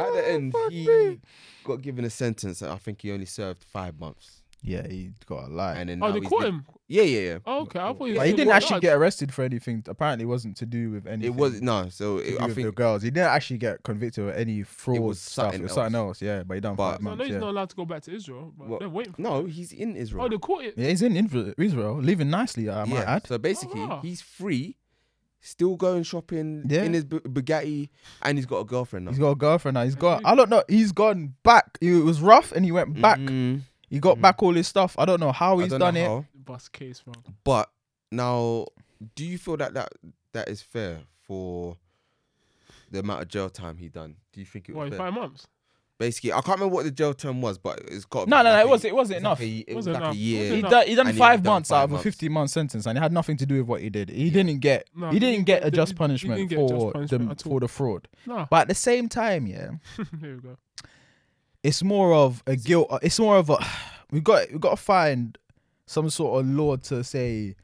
Speaker 1: Oh,
Speaker 4: At the end, he got given a sentence, and I think he only served five months.
Speaker 3: Yeah, he got a lie.
Speaker 4: And then
Speaker 1: oh,
Speaker 4: now
Speaker 1: they
Speaker 4: he's
Speaker 1: caught
Speaker 4: li-
Speaker 1: him.
Speaker 4: Yeah, yeah, yeah.
Speaker 1: Oh, okay, I thought he,
Speaker 3: But he
Speaker 1: was
Speaker 3: didn't
Speaker 1: caught
Speaker 3: actually
Speaker 1: up.
Speaker 3: get arrested for anything. Apparently, it wasn't to do with anything.
Speaker 4: It was no. So
Speaker 3: to
Speaker 4: it,
Speaker 3: do
Speaker 4: I
Speaker 3: with the
Speaker 4: think
Speaker 3: girls. He didn't actually get convicted of any fraud
Speaker 4: was
Speaker 3: stuff.
Speaker 4: something
Speaker 3: it was something else. Yeah, but he done
Speaker 4: But-
Speaker 3: five
Speaker 1: So I know
Speaker 3: months.
Speaker 1: he's
Speaker 3: yeah.
Speaker 1: not allowed to go back to Israel. But
Speaker 4: Well,
Speaker 1: they're waiting. For
Speaker 4: no, he's in
Speaker 1: him.
Speaker 4: Israel.
Speaker 1: Oh, they caught it.
Speaker 3: yeah, he's in Inver- Israel, living nicely. I might add.
Speaker 4: So basically,
Speaker 1: wow.
Speaker 4: he's free, still going shopping
Speaker 3: Yeah.
Speaker 4: in his Bu- Bugatti, and he's got a girlfriend now.
Speaker 3: He's got a girlfriend now. He's got.
Speaker 1: see.
Speaker 3: I don't know. He's gone back. It was rough, and he went back.
Speaker 4: Mm,
Speaker 3: He got back all his stuff. I don't know how
Speaker 4: I
Speaker 3: he's
Speaker 4: don't
Speaker 3: done
Speaker 4: know
Speaker 3: it.
Speaker 4: how,
Speaker 1: Bus case, man.
Speaker 4: but now, do you feel that that that is fair for the amount of jail time he done? Do you think it was
Speaker 1: What,
Speaker 4: fair?
Speaker 1: five months?
Speaker 4: Basically, I can't remember what the jail term was, but it's got
Speaker 3: No, no, no.
Speaker 4: like
Speaker 3: It
Speaker 4: a-
Speaker 3: was. It wasn't
Speaker 4: it's
Speaker 3: enough.
Speaker 4: Like a, it was
Speaker 1: Wasn't
Speaker 4: like
Speaker 1: enough.
Speaker 4: a year.
Speaker 3: He
Speaker 1: No.
Speaker 3: done, he done
Speaker 4: And he
Speaker 3: five
Speaker 4: done
Speaker 3: months
Speaker 4: five
Speaker 3: out of a
Speaker 4: months.
Speaker 3: 15 month sentence and it had nothing to do with what he did. He didn't get
Speaker 1: No,
Speaker 3: he didn't get a just
Speaker 1: he didn't
Speaker 3: punishment
Speaker 1: get
Speaker 3: for
Speaker 1: just punishment
Speaker 3: the
Speaker 1: at all.
Speaker 3: for the fraud.
Speaker 1: No.
Speaker 3: But at the same time, yeah,
Speaker 1: There we go.
Speaker 3: it's more of a guilt. It's more of a we got we got to find some sort of law to say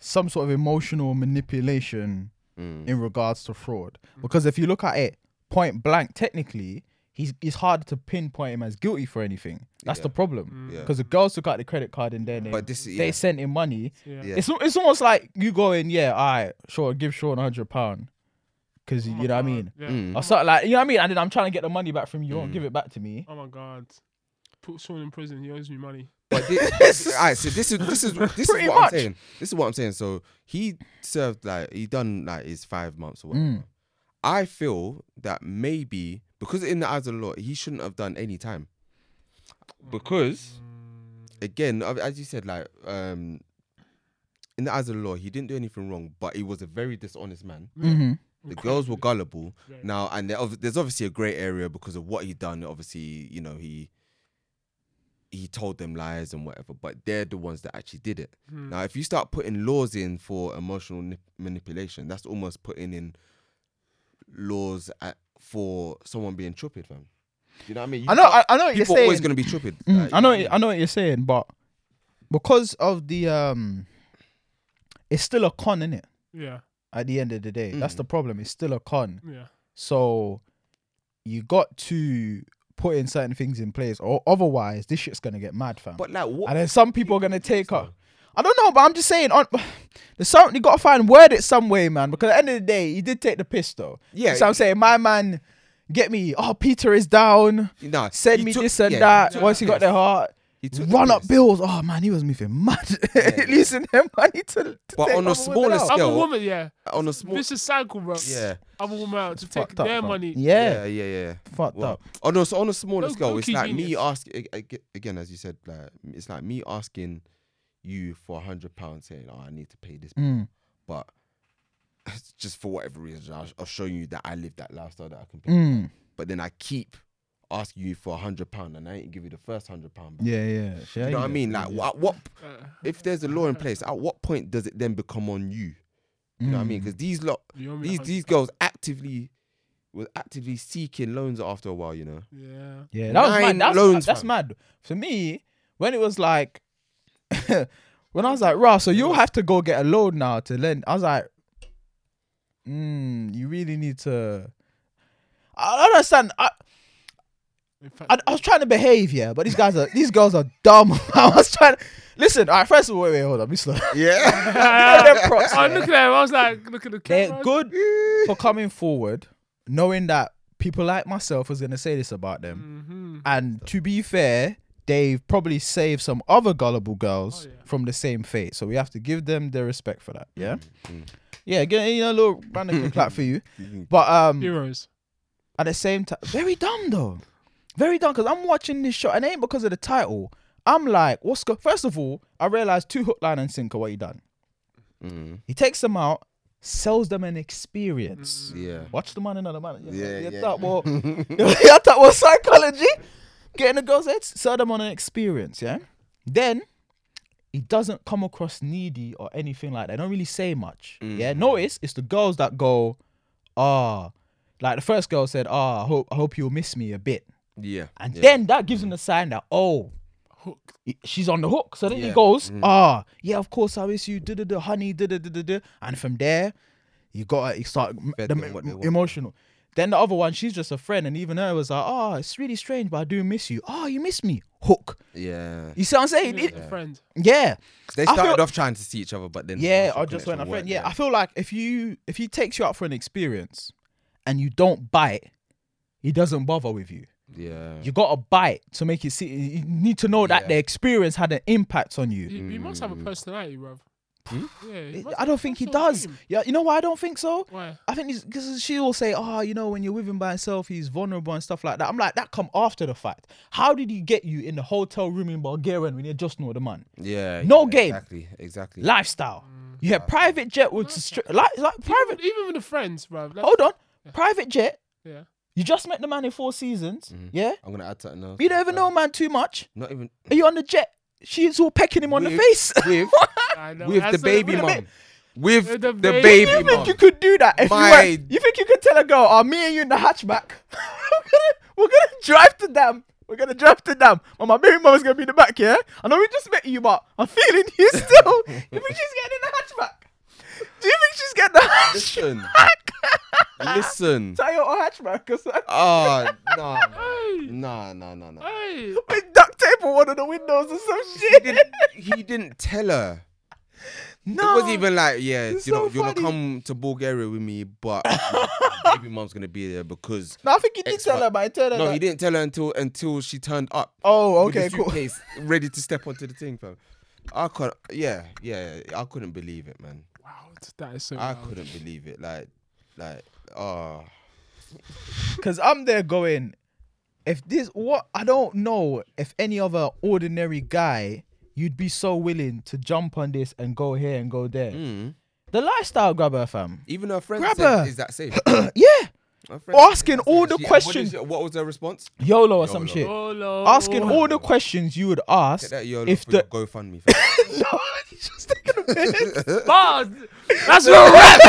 Speaker 3: some sort of emotional manipulation
Speaker 4: Mm.
Speaker 3: in regards to fraud. Because if you look at it point blank, technically, he's it's hard to pinpoint him as guilty for anything. That's the
Speaker 4: Yeah.
Speaker 1: Mm,
Speaker 3: problem.
Speaker 4: Yeah.
Speaker 3: Because the girls took out the credit card in their name.
Speaker 4: But this, yeah,
Speaker 3: they sent him money.
Speaker 1: Yeah.
Speaker 4: Yeah.
Speaker 3: It's it's almost like you going, yeah, all right, sure, give Sean a hundred pound, because you know what I mean,
Speaker 1: Oh Yeah.
Speaker 4: Oh Mm.
Speaker 3: or something like you know what I mean. And then I'm trying to get the money back from you, you won't give it back to me.
Speaker 1: Oh my god. Put Sean in prison. He owes me money.
Speaker 4: But this, all right, so this is this is this is
Speaker 3: Pretty
Speaker 4: what
Speaker 3: much.
Speaker 4: I'm saying. This is what I'm saying. So he served like he done like his five months or
Speaker 3: Mm.
Speaker 4: whatever. I feel that maybe because in the eyes of the law, he shouldn't have done any time.
Speaker 1: Mm.
Speaker 4: Because again, a- as you said, like um, in the eyes of the law, he didn't do anything wrong, but he was a very dishonest man.
Speaker 1: Mm.
Speaker 3: Mm-hmm.
Speaker 4: The girls were gullible now, and there- there's obviously a grey area because of what he done. Obviously, you know he he told them lies and whatever, but they're the ones that actually did it.
Speaker 1: Mm.
Speaker 4: Now, if you start putting laws in for emotional nip- manipulation, that's almost putting in laws at, for someone being tripped, fam. Do you know what I mean? You
Speaker 3: I know,
Speaker 4: can't-
Speaker 3: I, I know what you're
Speaker 4: people are always
Speaker 3: saying.
Speaker 4: going to be tripped.
Speaker 3: Mm, I know, I know what you're saying, but because of the um, it's still a con, innit?
Speaker 1: Yeah.
Speaker 3: At the end of the day, that's
Speaker 4: Mm.
Speaker 3: the problem. It's still a con.
Speaker 1: Yeah.
Speaker 3: So you got to put in certain things in place, or otherwise this shit's gonna get mad, fam.
Speaker 4: But like, what?
Speaker 3: And then some people are gonna take her. I don't know, but I'm just saying. On, there's something you gotta find word it some way, man. Because at the end of the day, he did take the piss though.
Speaker 4: Yeah.
Speaker 3: So I'm saying, my man, get me. Oh, Peter is down.
Speaker 4: Nah,
Speaker 3: Send
Speaker 4: he
Speaker 3: me
Speaker 4: took-
Speaker 3: this and
Speaker 4: yeah, he
Speaker 3: that.
Speaker 4: took
Speaker 3: Once he
Speaker 4: the
Speaker 3: got
Speaker 4: piss.
Speaker 3: their heart,
Speaker 4: He took the
Speaker 3: run up
Speaker 4: piss.
Speaker 3: bills. Oh man, he was moving mad. Losing their money to. to
Speaker 4: But
Speaker 3: take
Speaker 4: on a
Speaker 3: other
Speaker 4: smaller
Speaker 3: women out.
Speaker 1: I'm
Speaker 4: Yeah,
Speaker 1: a
Speaker 4: what-
Speaker 1: woman. Yeah.
Speaker 4: on a small.
Speaker 1: Vicious cycle, bro.
Speaker 4: Yeah.
Speaker 1: I'm a woman out to take
Speaker 3: Fucked up,
Speaker 1: their
Speaker 3: fam.
Speaker 1: money.
Speaker 4: yeah,
Speaker 3: Yeah,
Speaker 4: yeah, yeah.
Speaker 3: fucked
Speaker 4: Well,
Speaker 3: up.
Speaker 4: on a on a smaller
Speaker 1: Low-
Speaker 4: scale, it's
Speaker 1: low-key
Speaker 4: like me
Speaker 1: genius.
Speaker 4: asking again, as you said, like it's like me asking you for a hundred pounds, saying, "Oh, I need to pay this," bill."
Speaker 3: Mm.
Speaker 4: but it's just for whatever reason, I'll, I'll show you that I live that lifestyle that I can pay.
Speaker 3: Mm.
Speaker 4: But then I keep asking you for a hundred pound, and I ain't give you the first hundred pound. back.
Speaker 3: Yeah, yeah. She
Speaker 4: You
Speaker 3: ain't
Speaker 4: know what I
Speaker 3: it.
Speaker 4: mean? Like, at what
Speaker 1: Uh,
Speaker 4: if there's a law in place? At what point does it then become on you? You know what I
Speaker 3: Mm.
Speaker 4: mean? Because these lot,
Speaker 1: You owe me a
Speaker 4: these
Speaker 1: hundred
Speaker 4: these girls actively were actively seeking loans after a while. You know.
Speaker 1: yeah.
Speaker 3: Yeah, that was
Speaker 4: Nine
Speaker 3: mad. That's,
Speaker 4: loans,
Speaker 3: that's
Speaker 4: fam.
Speaker 3: mad. For me, when it was like, when I was like, rah, so you'll have to go get a loan now to lend. I was like, mm, you really need to. I don't understand. I,
Speaker 1: In fact,
Speaker 3: I, I was trying to behave, yeah, but these guys are these girls are dumb. I was trying. To, listen, all right. First of all, wait, wait, hold on, be slow.
Speaker 4: Yeah.
Speaker 3: They're props,
Speaker 1: I
Speaker 3: yeah.
Speaker 1: look at him. I was like, look at the camera.
Speaker 3: They're good for coming forward, knowing that people like myself was gonna say this about them.
Speaker 1: Mm-hmm.
Speaker 3: And to be fair, they've probably saved some other gullible girls
Speaker 1: Oh, yeah.
Speaker 3: from the same fate. So we have to give them their respect for that. Yeah.
Speaker 1: Mm.
Speaker 3: Yeah, get you know, a little random clap for you. But um
Speaker 1: Heroes.
Speaker 3: at the same time, very dumb though. Very dumb because I'm watching this show and it ain't because of the title. I'm like, what's go first of all, I realized two hook line and sinker what he done.
Speaker 4: Mm.
Speaker 3: He takes them out, sells them an experience.
Speaker 1: Mm.
Speaker 4: Yeah.
Speaker 3: Watch the man another man.
Speaker 4: Yeah,
Speaker 3: Yeah, yeah.
Speaker 4: yeah.
Speaker 3: That was psychology. Getting the girls' heads, sell them on an experience, yeah? Then he doesn't come across needy or anything like that. They don't really say much.
Speaker 4: Mm.
Speaker 3: Yeah. Notice it's the girls that go, ah. Like the first girl said, ah, I hope I hope you'll miss me a bit.
Speaker 4: Yeah.
Speaker 3: And
Speaker 4: yeah.
Speaker 3: then that gives him the sign that, oh,
Speaker 1: Hooked.
Speaker 3: he- she's on the hook. So then he
Speaker 4: Yeah. Mm.
Speaker 3: goes, ah, yeah, of course, I miss you, da da da, honey, da da da da da. And from there, you got you start m-
Speaker 4: Fed
Speaker 3: the,
Speaker 4: them what they
Speaker 3: m-
Speaker 4: want.
Speaker 3: emotional. Then the other one, she's just a friend, and even her was like, oh, it's really strange, but I do miss you. Oh, you miss me? Hook.
Speaker 4: Yeah.
Speaker 3: You see what I'm saying?
Speaker 1: It's
Speaker 3: It-
Speaker 1: a friend.
Speaker 3: yeah.
Speaker 4: They
Speaker 3: I
Speaker 4: started
Speaker 3: feel-
Speaker 4: off trying to see each other, but then
Speaker 3: Yeah,
Speaker 4: the
Speaker 3: I just
Speaker 4: connection
Speaker 3: went a friend.
Speaker 4: weren't
Speaker 3: Yeah,
Speaker 4: there.
Speaker 3: I feel like if you if he takes you out for an experience and you don't bite, he doesn't bother with you.
Speaker 4: yeah.
Speaker 3: You got to bite to make it see. You need to know that
Speaker 4: Yeah.
Speaker 3: the experience had an impact on you.
Speaker 1: You, you must have a personality, bruv. Yeah, you must
Speaker 3: Hmm? I
Speaker 1: have
Speaker 3: don't think he
Speaker 1: some sort of
Speaker 3: does.
Speaker 1: game.
Speaker 3: Yeah, you know why I don't think so?
Speaker 1: Why?
Speaker 3: I think because she will say, "Oh, you know, when you're with him by himself, he's vulnerable and stuff like that." I'm like, that come after the fact. How did he get you in the hotel room in Bulgaria when you just know the man?
Speaker 4: yeah.
Speaker 3: No
Speaker 4: yeah,
Speaker 3: game.
Speaker 4: Exactly. Exactly.
Speaker 3: Lifestyle. You had private jet with stri- like like
Speaker 1: Even,
Speaker 3: private.
Speaker 1: even with the friends, bruv. Like,
Speaker 3: Hold on, private jet.
Speaker 1: Yeah.
Speaker 3: You just met the man in four seasons. Yeah,
Speaker 4: I'm gonna add something else.
Speaker 3: you don't even know man too much.
Speaker 4: Not even
Speaker 3: Are you on the jet? She's all pecking him on the
Speaker 4: With-
Speaker 3: face.
Speaker 4: with
Speaker 1: I know,
Speaker 4: with the
Speaker 1: that's
Speaker 4: baby
Speaker 1: with the
Speaker 4: mom. With
Speaker 1: With
Speaker 4: the
Speaker 1: the
Speaker 4: baby
Speaker 1: baby
Speaker 3: you think
Speaker 4: mom.
Speaker 3: you could do that if
Speaker 4: My-
Speaker 3: you went, You think you could tell a girl, "Oh, me and you in the hatchback. we're, gonna, we're gonna drive to them. We're gonna drive to them. And my baby mama's gonna be in the back, yeah? I know we just met you, but I'm feeling you still. you think she's getting in the hatchback? Do you think she's getting the hatchback?
Speaker 4: Listen. Listen.
Speaker 3: Tell your hatchback or something.
Speaker 4: Oh no.
Speaker 1: Hey,
Speaker 4: No, no, no, no.
Speaker 1: hey.
Speaker 3: With duct tape on one of the windows or some
Speaker 4: He
Speaker 3: shit.
Speaker 4: didn't, he didn't tell her.
Speaker 3: no.
Speaker 4: It wasn't even like, yeah, you
Speaker 3: It's
Speaker 4: know,
Speaker 3: so
Speaker 4: you're gonna
Speaker 3: funny.
Speaker 4: come to Bulgaria with me, but baby mom's gonna be there because
Speaker 3: No, I think he did
Speaker 4: Ex-
Speaker 3: tell her, but I tell her.
Speaker 4: no,
Speaker 3: that-
Speaker 4: he didn't tell her until until she turned up.
Speaker 3: Oh,
Speaker 4: with
Speaker 3: okay,
Speaker 4: the
Speaker 3: cool.
Speaker 4: suitcase, ready to step onto the thing, fam. I could, yeah, yeah, I couldn't believe it, man.
Speaker 1: Wow, that is so.
Speaker 4: I
Speaker 1: wild.
Speaker 4: couldn't believe it. Like, like, oh,
Speaker 3: Cause I'm there going, if this what I don't know if any other ordinary guy you'd be so willing to jump on this and go here and go
Speaker 4: Mm.
Speaker 3: there. The lifestyle grabber, fam.
Speaker 4: Hmm. even her friend
Speaker 3: Grab
Speaker 4: said,
Speaker 3: her.
Speaker 4: "Is that safe?"
Speaker 3: yeah,
Speaker 4: Her friend said,
Speaker 3: Asking
Speaker 4: "Is that
Speaker 3: all
Speaker 4: safe?"
Speaker 3: the
Speaker 4: She-
Speaker 3: questions.
Speaker 4: What, is, what was her response?
Speaker 3: YOLO or some
Speaker 4: YOLO.
Speaker 3: shit.
Speaker 1: Oh, no.
Speaker 3: Asking all the questions you would
Speaker 4: Get
Speaker 3: ask
Speaker 4: that YOLO
Speaker 3: if
Speaker 4: for
Speaker 3: the
Speaker 4: your GoFundMe. fam.
Speaker 3: no, he's just taking a piss.
Speaker 1: Bars. That's real rap.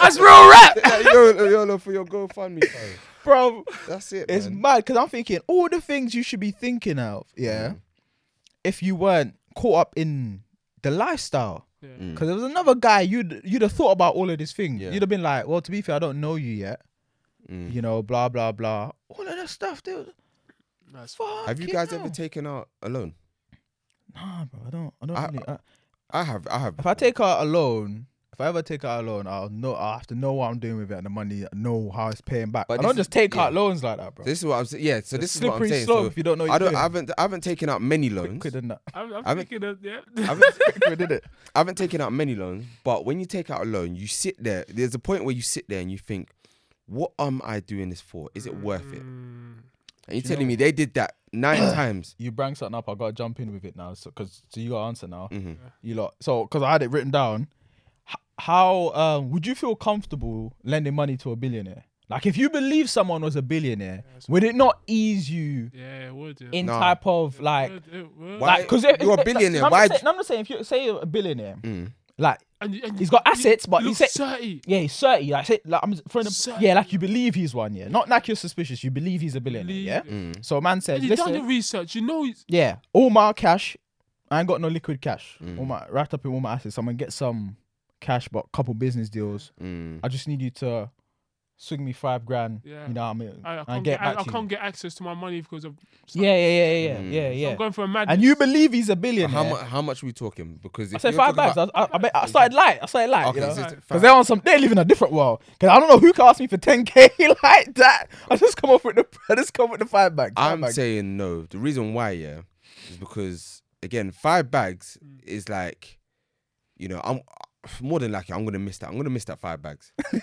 Speaker 1: That's real rap.
Speaker 4: Get that YOLO, YOLO for your GoFundMe. fam.
Speaker 3: bro.
Speaker 4: That's it,
Speaker 3: It's
Speaker 4: man.
Speaker 3: mad because I'm thinking all the things you should be thinking of, yeah,
Speaker 4: Mm.
Speaker 3: if you weren't caught up in the lifestyle.
Speaker 1: Yeah.
Speaker 3: Because there was another guy you'd you'd have thought about all of this thing.
Speaker 4: Yeah.
Speaker 3: You'd have been like, well, to be fair, I don't know you yet.
Speaker 4: Mm.
Speaker 3: You know, blah blah blah. All of that stuff, dude.
Speaker 1: That's
Speaker 4: Have you guys ever taken out alone?
Speaker 3: Nah, bro. I don't. I don't
Speaker 4: I-
Speaker 3: really. I,
Speaker 4: I have. I have.
Speaker 3: if I take her alone, if I ever take her alone, I'll know. I have to know what I'm doing with it and the money. Know how it's paying back.
Speaker 4: But
Speaker 3: I don't
Speaker 4: this is-
Speaker 3: just take
Speaker 4: yeah.
Speaker 3: out loans like that, bro.
Speaker 4: This is what I'm saying. Yeah. So this is what I'm
Speaker 3: slippery
Speaker 4: saying.
Speaker 3: slope
Speaker 4: So
Speaker 3: if you don't know
Speaker 4: I
Speaker 3: you're
Speaker 4: don't.
Speaker 3: doing.
Speaker 4: I haven't. I haven't taken out many loans.
Speaker 3: Quicker than that.
Speaker 1: I'm, I'm
Speaker 4: Haven't-
Speaker 1: thinking of yeah.
Speaker 4: I haven't,
Speaker 3: Quicker than it.
Speaker 4: I haven't taken out many loans, but when you take out a loan, you sit there. There's a point where you sit there and you think, "What am I doing this for? Is it worth it?"
Speaker 1: Mm,
Speaker 4: And you're telling me they did that nine times.
Speaker 3: You bring something up. I gotta jump in with it now. So, cause so you gotta answer
Speaker 4: Mm.
Speaker 3: now.
Speaker 4: Mm-hmm,
Speaker 3: You lot. So, cause I had it written down. H- how um, would you feel comfortable lending money to a billionaire? Like, if you believe someone was a billionaire, would it not ease you
Speaker 1: Yeah, it would. Yeah.
Speaker 3: in
Speaker 4: Nah.
Speaker 3: type of like,
Speaker 1: It would, it would.
Speaker 4: Why-
Speaker 3: like, cause
Speaker 4: You're
Speaker 3: if,
Speaker 4: a billionaire,
Speaker 3: I'm
Speaker 4: why Mm.
Speaker 3: Not
Speaker 4: d-
Speaker 3: saying, I'm not saying if you say you're a billionaire,
Speaker 4: mm-hmm,
Speaker 3: like
Speaker 1: And, you- and
Speaker 3: he's
Speaker 1: you-
Speaker 3: got assets, but
Speaker 1: you
Speaker 3: you
Speaker 1: look
Speaker 3: say
Speaker 1: thirty.
Speaker 3: yeah, he's thirty. Like, say, like I'm for the,
Speaker 1: 30.
Speaker 3: yeah, like you believe he's one. Yeah, not like you're suspicious. You believe he's a billionaire.
Speaker 1: Believe
Speaker 3: Yeah.
Speaker 1: it.
Speaker 3: So a man says,
Speaker 1: And you've done the
Speaker 3: listen,
Speaker 1: research. You know. It's,
Speaker 3: yeah, all my cash. I ain't got no liquid cash.
Speaker 4: Mm.
Speaker 3: All my wrapped up in all my assets. I'm gonna get some cash, but couple business deals.
Speaker 4: Mm.
Speaker 3: I just need you to swing me five grand.
Speaker 1: Yeah.
Speaker 3: You know what I mean?
Speaker 1: I, I
Speaker 3: and
Speaker 1: can't
Speaker 3: get
Speaker 1: get. I,
Speaker 3: back
Speaker 1: I
Speaker 3: to
Speaker 1: can't
Speaker 3: you.
Speaker 1: get access to my money because of.
Speaker 3: yeah, yeah, yeah, yeah, yeah, yeah.
Speaker 1: I'm going for a madness.
Speaker 3: And you believe he's a billionaire.
Speaker 4: Mm. How much? How much are we talking? Because if
Speaker 3: I said
Speaker 4: you're
Speaker 3: five
Speaker 4: talking about-
Speaker 3: bags. I, I, I, bet, I started light. I started light.
Speaker 4: Okay,
Speaker 3: you know?
Speaker 4: so it's
Speaker 3: Because
Speaker 4: five.
Speaker 3: they're on some, they live in a different world. Because I don't know who can ask me for 10k like that. I just come up with the, I just come up with the five bags. five
Speaker 4: I'm
Speaker 3: bags.
Speaker 4: saying no. The reason why, yeah, is because again, five bags
Speaker 3: Mm.
Speaker 4: is like, you know, I'm more than likely I'm gonna miss that. I'm gonna miss that five bags. 'Cause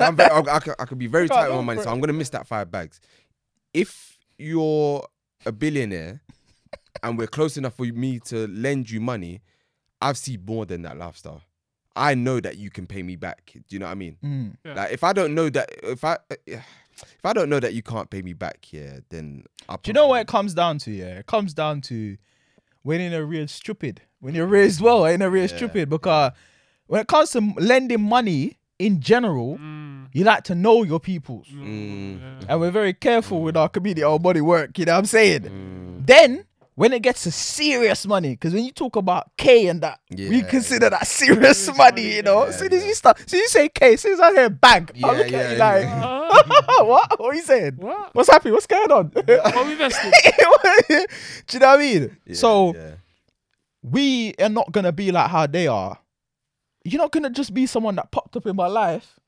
Speaker 4: I'm very, I, I, could, I could be very
Speaker 3: can't
Speaker 4: tight with my
Speaker 3: go
Speaker 4: money,
Speaker 3: for
Speaker 4: so I'm gonna miss that five bags. If you're a billionaire and we're close enough for me to lend you money, I've seen more than that lifestyle. I know that you can pay me back. Do you know what I mean?
Speaker 3: Mm.
Speaker 1: Yeah.
Speaker 4: Like if I don't know that, if I, if I don't know that you can't pay me back, yeah, then I'll
Speaker 3: Do you know what it comes down to? Yeah, it comes down to when in a real stupid. When you're raised well, in a real stupid. Because when it comes to m- lending money in general,
Speaker 1: Mm,
Speaker 3: you Mm. like to know your peoples,
Speaker 4: Mm.
Speaker 3: and we're very careful with our community, our body work. You know what I'm saying? Then. When it gets to serious money, because when you talk about K and that, we
Speaker 4: Yeah,
Speaker 3: consider that serious money, you know. soon as you start, soon as you say K, soon as I hear bag, I
Speaker 4: Yeah,
Speaker 3: look
Speaker 4: yeah,
Speaker 3: at you like,
Speaker 4: yeah.
Speaker 3: what? What are you saying?
Speaker 1: Uh, What? Oh,
Speaker 3: What's happening? What's going on?
Speaker 1: Are we vested?
Speaker 3: Do you know what I mean?
Speaker 4: Yeah,
Speaker 3: so
Speaker 4: yeah.
Speaker 3: we are not gonna be like how they are. You're not gonna just be someone that popped up in my life.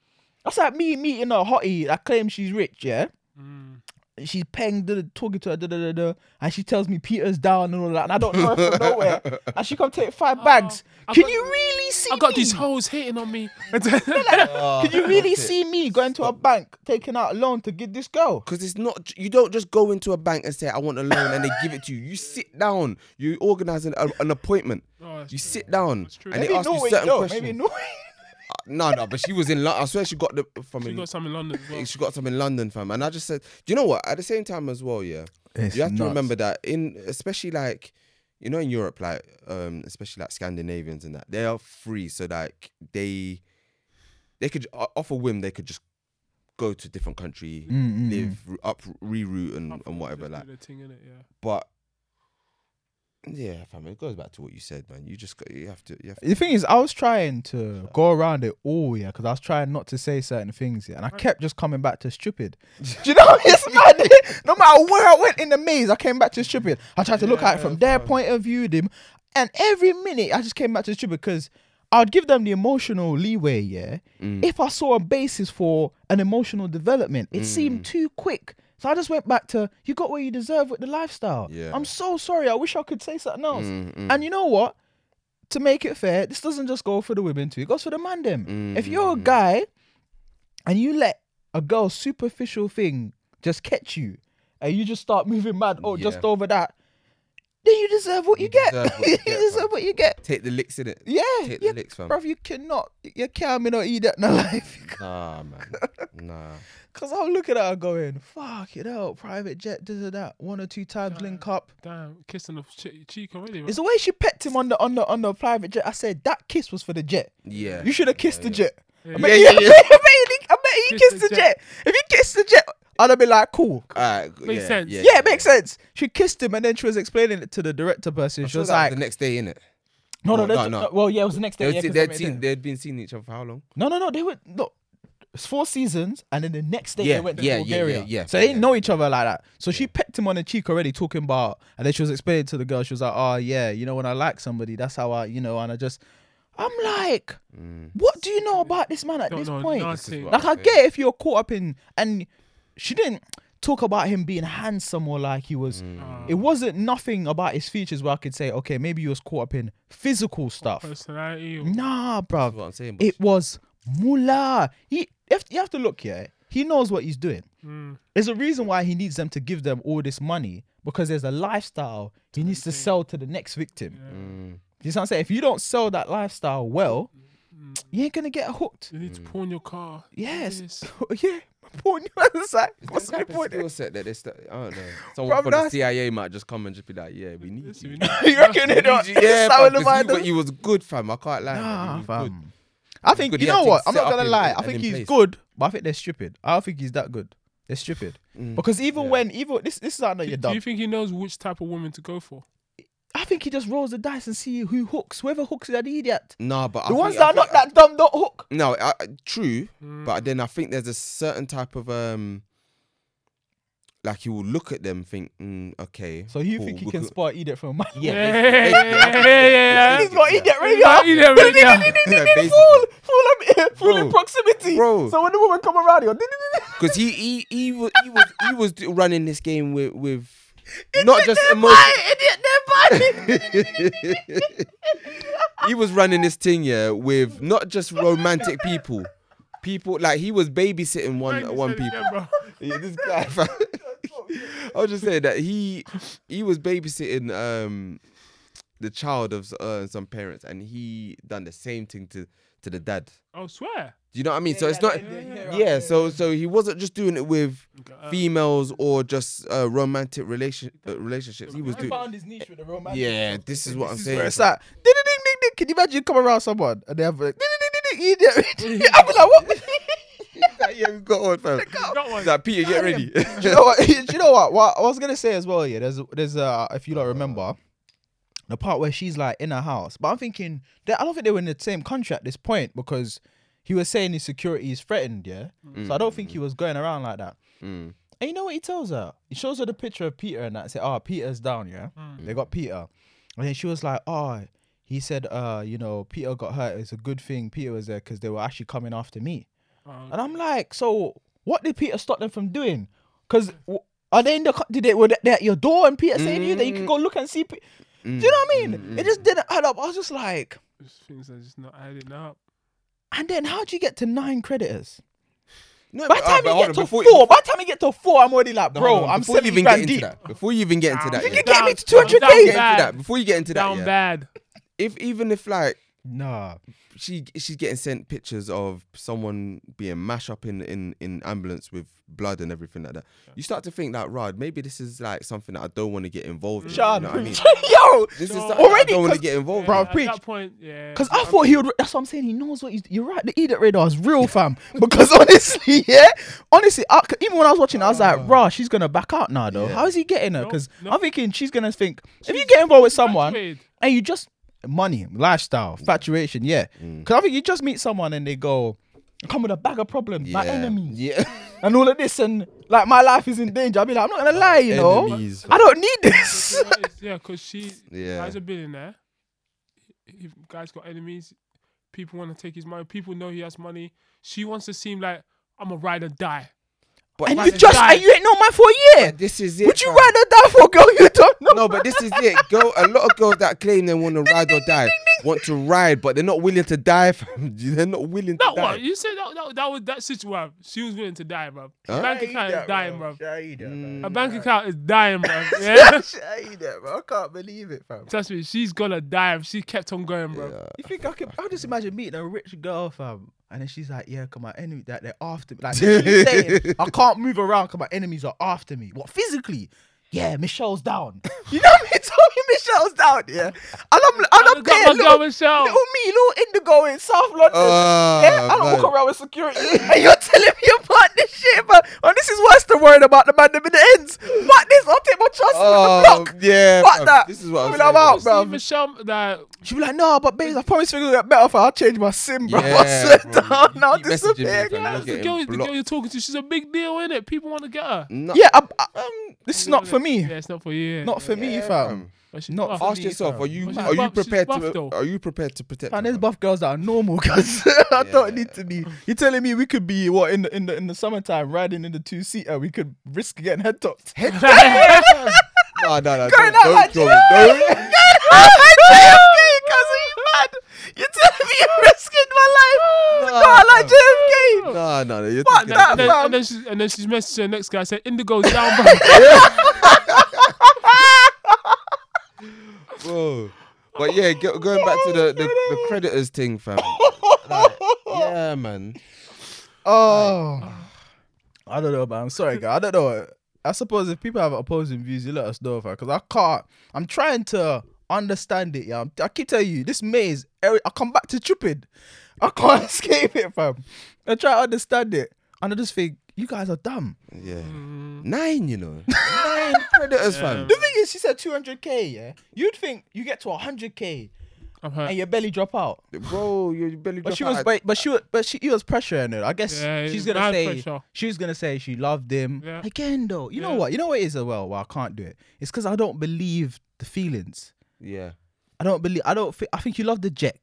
Speaker 3: That's like me meeting a hottie that claims she's rich, yeah.
Speaker 1: Mm.
Speaker 3: She's paying, da- da- talking to her, da, da, da, da, and she tells me Peter's down and all that, and I don't know her from nowhere. And she come take five bags. Can
Speaker 1: Oh, got-
Speaker 3: you really see?
Speaker 1: I got
Speaker 3: me?
Speaker 1: these hoes hitting on me.
Speaker 3: Can you really see me going to a bank taking out a loan to get this girl?
Speaker 4: Because it's not, you don't just go into a bank and say, I want a loan, and they give it to you. You sit down, you organize an, a, an appointment.
Speaker 1: Oh, that's
Speaker 4: you
Speaker 1: true.
Speaker 4: sit down,
Speaker 1: That's true.
Speaker 4: and
Speaker 1: Maybe
Speaker 4: they ask you
Speaker 3: Norway,
Speaker 4: certain
Speaker 3: no,
Speaker 4: questions.
Speaker 3: Maybe Norway.
Speaker 4: No, no, but she was in London. I swear she got the from
Speaker 1: You
Speaker 4: in,
Speaker 1: got some in London as well.
Speaker 4: she got some in London, fam. And I just said, do you know what? At the same time as well, yeah,
Speaker 3: It's
Speaker 4: you have to
Speaker 3: nuts.
Speaker 4: remember that in especially like you know in Europe, like um, especially like Scandinavians and that they are free, so like they they could o- off a whim they could just go to a different country,
Speaker 3: Mm,
Speaker 4: live r- up reroute and, and whatever like.
Speaker 1: Just do the thing, innit? Yeah.
Speaker 4: But yeah, fam, it goes back to what you said, man. You just got, you have to you have to,
Speaker 3: The thing is, I was trying to go around it all, yeah, because I was trying not to say certain things, yeah, and I kept just coming back to stupid. Do you know it's mad? no matter where I went in the maze, I came back to stupid. I tried to look at it from their point of view, them, and every minute I just came back to stupid because I'd give them the emotional leeway, yeah. If I saw a basis for an emotional development, it seemed too quick. So I just went back to you got what you deserve with the lifestyle.
Speaker 4: Yeah.
Speaker 3: I'm so sorry. I wish I could say something else.
Speaker 4: mm,
Speaker 3: And you know what? to make it fair, this doesn't just go for the women too. It goes for the man them.
Speaker 4: Mm.
Speaker 3: If you're a guy and you let a girl's superficial thing just catch you, and you just start moving mad, oh, just
Speaker 4: Yeah.
Speaker 3: over that, then you deserve what you, get.
Speaker 4: deserve what you
Speaker 3: you
Speaker 4: get,
Speaker 3: deserve
Speaker 4: fam.
Speaker 3: what you get.
Speaker 4: mm. take the licks in it.
Speaker 3: Yeah,
Speaker 4: Take the
Speaker 3: yeah,
Speaker 4: licks, fam.
Speaker 3: bruv, you cannot, you can't me not eat that in a life.
Speaker 4: Nah, man, nah.
Speaker 3: Cause I'm looking at her going, fuck it out, private jet, this and that, one or two times link up.
Speaker 1: Damn, kissing the che- cheek already. Man.
Speaker 3: It's the way she pecked him on the on the on the private jet. I said that kiss was for the jet.
Speaker 4: Yeah.
Speaker 3: You should have kissed the jet. I bet
Speaker 4: Yeah,
Speaker 3: you-
Speaker 4: yeah,
Speaker 3: I
Speaker 4: yeah.
Speaker 3: bet you, I bet you
Speaker 1: Kiss
Speaker 3: kissed
Speaker 1: the
Speaker 3: the jet. If you kissed the jet, I'd have been like, cool.
Speaker 4: Alright, g-
Speaker 1: Makes
Speaker 4: yeah,
Speaker 1: sense.
Speaker 4: Yeah,
Speaker 3: Yeah, it makes sense. She kissed him and then she was explaining it to the director person. She
Speaker 4: Sure
Speaker 3: was
Speaker 4: that was
Speaker 3: like,
Speaker 4: the next day, innit?
Speaker 3: no, no,
Speaker 4: no,
Speaker 3: no,
Speaker 4: no.
Speaker 3: Well, yeah, it was the next day.
Speaker 4: They'd,
Speaker 3: yeah,
Speaker 4: se-
Speaker 3: 'cause
Speaker 4: they'd
Speaker 3: they-
Speaker 4: seen they'd been seeing each other for how long?
Speaker 3: No, no, no. They were no. It's four seasons, and then the next day
Speaker 4: Yeah,
Speaker 3: they went to
Speaker 4: yeah, yeah,
Speaker 3: Bulgaria.
Speaker 4: yeah, yeah,
Speaker 3: so they
Speaker 4: yeah.
Speaker 3: didn't know each other like that. So she pecked him on the cheek already, talking about, and then she was explaining to the girl. She was like, "Oh yeah, you know when I like somebody, that's how I, you know." And I just, I'm like,
Speaker 4: Mm.
Speaker 3: what do you know about this man at
Speaker 1: Don't
Speaker 3: this
Speaker 1: know
Speaker 3: point?
Speaker 1: nothing.
Speaker 3: Like I get if you're caught up in, and she didn't talk about him being handsome or like he was.
Speaker 1: Mm.
Speaker 3: It wasn't nothing about his features where I could say, okay, maybe he was caught up in physical stuff.
Speaker 1: Personality. Or,
Speaker 3: Nah, bruv.
Speaker 4: That's what I'm saying, but
Speaker 3: It was Mullah. He, if you have to look here, he knows what he's doing.
Speaker 1: mm.
Speaker 3: There's a reason why he needs them to give them all this money because there's a lifestyle he needs to sell to the next victim. You see what I'm saying? If you don't sell that lifestyle well, you ain't gonna get hooked.
Speaker 1: you need to pawn your car.
Speaker 3: Yes. Oh,
Speaker 1: This.
Speaker 3: yeah. Point. It's like, what's
Speaker 4: Some
Speaker 3: my
Speaker 4: type of
Speaker 3: point?
Speaker 4: skill set that they st- I don't know. Someone
Speaker 3: Bruv,
Speaker 4: from the
Speaker 3: that's-
Speaker 4: CIA might just come and just be like, "Yeah, we need you."
Speaker 3: you reckon they don't?
Speaker 4: yeah,
Speaker 3: sour
Speaker 4: fam,
Speaker 3: the
Speaker 4: 'cause you,
Speaker 3: vibe
Speaker 4: but you was good, fam. I can't lie. man,
Speaker 3: Nah,
Speaker 4: you was good.
Speaker 3: fam. I think
Speaker 4: Good,
Speaker 3: you
Speaker 4: yeah,
Speaker 3: know
Speaker 4: things
Speaker 3: what. I'm
Speaker 4: set
Speaker 3: not
Speaker 4: up
Speaker 3: gonna
Speaker 4: in-
Speaker 3: lie.
Speaker 4: and-
Speaker 3: I
Speaker 4: and
Speaker 3: think
Speaker 4: in
Speaker 3: he's
Speaker 4: place.
Speaker 3: good, but I think they're stupid. I don't think he's that good. They're stupid
Speaker 4: Mm.
Speaker 3: because even when even this this is how I know you're
Speaker 1: Do
Speaker 3: dumb.
Speaker 1: you think he knows which type of woman to go for?
Speaker 3: I think he just rolls the dice and see who hooks. Whoever hooks is an idiot.
Speaker 4: Nah, but I
Speaker 3: The
Speaker 4: think-
Speaker 3: ones
Speaker 4: I
Speaker 3: that are
Speaker 4: think-
Speaker 3: not that dumb don't hook.
Speaker 4: No, I, I- true,
Speaker 1: Hmm.
Speaker 4: but then I think there's a certain type of um, like you will look at them, think, mm, okay.
Speaker 3: So you
Speaker 4: cool,
Speaker 3: think he
Speaker 4: we
Speaker 3: can
Speaker 4: could-
Speaker 3: spot idiot from a man?
Speaker 1: Yeah,
Speaker 3: Yeah.
Speaker 1: yeah, yeah,
Speaker 3: He's
Speaker 1: yeah.
Speaker 3: got idiot radio.
Speaker 1: got idiot
Speaker 3: Ding, ding,
Speaker 1: radio.
Speaker 3: ding, ding, ding,
Speaker 4: Yeah,
Speaker 3: ding,
Speaker 4: basically.
Speaker 3: Fool, fool, I'm- fool in
Speaker 4: Bro.
Speaker 3: proximity.
Speaker 4: Bro.
Speaker 3: So when the woman come around, you're. ding, ding, ding,
Speaker 4: Because he he he was he was he was do- running this game with with not just emotion.
Speaker 3: ding. Idiot, they're funny.
Speaker 4: He was running this thing yeah with not just romantic people, people like he was babysitting
Speaker 1: Thank
Speaker 4: one
Speaker 1: you,
Speaker 4: one
Speaker 1: said it
Speaker 4: people.
Speaker 1: again, bro.
Speaker 4: Yeah, this guy. fam. I was just saying that he he was babysitting um the child of uh, some parents, and he done the same thing to to the dad.
Speaker 1: I swear.
Speaker 4: Do you know what I mean? so it's not.
Speaker 1: yeah,
Speaker 4: Yeah, so so he wasn't just doing it with
Speaker 1: Uh,
Speaker 4: females or just uh, romantic relation uh, relationships. He was doing.
Speaker 3: his niche with the romantic.
Speaker 4: Yeah, this is what I'm saying.
Speaker 3: Where it's like, ding, ding, ding, ding, ding. Can you imagine you come around someone and they have like, ding, ding, ding, ding, ding, idiot. I'll be like, what?
Speaker 4: yeah, we got on, fam.
Speaker 1: got one.
Speaker 4: Like, Peter, get ready.
Speaker 3: do you know what? do you know what? What I was gonna say as well. Yeah, there's there's uh, if you don't remember, the part where she's like in her house. But I'm thinking, that I don't think they were in the same country at this point because he was saying his security is threatened. Yeah, so I don't think he was going around like that.
Speaker 4: Mm.
Speaker 3: And you know what he tells her? He shows her the picture of Peter and that. Say, oh, Peter's down. Yeah,
Speaker 4: Hmm.
Speaker 3: they got Peter, and then she was like, oh. He said, uh, you know, Peter got hurt. It's a good thing Peter was there because they were actually coming after me.
Speaker 1: Oh,
Speaker 3: And I'm like, so what did Peter stop them from doing? Because are they in the co- did they were they at your door and Peter saying to you that you can go look and see? Pe- Do you know what I mean?
Speaker 4: Mm,
Speaker 3: It just didn't add up. I was just like,
Speaker 1: those things are just not adding up.
Speaker 3: and then how do you get to nine creditors?
Speaker 4: No,
Speaker 3: By the
Speaker 4: Uh, but-
Speaker 3: time
Speaker 4: but
Speaker 3: you
Speaker 4: hold
Speaker 3: get
Speaker 4: on,
Speaker 3: to
Speaker 4: before
Speaker 3: four,
Speaker 4: you-
Speaker 3: by the time you get to four, I'm already like,
Speaker 4: No,
Speaker 3: bro,
Speaker 4: hold on,
Speaker 3: I'm
Speaker 4: before you
Speaker 3: seventy
Speaker 4: even
Speaker 3: grand
Speaker 4: get into
Speaker 3: deep.
Speaker 4: that, before you even get into that,
Speaker 1: Down,
Speaker 4: yeah,
Speaker 3: You get me to
Speaker 1: down,
Speaker 3: 200K?
Speaker 1: down
Speaker 4: get into
Speaker 1: bad.
Speaker 4: that, before you get into that,
Speaker 1: Down
Speaker 4: yeah,
Speaker 1: bad.
Speaker 4: if even if like
Speaker 3: Nah,
Speaker 4: she she's getting sent pictures of someone being mashed up in in in ambulance with blood and everything like that, you start to think that Rod, maybe this is like something that I don't want to get involved in.
Speaker 3: Sean,
Speaker 4: you know what I mean?
Speaker 3: yo,
Speaker 4: This is
Speaker 1: Sean.
Speaker 4: something that I
Speaker 3: Already,
Speaker 4: don't want to
Speaker 3: 'cause-
Speaker 4: get involved.
Speaker 3: Bro,
Speaker 4: in.
Speaker 1: At
Speaker 3: preach.
Speaker 1: that point, yeah.
Speaker 3: Because I thought he would. That's what I'm saying. He knows what he's. You're right. The idiot radar's real, fam. Because honestly, yeah, honestly, I, c- even when I was watching, I was
Speaker 4: Ah.
Speaker 3: like, "Rah, she's gonna back out now, though. How is he getting her?
Speaker 1: No,
Speaker 3: Because
Speaker 1: no.
Speaker 3: I'm thinking she's gonna think if you get involved with someone
Speaker 1: infatuated.
Speaker 3: and you just money, lifestyle,
Speaker 4: Mm.
Speaker 3: infatuation, yeah. Because I think you just meet someone and they go, "Come with a bag of problems, my
Speaker 4: Yeah.
Speaker 3: enemy,
Speaker 4: Yeah.
Speaker 3: and all of this, and like my life is in danger." I'll be like, "I'm not gonna lie, you know,
Speaker 4: Enemies,
Speaker 3: I don't need
Speaker 1: You
Speaker 3: this."
Speaker 1: know what it is? yeah, because she
Speaker 4: Yeah.
Speaker 1: guy's a billionaire. He- he- guy's got enemies. People want to take his money. People know he has money. She wants to seem like I'm a ride or die.
Speaker 4: But
Speaker 3: and
Speaker 4: man,
Speaker 3: you just
Speaker 1: guy-
Speaker 3: and you ain't known my for a year.
Speaker 4: this is it.
Speaker 3: Would you
Speaker 4: fam.
Speaker 3: rather die for a girl you don't know?
Speaker 4: No, but this is it. Girl, a lot of girls that claim they want to ride or die want to ride, but they're not willing to die. Fam. They're not willing to
Speaker 1: That
Speaker 4: die.
Speaker 1: what you said that that, that was that situation. She was willing to die, bro.
Speaker 4: Huh?
Speaker 1: Bank account is dying, bro.
Speaker 3: Mm.
Speaker 1: Her bank account is dying, bro. Yeah?
Speaker 3: I can't believe it, fam.
Speaker 1: Trust me, she's gonna die if she kept on going, bro.
Speaker 3: You think I could? I just imagine meeting a rich girl, fam, and then she's like, "Yeah, come my enemy that they're after me." Like she's saying, "I can't move around because my enemies are after me." What physically? Yeah, Michelle's down. You know what I mean? Tell me Michelle's down, yeah. And I'm, and
Speaker 1: I
Speaker 3: I'm
Speaker 1: got my
Speaker 3: there,
Speaker 1: girl
Speaker 3: little,
Speaker 1: Michelle.
Speaker 3: little me, little indigo in South London.
Speaker 4: Ah,
Speaker 3: yeah, I don't
Speaker 4: man.
Speaker 3: walk around with security. and Uh, you're telling me about this shit, man. And this is worse than worrying about the man them in the ends. Fuck this, I'll take my chances on
Speaker 4: Oh,
Speaker 3: the block.
Speaker 4: yeah.
Speaker 3: Fuck
Speaker 4: fam.
Speaker 3: that.
Speaker 4: This is what
Speaker 3: I
Speaker 4: I'm
Speaker 3: mean,
Speaker 4: saying.
Speaker 3: I'm out,
Speaker 1: See,
Speaker 3: bro.
Speaker 1: Michelle, like,
Speaker 3: She'd be like, no, but babes, I promise we're gonna get better for I'll change my sim, bro.
Speaker 4: Yeah,
Speaker 3: I'll sit
Speaker 4: bro.
Speaker 3: down,
Speaker 4: You
Speaker 3: I'll
Speaker 4: keep messaging me,
Speaker 3: disappear.
Speaker 4: fam.
Speaker 3: guys."
Speaker 4: You're
Speaker 1: the
Speaker 4: getting
Speaker 1: girl, the
Speaker 4: blocked.
Speaker 1: girl you're talking to, she's a big deal, in it? People want to get her.
Speaker 4: No.
Speaker 3: Yeah, I, I- this is not for
Speaker 1: Yeah,
Speaker 3: me.
Speaker 1: it's not for you. yeah.
Speaker 3: Not for me,
Speaker 4: Yeah,
Speaker 3: fam.
Speaker 4: fam.
Speaker 1: But she's
Speaker 3: not
Speaker 1: buff.
Speaker 3: for
Speaker 4: Ask yourself: Are you
Speaker 1: She's
Speaker 4: are you
Speaker 1: buff- she's
Speaker 4: prepared
Speaker 1: buff though.
Speaker 4: to are you prepared to protect?
Speaker 3: And
Speaker 4: her,
Speaker 3: there's
Speaker 4: fam?
Speaker 3: buff girls that are normal, cause I don't need to be. You're telling me we could be what in the in the in the summertime riding in the two seater, we could risk getting head topped. Head
Speaker 4: No, no, no.
Speaker 3: Going
Speaker 4: Don't,
Speaker 3: out like
Speaker 4: don't, do don't.
Speaker 3: JFK, you mad. You're telling me you're risking my life to go out like JFK.
Speaker 4: No, no, no. You're
Speaker 3: Fuck
Speaker 4: thinking-
Speaker 3: that.
Speaker 1: and then,
Speaker 3: fam.
Speaker 1: and then she's and then she's messaging the next guy said Indigo down bro.
Speaker 4: Whoa. But yeah, go, going back to the, the, the creditors thing, fam. Like, yeah, man.
Speaker 3: Oh, I don't know, man. I'm sorry, guy. I don't know. I suppose if people have opposing views, you let us know, because I can't. I'm trying to understand it, yeah. I'm- I keep telling you, this maze. every- I come back to stupid. I can't escape it, fam. I try to understand it, and I just think you guys are dumb.
Speaker 4: Yeah.
Speaker 1: Mm,
Speaker 4: Nine, you know. Nine creditors, fam.
Speaker 3: The thing is, she said 200k. Yeah, you'd think you get to 100k
Speaker 1: I'm
Speaker 3: and
Speaker 1: hurt.
Speaker 3: your belly drop out.
Speaker 4: Bro, you barely
Speaker 3: But
Speaker 4: drop
Speaker 3: she was,
Speaker 4: out.
Speaker 3: but, but she, was, but she, he was pressuring her. I guess
Speaker 1: Yeah,
Speaker 3: she's
Speaker 1: it was
Speaker 3: gonna
Speaker 1: mad
Speaker 3: say
Speaker 1: pressure.
Speaker 3: she's gonna say she loved him
Speaker 1: Yeah.
Speaker 3: again, though. You know
Speaker 1: Yeah.
Speaker 3: what? You know what it is as well. Why I can't do it? It's because I don't believe the feelings.
Speaker 4: Yeah.
Speaker 3: I don't believe. I don't. thi- I think you love the jet.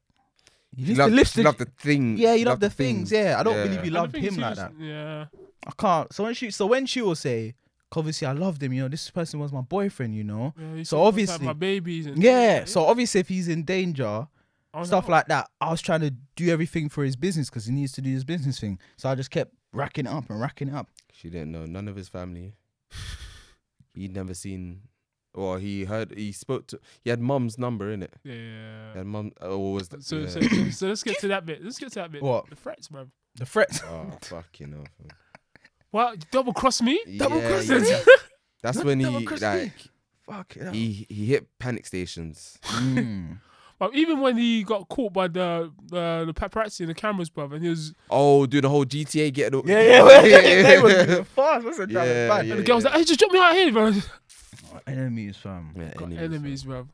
Speaker 3: You
Speaker 4: You
Speaker 3: just
Speaker 4: love,
Speaker 3: lift
Speaker 4: you
Speaker 3: the-
Speaker 4: love the thing.
Speaker 3: yeah, you love the things. Yeah, I don't
Speaker 4: Yeah.
Speaker 3: believe you
Speaker 4: And
Speaker 1: And the
Speaker 3: loved
Speaker 1: thing is,
Speaker 3: him
Speaker 1: he
Speaker 3: like
Speaker 1: was-
Speaker 3: that.
Speaker 1: Yeah.
Speaker 3: I can't. So when she, so when she will say, obviously I loved him. You know, this person was my boyfriend. You know,
Speaker 1: Yeah, he said,
Speaker 3: so
Speaker 1: "Don't
Speaker 3: obviously,
Speaker 1: have my babies and
Speaker 3: yeah. So obviously, if he's in danger,
Speaker 1: I was
Speaker 3: stuff
Speaker 1: like,
Speaker 3: like that. I was trying to do everything for his business because he needs to do his business thing. So I just kept racking it up and racking it up.
Speaker 4: She didn't know none of his family. He'd never seen Or he heard he spoke to he had mum's number in it.
Speaker 1: Yeah.
Speaker 4: He had mum or was that?
Speaker 1: So,
Speaker 4: yeah.
Speaker 1: so, so, so let's get to that bit. Let's get to that bit.
Speaker 3: What?
Speaker 1: The threats, man.
Speaker 3: The threats.
Speaker 4: oh fucking hell. fam.
Speaker 1: Well, double cross me?
Speaker 3: Double
Speaker 4: Yeah,
Speaker 3: cross
Speaker 4: yeah,
Speaker 3: me?
Speaker 4: yeah. That's
Speaker 3: Not
Speaker 4: when
Speaker 3: double
Speaker 4: he
Speaker 3: cross me.
Speaker 4: like
Speaker 3: Fuck it.
Speaker 4: he he hit panic stations.
Speaker 3: Mm.
Speaker 1: Well, even when he got caught by the uh, the paparazzi and the cameras, bruv, and he was
Speaker 4: Oh, do the whole GTA get
Speaker 3: Yeah, yeah, they was fast. Wasn't
Speaker 4: Yeah,
Speaker 3: that bad?
Speaker 1: and the
Speaker 4: yeah,
Speaker 1: girl was like, "Hey, just drop me out here, bro."
Speaker 3: Enemies, fam.
Speaker 4: Yeah,
Speaker 1: Got
Speaker 4: enemies,
Speaker 1: enemies, bruv.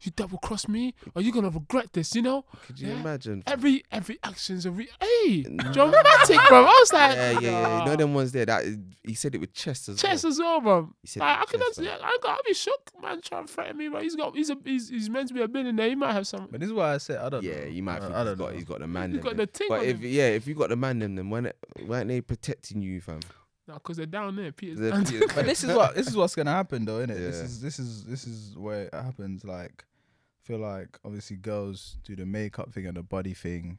Speaker 1: You double cross me, or you gonna regret this, you know?
Speaker 4: fam. Could you
Speaker 1: Yeah.
Speaker 4: imagine? fam?
Speaker 1: Every every action's a re- hey, dramatic, bruv. I was like,
Speaker 4: yeah, yeah, yeah. You
Speaker 1: nah.
Speaker 4: know them ones there that he said it with chest as
Speaker 1: Ah. Chess
Speaker 4: well.
Speaker 1: as well, bro.
Speaker 4: He said
Speaker 1: Like, I can
Speaker 4: chest,
Speaker 1: yeah, I got, I'll be shook, man. Trying to threaten me, bro. He's got, he's a, he's, he's meant to be a millionaire. He might have something.
Speaker 3: But this is why I said I don't know.
Speaker 4: Yeah, you might
Speaker 3: I,
Speaker 4: think
Speaker 3: I
Speaker 4: he's
Speaker 3: don't
Speaker 4: got
Speaker 3: know.
Speaker 4: he's got the man.
Speaker 1: He's
Speaker 4: them
Speaker 1: got
Speaker 4: there.
Speaker 1: the thing
Speaker 4: But
Speaker 1: on
Speaker 4: if
Speaker 1: him.
Speaker 4: yeah, if you got the man them, then when weren't they protecting you, fam?
Speaker 1: No, because they're down there. Peter's
Speaker 4: The-
Speaker 1: down there.
Speaker 3: But this is what this is what's gonna happen though, innit? This
Speaker 4: Yeah.
Speaker 3: is this is this is where it happens. Like, I feel like obviously girls do the makeup thing and the body thing.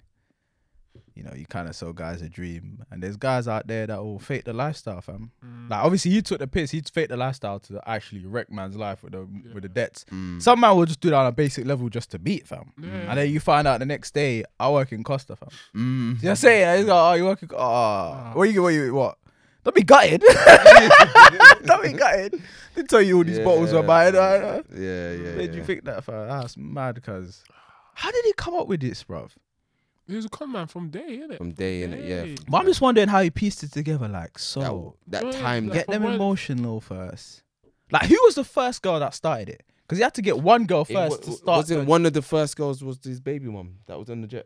Speaker 3: You know, you kind of sell guys a dream, and there's guys out there that will fake the lifestyle, fam. Mm. Like, obviously, he took the piss. He faked the lifestyle to actually wreck man's life with the with the debts. Some man will just do that on a basic level just to beat, fam. And then you find out the next day, I work in Costa, fam.
Speaker 4: Mm. Ah.
Speaker 3: You know what I'm saying? He's like, oh, you working? Oh, what you, what you, what? Don't be gutted. Don't be gutted. They tell you all these bottles were mine. I know.
Speaker 4: Yeah, yeah.
Speaker 3: Made you
Speaker 4: yeah.
Speaker 3: think that, fam? That's mad, cuz. How did he come up with this, bruv?
Speaker 1: He was a con man from day, innit?
Speaker 4: From day in it, yeah.
Speaker 1: Hey.
Speaker 3: But I'm just wondering how he pieced it together, like,
Speaker 4: That,
Speaker 3: so.
Speaker 4: that
Speaker 1: Yeah,
Speaker 4: time,
Speaker 1: like-
Speaker 4: that,
Speaker 3: Get them
Speaker 1: From where-
Speaker 3: emotional first. Like, who was the first girl that started it? Because he had to get one girl first to start.
Speaker 4: wasn't
Speaker 3: the-
Speaker 4: one of the first girls was his baby mom that was on the jet.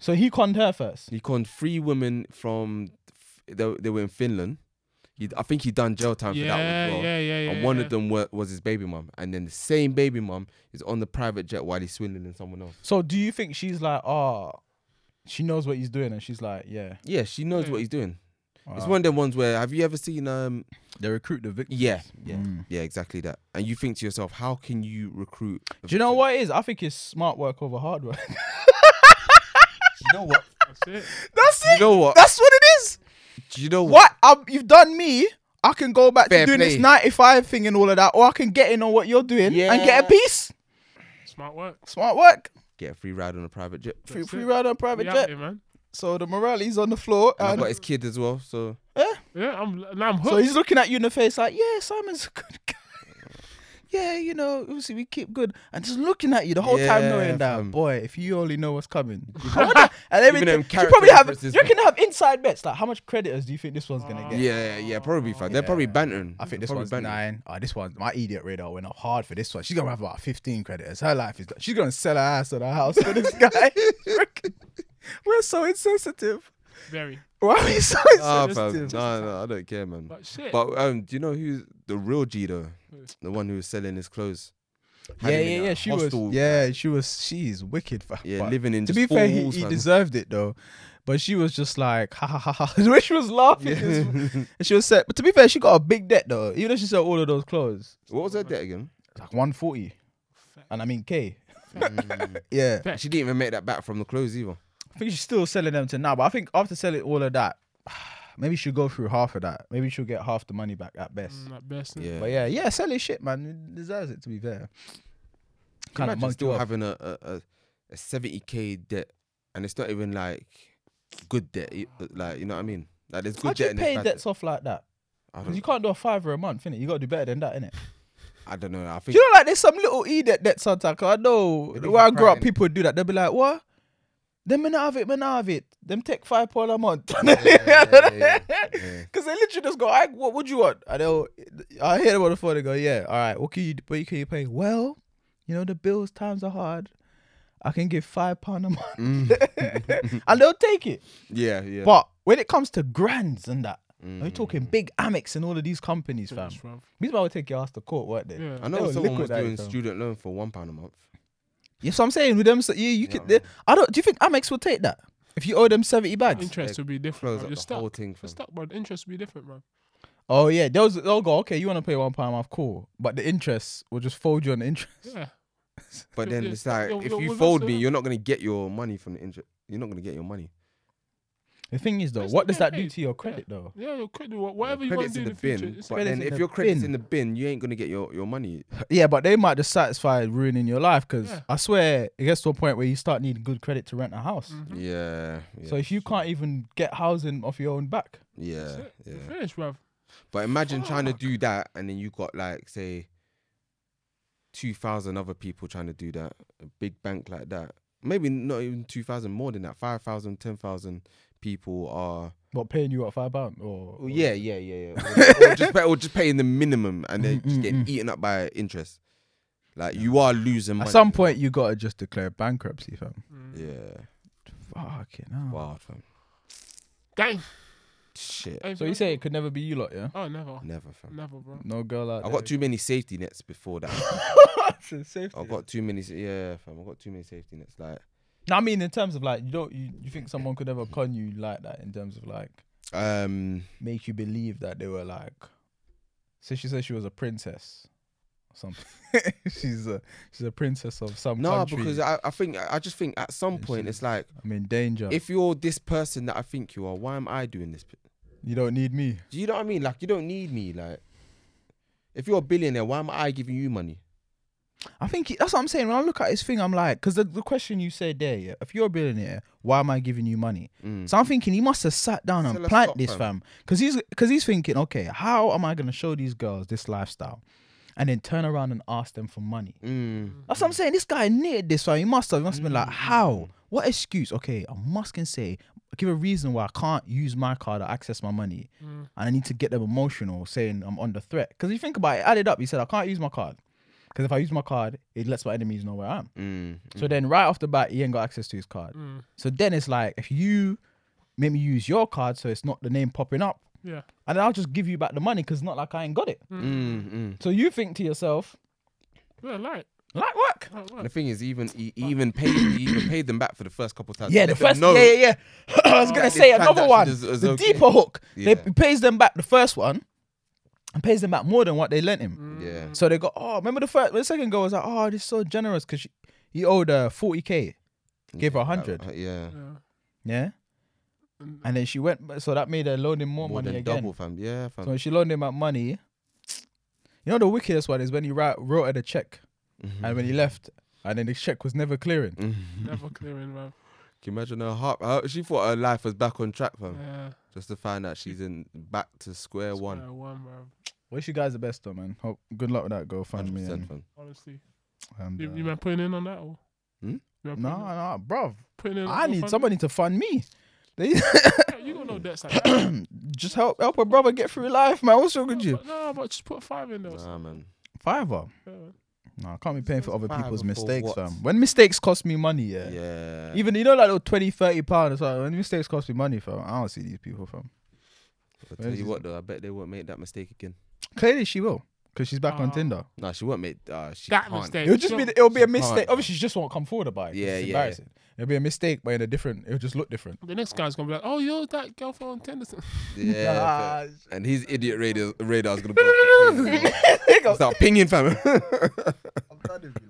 Speaker 3: so he conned her first.
Speaker 4: He conned three women from f- they, they were in Finland. He, I think he done jail time for that
Speaker 1: Yeah,
Speaker 4: one as well.
Speaker 1: yeah, yeah, yeah.
Speaker 4: and one
Speaker 1: yeah.
Speaker 4: of them were, was his baby mom, and then the same baby mom is on the private jet while he's swindling someone else.
Speaker 3: So do you think she's like, oh, she knows what he's doing and she's like, yeah.
Speaker 4: Yeah, she knows
Speaker 1: Yeah.
Speaker 4: what he's doing. It's
Speaker 3: Wow.
Speaker 4: one of them ones where have you ever seen um
Speaker 3: They recruit the victims.
Speaker 4: yeah yeah
Speaker 3: Mm.
Speaker 4: yeah exactly that, and you think to yourself, how can you recruit? a
Speaker 3: Do you know
Speaker 4: victim?
Speaker 3: what it is? I think it's smart work over hard work.
Speaker 4: You know what?
Speaker 1: That's it.
Speaker 3: That's
Speaker 4: You know what?
Speaker 3: That's what it is.
Speaker 4: Do you know what?
Speaker 3: What i you've done me, I can go back
Speaker 4: Fair
Speaker 3: to doing this
Speaker 4: play.
Speaker 3: 95 thing and all of that, or I can get in on what you're doing and get a
Speaker 4: Yeah.
Speaker 3: piece.
Speaker 1: Smart work.
Speaker 3: Smart work.
Speaker 4: Get a free ride on a private jet.
Speaker 3: Free,
Speaker 1: That's
Speaker 3: free
Speaker 1: it.
Speaker 3: ride on private
Speaker 1: Yeah,
Speaker 3: jet.
Speaker 1: man.
Speaker 3: So the morality's on the floor,
Speaker 4: And I've
Speaker 3: and
Speaker 4: got his kid as well, so
Speaker 1: Yeah, I'm now I'm
Speaker 3: so
Speaker 1: hooked.
Speaker 3: he's looking at you in the face like, "Yeah, Simon's a good guy. yeah, you know, obviously we keep good." And just looking at you the whole time,
Speaker 4: Yeah,
Speaker 3: knowing that,
Speaker 4: fam.
Speaker 3: boy, if you only know what's coming, I wonder- and everything.
Speaker 4: them
Speaker 3: You
Speaker 4: character
Speaker 3: probably have.
Speaker 4: references,
Speaker 3: You can have inside bets like, how much creditors do you think this one's gonna get?
Speaker 4: yeah, yeah, probably fine. They're
Speaker 3: Yeah.
Speaker 4: probably bantering.
Speaker 3: I think
Speaker 4: They're
Speaker 3: this
Speaker 4: probably
Speaker 3: one's nine. Oh, this one, my idiot radar went up hard for this one. She's gonna have about 15 creditors. Her life is. She's gonna sell her ass on her house for this guy. We're so insensitive.
Speaker 1: Very.
Speaker 3: Why are we so
Speaker 4: Ah,
Speaker 3: insensitive?
Speaker 4: fam, no, no, I don't care, man.
Speaker 1: But shit.
Speaker 4: But um, do you know who's the real G though? The one who was selling his clothes. Had
Speaker 3: yeah,
Speaker 4: him in
Speaker 3: yeah,
Speaker 4: a
Speaker 3: yeah. She
Speaker 4: hostel,
Speaker 3: was. Yeah, she was. She's wicked. Fam.
Speaker 4: Yeah,
Speaker 3: But
Speaker 4: living in
Speaker 3: To
Speaker 4: just
Speaker 3: be
Speaker 4: four
Speaker 3: fair, he,
Speaker 4: walls,
Speaker 3: he
Speaker 4: fam.
Speaker 3: deserved it though. But she was just like, ha ha ha ha. The way she was laughing, is- and she was set. But to be fair, she got a big debt though. Even though she sold all of those clothes,
Speaker 4: What was that debt again?
Speaker 3: like 140, and I mean K. yeah,
Speaker 4: She didn't even make that back from the clothes either.
Speaker 3: I think she's still selling them to now. But I think after selling all of that, maybe she'll go through half of that. Maybe she'll get half the money back at best.
Speaker 1: Mm, At best. innit?
Speaker 4: Yeah.
Speaker 3: But yeah, yeah, sell his shit, man. It deserves it to be fair. Kind of
Speaker 4: Imagine
Speaker 3: monkey
Speaker 4: still
Speaker 3: off.
Speaker 4: having a a, a a 70k debt, and it's not even like good debt. you- uh, Like you know what I mean? Like there's
Speaker 3: How
Speaker 4: good debt
Speaker 3: do you
Speaker 4: and there's
Speaker 3: pay
Speaker 4: bad
Speaker 3: debts off like that?
Speaker 4: I
Speaker 3: Because you
Speaker 4: don't,
Speaker 3: can't do a fiver a month, innit? You gotta do better than that, innit?
Speaker 4: I don't know. I think
Speaker 3: Do you know like there's some little e debt that sometimes 'cause I know
Speaker 4: They be
Speaker 3: where I grew up,
Speaker 4: crying.
Speaker 3: people do that. They'll be like, What? Them men not have it, men not have it. Them take five pound a month. Because
Speaker 4: yeah.
Speaker 3: they literally just go, I, what would you want? I know I hear them on the phone, they go, Yeah, all right, what can you what can you pay? Well, you know, the bills times are hard. I can give five pound a month. and they'll take it.
Speaker 4: Mm. yeah, yeah. Mm.
Speaker 3: But when it comes to grands and that, are you talking big Amex and all of these companies, fam?
Speaker 1: That's rough.
Speaker 3: These man will take your ass to court, weren't they?
Speaker 1: Yeah.
Speaker 4: I
Speaker 3: they
Speaker 4: know
Speaker 3: were
Speaker 4: someone was
Speaker 3: liquidated,
Speaker 4: doing
Speaker 3: fam.
Speaker 4: student loan for one pound a month.
Speaker 3: Yeah, so I'm saying with them, so you, you could. They, I don't. Do you think Amex will take that if you owe them seventy bags?
Speaker 1: Interest
Speaker 4: Yeah,
Speaker 1: will be different. Bro.
Speaker 4: Close up
Speaker 1: You're
Speaker 4: the
Speaker 1: stuck.
Speaker 4: whole
Speaker 1: You're
Speaker 4: thing. Fam.
Speaker 1: stuck, bro. The interest will be different, bro.
Speaker 3: Oh yeah, they'll they'll go. Okay, you want to pay one pound a month, cool. But the interest will just fold you on the interest.
Speaker 1: Yeah.
Speaker 4: But then
Speaker 1: Yeah,
Speaker 4: it's like
Speaker 1: yeah,
Speaker 4: if
Speaker 1: yeah,
Speaker 4: you
Speaker 1: with us,
Speaker 4: fold me,
Speaker 1: yeah.
Speaker 4: you're not gonna get your money from the interest. You're not gonna get your money.
Speaker 3: The thing is though,
Speaker 1: They
Speaker 3: what
Speaker 1: still
Speaker 3: does that
Speaker 1: get
Speaker 3: do
Speaker 1: paid.
Speaker 3: to your credit though?
Speaker 1: Yeah, your credit, wha- whatever you want to
Speaker 4: credits
Speaker 1: do
Speaker 4: in
Speaker 1: in
Speaker 4: the
Speaker 1: the future.
Speaker 4: bin,
Speaker 1: it's-
Speaker 4: but
Speaker 3: credits
Speaker 4: then
Speaker 3: in
Speaker 4: if
Speaker 3: the
Speaker 4: your credits
Speaker 3: bin.
Speaker 4: in the bin, you ain't gonna get your, your money.
Speaker 3: Yeah, but they might just satisfy ruining your life because
Speaker 1: Yeah.
Speaker 3: I swear it gets to a point where you start needing good credit to rent a house.
Speaker 1: Mm. Mm-hmm.
Speaker 4: Yeah, yeah,
Speaker 3: So if you can't even get housing off your own back,
Speaker 4: yeah,
Speaker 1: it.
Speaker 4: yeah.
Speaker 1: you're finished, bruv.
Speaker 4: But imagine trying to do that, and then you got like say two thousand other people trying to do that. A big bank like that, maybe not even two thousand, more than that, 5,000, 10,000 people are.
Speaker 3: what paying you at five pound or,
Speaker 4: Oh
Speaker 3: or-
Speaker 4: yeah, yeah, yeah, Mm-hmm. yeah. Or, or just pay, or just paying the minimum, and then just getting eaten up by interest. Like you are losing
Speaker 3: At
Speaker 4: money.
Speaker 3: some point you gotta just declare bankruptcy, fam.
Speaker 1: Mm.
Speaker 4: yeah,
Speaker 3: Fucking hell.
Speaker 4: wild fam.
Speaker 1: Dang.
Speaker 4: Shit,
Speaker 1: Hey,
Speaker 3: So you
Speaker 1: bruv.
Speaker 3: say it could never be you lot, yeah?
Speaker 1: Oh, never.
Speaker 4: never fam.
Speaker 1: Never, bro.
Speaker 3: No girl out
Speaker 4: I
Speaker 3: there.
Speaker 4: got too many safety nets before that.
Speaker 3: too safety.
Speaker 4: I got too many. sa- Yeah, fam. I got too many safety nets. Like,
Speaker 3: No, I mean in terms of like you don't you, you think someone could ever con you like that in terms of like
Speaker 4: um,
Speaker 3: make you believe that they were like so she said she was a princess or something. she's a she's a princess of some
Speaker 4: no,
Speaker 3: country.
Speaker 4: because I, I think I just think at some
Speaker 3: Yeah,
Speaker 4: point
Speaker 3: she's-
Speaker 4: it's like
Speaker 3: I'm in danger.
Speaker 4: if you're this person that I think you are, why am I doing this?
Speaker 3: you don't need me.
Speaker 4: Do you know what I mean? Like, you don't need me. Like, if you're a billionaire, why am I giving you money?
Speaker 3: I think he- that's what I'm saying. When I look at his thing, I'm like, because the, the question you said there, yeah, if you're a billionaire, why am I giving you money? So I'm thinking he must have sat down and
Speaker 4: Still Mm. a
Speaker 3: planned
Speaker 4: stop,
Speaker 3: this,
Speaker 4: fam.
Speaker 3: fam. Because he's because he's thinking, okay, how am I gonna show these girls this lifestyle, and then turn around and ask them for money?
Speaker 4: Mm.
Speaker 3: That's what I'm saying. This guy knitted this, fam. He must have. He must have been like, how? What excuse? Okay, I must can say give a reason why I can't use my car to access my money,
Speaker 1: Mm,
Speaker 3: and I need to get them emotional, saying I'm under threat. Because you think about it, added up, he said I can't use my card. Because if I use my card, it lets my enemies know where I am.
Speaker 4: Mm.
Speaker 3: So then, right off the bat, he ain't got access to his card.
Speaker 1: mm.
Speaker 3: So then it's like, if you make me use your card, so it's not the name popping up,
Speaker 1: Yeah.
Speaker 3: and then I'll just give you back the money because not like I ain't got it.
Speaker 4: Mm. Mm.
Speaker 3: So you think to yourself,
Speaker 1: Yeah, like.
Speaker 3: like work.
Speaker 1: like,
Speaker 4: And
Speaker 1: like.
Speaker 4: the thing is, even he, he even paid he even paid them back for the first couple times.
Speaker 3: Yeah,
Speaker 4: They
Speaker 3: the
Speaker 4: don't
Speaker 3: first.
Speaker 4: know. Oh,
Speaker 3: Yeah, yeah, yeah. I was gonna
Speaker 4: This
Speaker 3: say another
Speaker 4: transaction
Speaker 3: one.
Speaker 4: is- is
Speaker 3: the
Speaker 4: okay.
Speaker 3: deeper hook. They
Speaker 4: Yeah.
Speaker 3: he pays them back the first one, and pays them back more than what they lent him.
Speaker 4: Yeah.
Speaker 1: Mm,
Speaker 3: So they go, oh, remember the first, the second girl was like, oh, this is so generous because he owed her forty k, gave her her hundred,
Speaker 4: Uh, yeah.
Speaker 1: Yeah.
Speaker 3: yeah.
Speaker 1: Mm.
Speaker 3: And then she went, so that made her loan him more,
Speaker 4: More
Speaker 3: money
Speaker 4: than
Speaker 3: again.
Speaker 4: double, fam. Yeah, fam.
Speaker 3: So when she loaned him out money, you know the wickedest one is when he write, wrote her the check, and when he
Speaker 4: Mm-hmm.
Speaker 3: left, and then the check was never clearing.
Speaker 1: Never clearing, bro.
Speaker 4: Can Mm-hmm. you imagine her heart? her- she thought her life was back on track, fam.
Speaker 1: Yeah.
Speaker 4: Just to find out she's in back to square, one.
Speaker 1: Yeah, one, bro.
Speaker 3: Wish you guys the best though, man. Hope good luck with that
Speaker 4: Hundred
Speaker 3: GoFundMe.
Speaker 4: percent,
Speaker 3: And,
Speaker 4: fam.
Speaker 1: Honestly.
Speaker 3: and,
Speaker 1: You,
Speaker 3: uh,
Speaker 1: you man putting in on that or?
Speaker 4: Hmm?
Speaker 1: You man putting in-
Speaker 3: no, no, bruv.
Speaker 1: Putting in
Speaker 3: I
Speaker 1: on
Speaker 3: need
Speaker 1: fund-
Speaker 3: somebody to fund me. They
Speaker 1: Yeah, You got no debts like that.
Speaker 3: just help help a brother get through life, man. What's wrong with you?
Speaker 1: But no, but just put five in there. or
Speaker 4: Nah, man.
Speaker 3: Fiver.
Speaker 1: something.
Speaker 3: No, I can't be paying for other
Speaker 4: Fiver
Speaker 3: people's
Speaker 4: for
Speaker 3: mistakes,
Speaker 4: what?
Speaker 3: fam. When mistakes cost me money, yeah.
Speaker 4: Yeah.
Speaker 3: Even you know like little 20, 30 pounds. Like, when mistakes cost me money, fam. I don't see these people, fam.
Speaker 4: I'll tell
Speaker 3: Where's
Speaker 4: you
Speaker 3: his-
Speaker 4: what though, I bet they won't make that mistake again.
Speaker 3: Clearly she will. Because she's back on
Speaker 1: Oh.
Speaker 3: Tinder.
Speaker 4: Nah, she won't make uh, she
Speaker 1: That
Speaker 4: can't.
Speaker 1: mistake.
Speaker 3: It'll just be
Speaker 1: Sure.
Speaker 3: it'll be a
Speaker 4: She
Speaker 3: mistake.
Speaker 4: can't.
Speaker 3: Obviously, she just won't come forward about it. 'cause
Speaker 4: Yeah,
Speaker 3: it's
Speaker 4: yeah, yeah.
Speaker 3: embarrassing. It'll be a mistake, but in a different it'll just look different.
Speaker 1: The next guy's gonna be like, "Oh, you're that girl from Tenderson."
Speaker 4: Yeah.
Speaker 3: Ah,
Speaker 4: fair. and his idiot radar radar's gonna be start pinging, fam.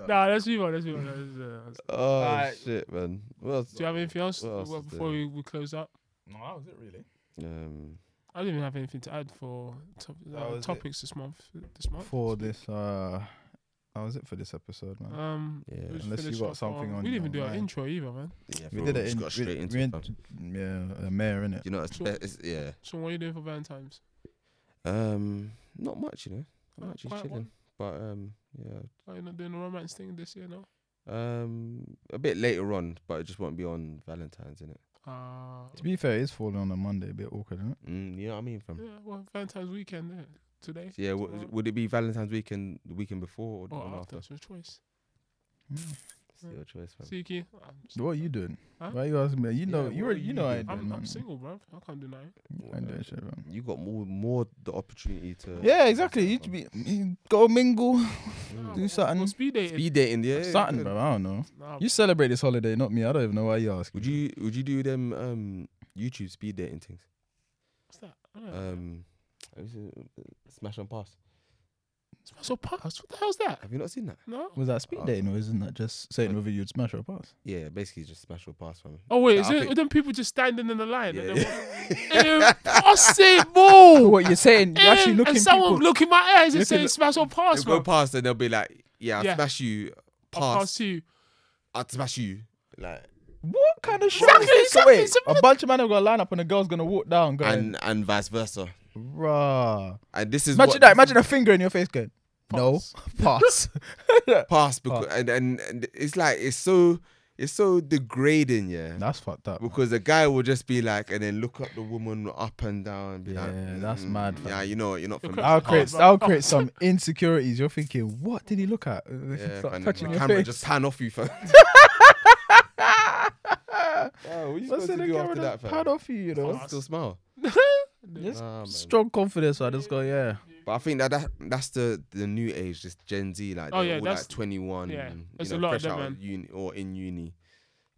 Speaker 1: nah, let's move on. Let's move on. Let's, uh, let's-
Speaker 4: oh
Speaker 3: Alright.
Speaker 4: shit, man. What else?
Speaker 1: do you have anything else,
Speaker 4: What else
Speaker 1: well,
Speaker 4: is there?
Speaker 1: before we, we close up?
Speaker 3: No, that was it really.
Speaker 4: Um,
Speaker 1: I didn't even have anything to add for top,
Speaker 3: That
Speaker 1: uh,
Speaker 3: was it.
Speaker 1: topics this month. This month.
Speaker 3: For this uh that was it for this episode, man.
Speaker 1: Um,
Speaker 4: Yeah.
Speaker 1: we'll just
Speaker 3: Unless you
Speaker 1: finish
Speaker 3: got
Speaker 1: off
Speaker 3: something on
Speaker 1: We didn't even do
Speaker 3: your
Speaker 1: our
Speaker 3: mind.
Speaker 1: intro either, man.
Speaker 4: yeah,
Speaker 3: we
Speaker 4: for
Speaker 3: did
Speaker 4: real,
Speaker 3: it
Speaker 4: just
Speaker 3: in,
Speaker 4: got straight
Speaker 3: we,
Speaker 4: into
Speaker 3: we
Speaker 4: it,
Speaker 3: in-
Speaker 4: fam.
Speaker 3: yeah, a mayor in it.
Speaker 4: You know, it's,
Speaker 1: Sure.
Speaker 4: it's yeah.
Speaker 1: So, what are you doing for Valentine's?
Speaker 4: Um, not much, you know. I'm
Speaker 1: Oh,
Speaker 4: actually
Speaker 1: quiet one.
Speaker 4: chilling, but um, yeah,
Speaker 1: Are you Oh, not doing the romance thing this year, no?
Speaker 4: Um, a bit later on, but it just won't be on Valentine's, innit?
Speaker 1: Uh,
Speaker 3: To be um, fair, it's falling on a Monday, a bit awkward, isn't it?
Speaker 4: Mm, you know what I mean, fam?
Speaker 1: yeah, well, Valentine's weekend yeah. today.
Speaker 4: So yeah,
Speaker 1: tomorrow,
Speaker 4: w- would it be Valentine's weekend, the weekend before, or,
Speaker 1: or
Speaker 4: or
Speaker 1: after?
Speaker 4: after?
Speaker 1: It's your choice.
Speaker 4: It's your choice, fam.
Speaker 1: Suki, I'm, just-
Speaker 3: Um, What are you doing?
Speaker 1: Huh?
Speaker 3: Why are you asking me? You know,
Speaker 4: Yeah,
Speaker 3: you
Speaker 4: what are
Speaker 3: already- you
Speaker 4: you
Speaker 3: know I
Speaker 4: doing?
Speaker 3: ain't doing
Speaker 1: I'm, I'm
Speaker 3: nothing.
Speaker 1: single, bro. I can't do nothing.
Speaker 3: I ain't doing shit, man.
Speaker 4: uh, You got more, more the opportunity to.
Speaker 3: Yeah, exactly. You to be you go mingle,
Speaker 1: Nah,
Speaker 4: Mm. Oh.
Speaker 3: do
Speaker 1: but-
Speaker 3: something,
Speaker 1: Well, speed dating.
Speaker 4: be dating, yeah. yeah,
Speaker 3: something,
Speaker 4: yeah.
Speaker 3: bro. I don't know.
Speaker 1: Nah,
Speaker 3: You celebrate this holiday, not me. I don't even know why you asking.
Speaker 4: Would you would you do them um YouTube speed dating things? Oh,
Speaker 3: Uh,
Speaker 1: what's that? I don't know.
Speaker 4: uh, Um, what is it? smash and pass.
Speaker 1: Smash or pass? What the hell's that?
Speaker 4: Have you not seen that?
Speaker 1: No.
Speaker 3: Was that speed dating or isn't that just saying whether you'd smash or pass?
Speaker 4: Yeah, basically just smash or pass from.
Speaker 1: Oh wait,
Speaker 4: Nah,
Speaker 1: is
Speaker 4: I
Speaker 1: it?
Speaker 4: think-
Speaker 1: Then people just standing in the line.
Speaker 4: Yeah,
Speaker 1: and they're- Impossible.
Speaker 3: What you're saying? You're actually
Speaker 1: And-
Speaker 3: looking
Speaker 1: and someone
Speaker 3: people.
Speaker 1: look in my eyes and
Speaker 3: Looking
Speaker 1: say
Speaker 3: at-
Speaker 1: smash or
Speaker 4: They'll
Speaker 1: pass,
Speaker 4: go
Speaker 1: bro.
Speaker 4: past and they'll be like, "Yeah, I
Speaker 1: Yeah.
Speaker 4: smash you,
Speaker 1: I'll
Speaker 4: pass,
Speaker 1: pass you.
Speaker 4: I smash you." Like,
Speaker 3: what kind of show?
Speaker 1: Exactly,
Speaker 3: is this? So
Speaker 1: exactly,
Speaker 3: wait,
Speaker 1: it's a-
Speaker 3: a bunch of men have got a line up and a girl's gonna walk down going,
Speaker 4: and and vice versa.
Speaker 3: "Rah."
Speaker 4: And this is
Speaker 3: Imagine
Speaker 4: what
Speaker 3: that. Imagine a finger in your face going, "No, pass."
Speaker 4: pass because and, and and it's like it's so it's so degrading, yeah.
Speaker 3: That's fucked up.
Speaker 4: Because the guy will just be like, and then look at the woman up and down. And be like, "Mm,
Speaker 3: Yeah, that's mad, fam.
Speaker 4: Yeah, you know, what, you're not from.
Speaker 1: crazy.
Speaker 3: I'll
Speaker 1: I'll
Speaker 3: create,
Speaker 1: bro.
Speaker 3: I'll create some insecurities. You're thinking, what did he look at? Uh, if you
Speaker 4: Yeah,
Speaker 3: start
Speaker 4: fam, the
Speaker 3: touching your
Speaker 4: camera
Speaker 3: face.
Speaker 4: just pan off you, fam. Wow, what you
Speaker 3: What's
Speaker 4: supposed to
Speaker 3: in the
Speaker 4: do
Speaker 3: camera
Speaker 4: after that,
Speaker 3: just
Speaker 4: fam?
Speaker 3: pad off you, you know?
Speaker 4: I'll Still smile.
Speaker 3: Just
Speaker 4: Nah, man.
Speaker 3: strong confidence. So I just go, yeah.
Speaker 4: But I think that, that that's the the new age, this Gen Z, like
Speaker 1: Oh,
Speaker 4: they're
Speaker 1: yeah,
Speaker 4: all
Speaker 1: that's-
Speaker 4: like 21,
Speaker 1: yeah,
Speaker 4: and,
Speaker 1: there's a
Speaker 4: you know,
Speaker 1: lot of
Speaker 4: fresh
Speaker 1: them,
Speaker 4: out
Speaker 1: man.
Speaker 4: uni or in uni.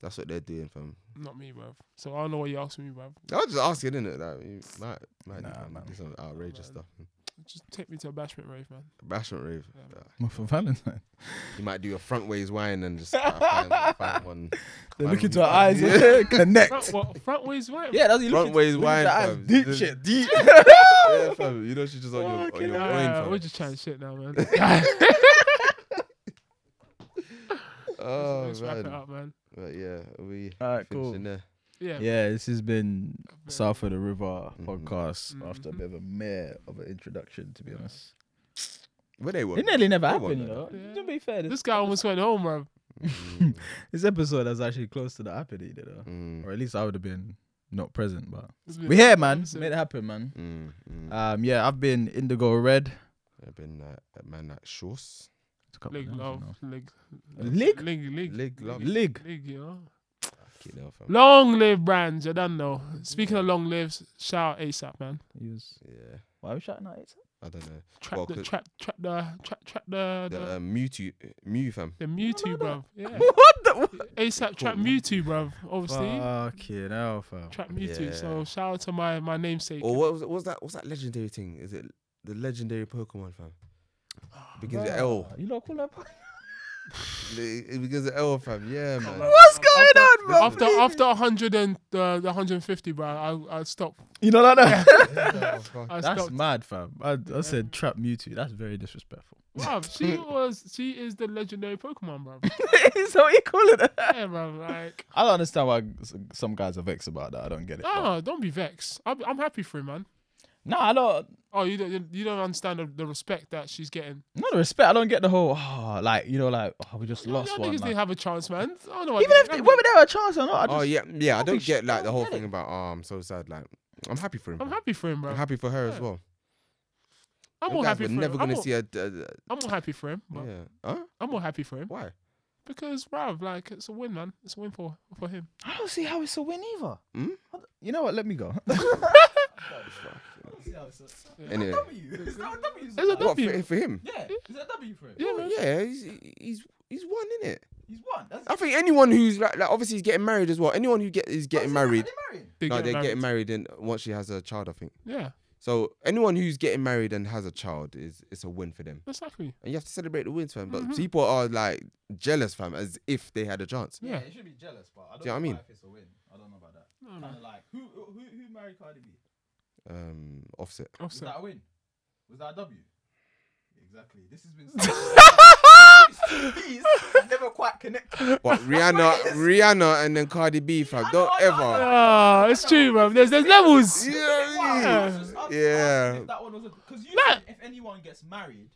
Speaker 4: That's what they're doing, fam.
Speaker 1: Not me, bro. So I don't know what you asked me, bro.
Speaker 4: I was just asking, innit? Like, you might, might
Speaker 3: Nah,
Speaker 4: nah,
Speaker 3: man.
Speaker 4: do some outrageous stuff.
Speaker 1: Just take me to a bashment rave, man.
Speaker 4: Bashment rave. Nah.
Speaker 3: Not for Valentine.
Speaker 4: You might do a front ways wine and just uh, find, find one.
Speaker 3: They
Speaker 4: Fam,
Speaker 3: look into her eyes,
Speaker 4: yeah.
Speaker 3: yeah. connect.
Speaker 1: Front, what, front ways right?
Speaker 3: Yeah, that's you
Speaker 4: Front
Speaker 3: look
Speaker 4: ways
Speaker 3: into- look
Speaker 4: wide,
Speaker 3: into her eyes,
Speaker 4: fam.
Speaker 3: Deep
Speaker 4: Just-
Speaker 3: shit, deep.
Speaker 4: Yeah, fam. You know she's just on your on
Speaker 3: Fucking
Speaker 4: your
Speaker 1: Nah,
Speaker 4: brain, fam.
Speaker 1: we're just trying shit now, man. Let's
Speaker 4: oh
Speaker 1: wrap it
Speaker 4: man.
Speaker 1: up, man.
Speaker 4: But yeah, we
Speaker 3: Alright,
Speaker 4: finishing
Speaker 3: cool.
Speaker 4: there.
Speaker 1: Yeah.
Speaker 3: Yeah, this has been
Speaker 1: man.
Speaker 3: South of the River
Speaker 4: Mhm.
Speaker 3: podcast after a
Speaker 4: Mm-hmm.
Speaker 1: Mhm.
Speaker 3: bit of a mare of an introduction, to be honest.
Speaker 4: Where they were.
Speaker 3: It nearly never
Speaker 4: They
Speaker 3: happened,
Speaker 4: won
Speaker 3: you
Speaker 4: that.
Speaker 3: know.
Speaker 1: Yeah.
Speaker 3: To be fair, this,
Speaker 1: This guy almost went home, bro.
Speaker 4: Mm,
Speaker 3: this episode is actually close to the happening, you know.
Speaker 4: mm,
Speaker 3: Or at least I would have been not present, but
Speaker 1: This uh, is
Speaker 3: we here, man.
Speaker 1: episode.
Speaker 3: Made it happen, man.
Speaker 4: mm, mm.
Speaker 3: Um, yeah, I've been Indigo Red.
Speaker 4: I've been like a man like Shaw's.
Speaker 3: It's a couple
Speaker 1: Lig
Speaker 3: of names,
Speaker 1: love.
Speaker 3: you know.
Speaker 1: Lig.
Speaker 3: Lig?
Speaker 1: Lig, lig.
Speaker 4: Lig love.
Speaker 3: Lig.
Speaker 1: Lig, you know.
Speaker 4: Fucking hell, fam.
Speaker 1: Long live brands, I don't know. Speaking of long lives, shout out ASAP, man.
Speaker 3: He was.
Speaker 4: Yeah,
Speaker 3: Why are we shouting out? It's
Speaker 4: I don't know.
Speaker 1: Trap
Speaker 4: Well,
Speaker 1: the
Speaker 4: 'cause-
Speaker 1: trap trap the trap trap the the,
Speaker 4: The uh, Mewtwo, Mew fam.
Speaker 1: the Mewtwo, bro. Yeah.
Speaker 3: what the? What?
Speaker 1: ASAP trap Mewtwo, bro. Obviously,
Speaker 3: Fucking hell, fam.
Speaker 1: trap Mewtwo.
Speaker 4: Yeah.
Speaker 1: So shout out to my my namesake.
Speaker 4: Or what was what's that? What's that legendary thing? Is it the legendary Pokemon fam?
Speaker 1: Ah,
Speaker 4: Begins with L.
Speaker 3: You not cool up?
Speaker 4: It it begins with L fam. Yeah man.
Speaker 3: What's going on, bro?
Speaker 1: after after 100 and uh, the 150, bro, I I stopped.
Speaker 3: You know that?
Speaker 1: I
Speaker 3: That's
Speaker 1: stopped.
Speaker 3: mad, fam. I, I said trap Mewtwo. That's very disrespectful.
Speaker 1: Bruv, she was she is the legendary Pokemon, bro.
Speaker 3: Is that what you call it?
Speaker 1: yeah, bro. Like,
Speaker 3: I don't understand why s- some guys are vexed about that. I don't get it. but-
Speaker 1: no, ah, don't be vexed. I'm, I'm happy for him, man.
Speaker 3: No, I don't.
Speaker 1: Oh, you don't you don't understand the, the respect that she's getting.
Speaker 3: Not the respect. I don't get the whole, oh, like, you know, like, oh, we just
Speaker 1: Y'all
Speaker 3: lost one.
Speaker 1: niggas
Speaker 3: like-
Speaker 1: didn't have a chance, man. I don't know. why
Speaker 3: Even if
Speaker 1: they-
Speaker 3: they, whether they have a chance or not, I
Speaker 4: Oh
Speaker 3: just,
Speaker 4: yeah, yeah. I
Speaker 3: Don't be
Speaker 4: don't
Speaker 3: sh-
Speaker 4: get like the
Speaker 3: don't
Speaker 4: whole
Speaker 3: get
Speaker 4: thing
Speaker 3: it.
Speaker 4: about. Oh, I'm so sad. Like, I'm happy for him.
Speaker 1: I'm happy for him, bro.
Speaker 4: I'm happy for her as
Speaker 1: Yeah.
Speaker 4: well.
Speaker 1: I'm
Speaker 4: Them
Speaker 1: all
Speaker 4: guys
Speaker 1: happy
Speaker 4: were
Speaker 1: for
Speaker 4: never
Speaker 1: him. I'm
Speaker 4: gonna
Speaker 1: all,
Speaker 4: see a. d- d-
Speaker 1: I'm all happy for him. But
Speaker 4: yeah. Huh?
Speaker 1: I'm all happy for him
Speaker 4: Why?
Speaker 1: because, bruv, like it's a win, man. It's a win for for him.
Speaker 3: I don't see how it's a win either.
Speaker 4: Hmm?
Speaker 3: You know what? Let me go.
Speaker 4: Anyway.
Speaker 3: Is that a W?
Speaker 1: There's a
Speaker 4: What
Speaker 1: W.
Speaker 4: for, for him?
Speaker 3: Yeah, is that a W for him?
Speaker 1: yeah, man.
Speaker 4: Yeah, he's he's he's one in it.
Speaker 3: He's won. That's
Speaker 4: I think anyone who's like, like obviously he's getting married as well. Anyone who get is getting married,
Speaker 1: They
Speaker 4: no,
Speaker 1: get
Speaker 4: they're
Speaker 1: married.
Speaker 4: getting married and once she has a child, I think.
Speaker 1: Yeah,
Speaker 4: So anyone who's getting married and has a child is it's a win for them,
Speaker 1: exactly.
Speaker 4: and you have to celebrate the wins, fam. But
Speaker 1: Mm-hmm.
Speaker 4: people are like jealous, fam, as if they had a chance.
Speaker 1: Yeah.
Speaker 3: you should be jealous, but I don't
Speaker 4: Do you know what I mean?
Speaker 3: if it's a win. I don't know about that.
Speaker 1: No, no.
Speaker 3: of like, who, who, who married Cardi B?
Speaker 4: Um, offset.
Speaker 1: Offset.
Speaker 3: a win? Was that a W? Exactly. This has been. These never quite connected.
Speaker 4: But Rihanna, Rihanna, and then Cardi B, fam. Don't ever.
Speaker 1: Ah, it's true, bro. There's there's levels.
Speaker 4: Yeah. Yeah.
Speaker 3: That one was because you
Speaker 1: Nah.
Speaker 3: if anyone gets married.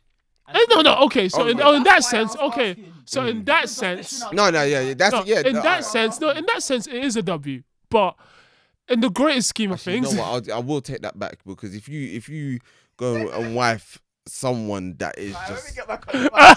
Speaker 1: Eh, No, no. Okay, so
Speaker 4: Oh,
Speaker 1: in,
Speaker 4: yeah.
Speaker 1: oh, in that
Speaker 3: That's why I
Speaker 1: sense,
Speaker 3: was
Speaker 1: okay.
Speaker 3: asking.
Speaker 1: So in that sense,
Speaker 4: No, no, yeah, yeah. Mm. That's
Speaker 1: no,
Speaker 4: yeah. uh,
Speaker 1: in
Speaker 4: no,
Speaker 1: that
Speaker 4: I-
Speaker 1: sense, no, in that sense, it is a W. But in the greatest scheme of
Speaker 4: You know
Speaker 1: things,
Speaker 4: what? I'll, I will take that back because if you if you go and wife someone that is just
Speaker 3: get back on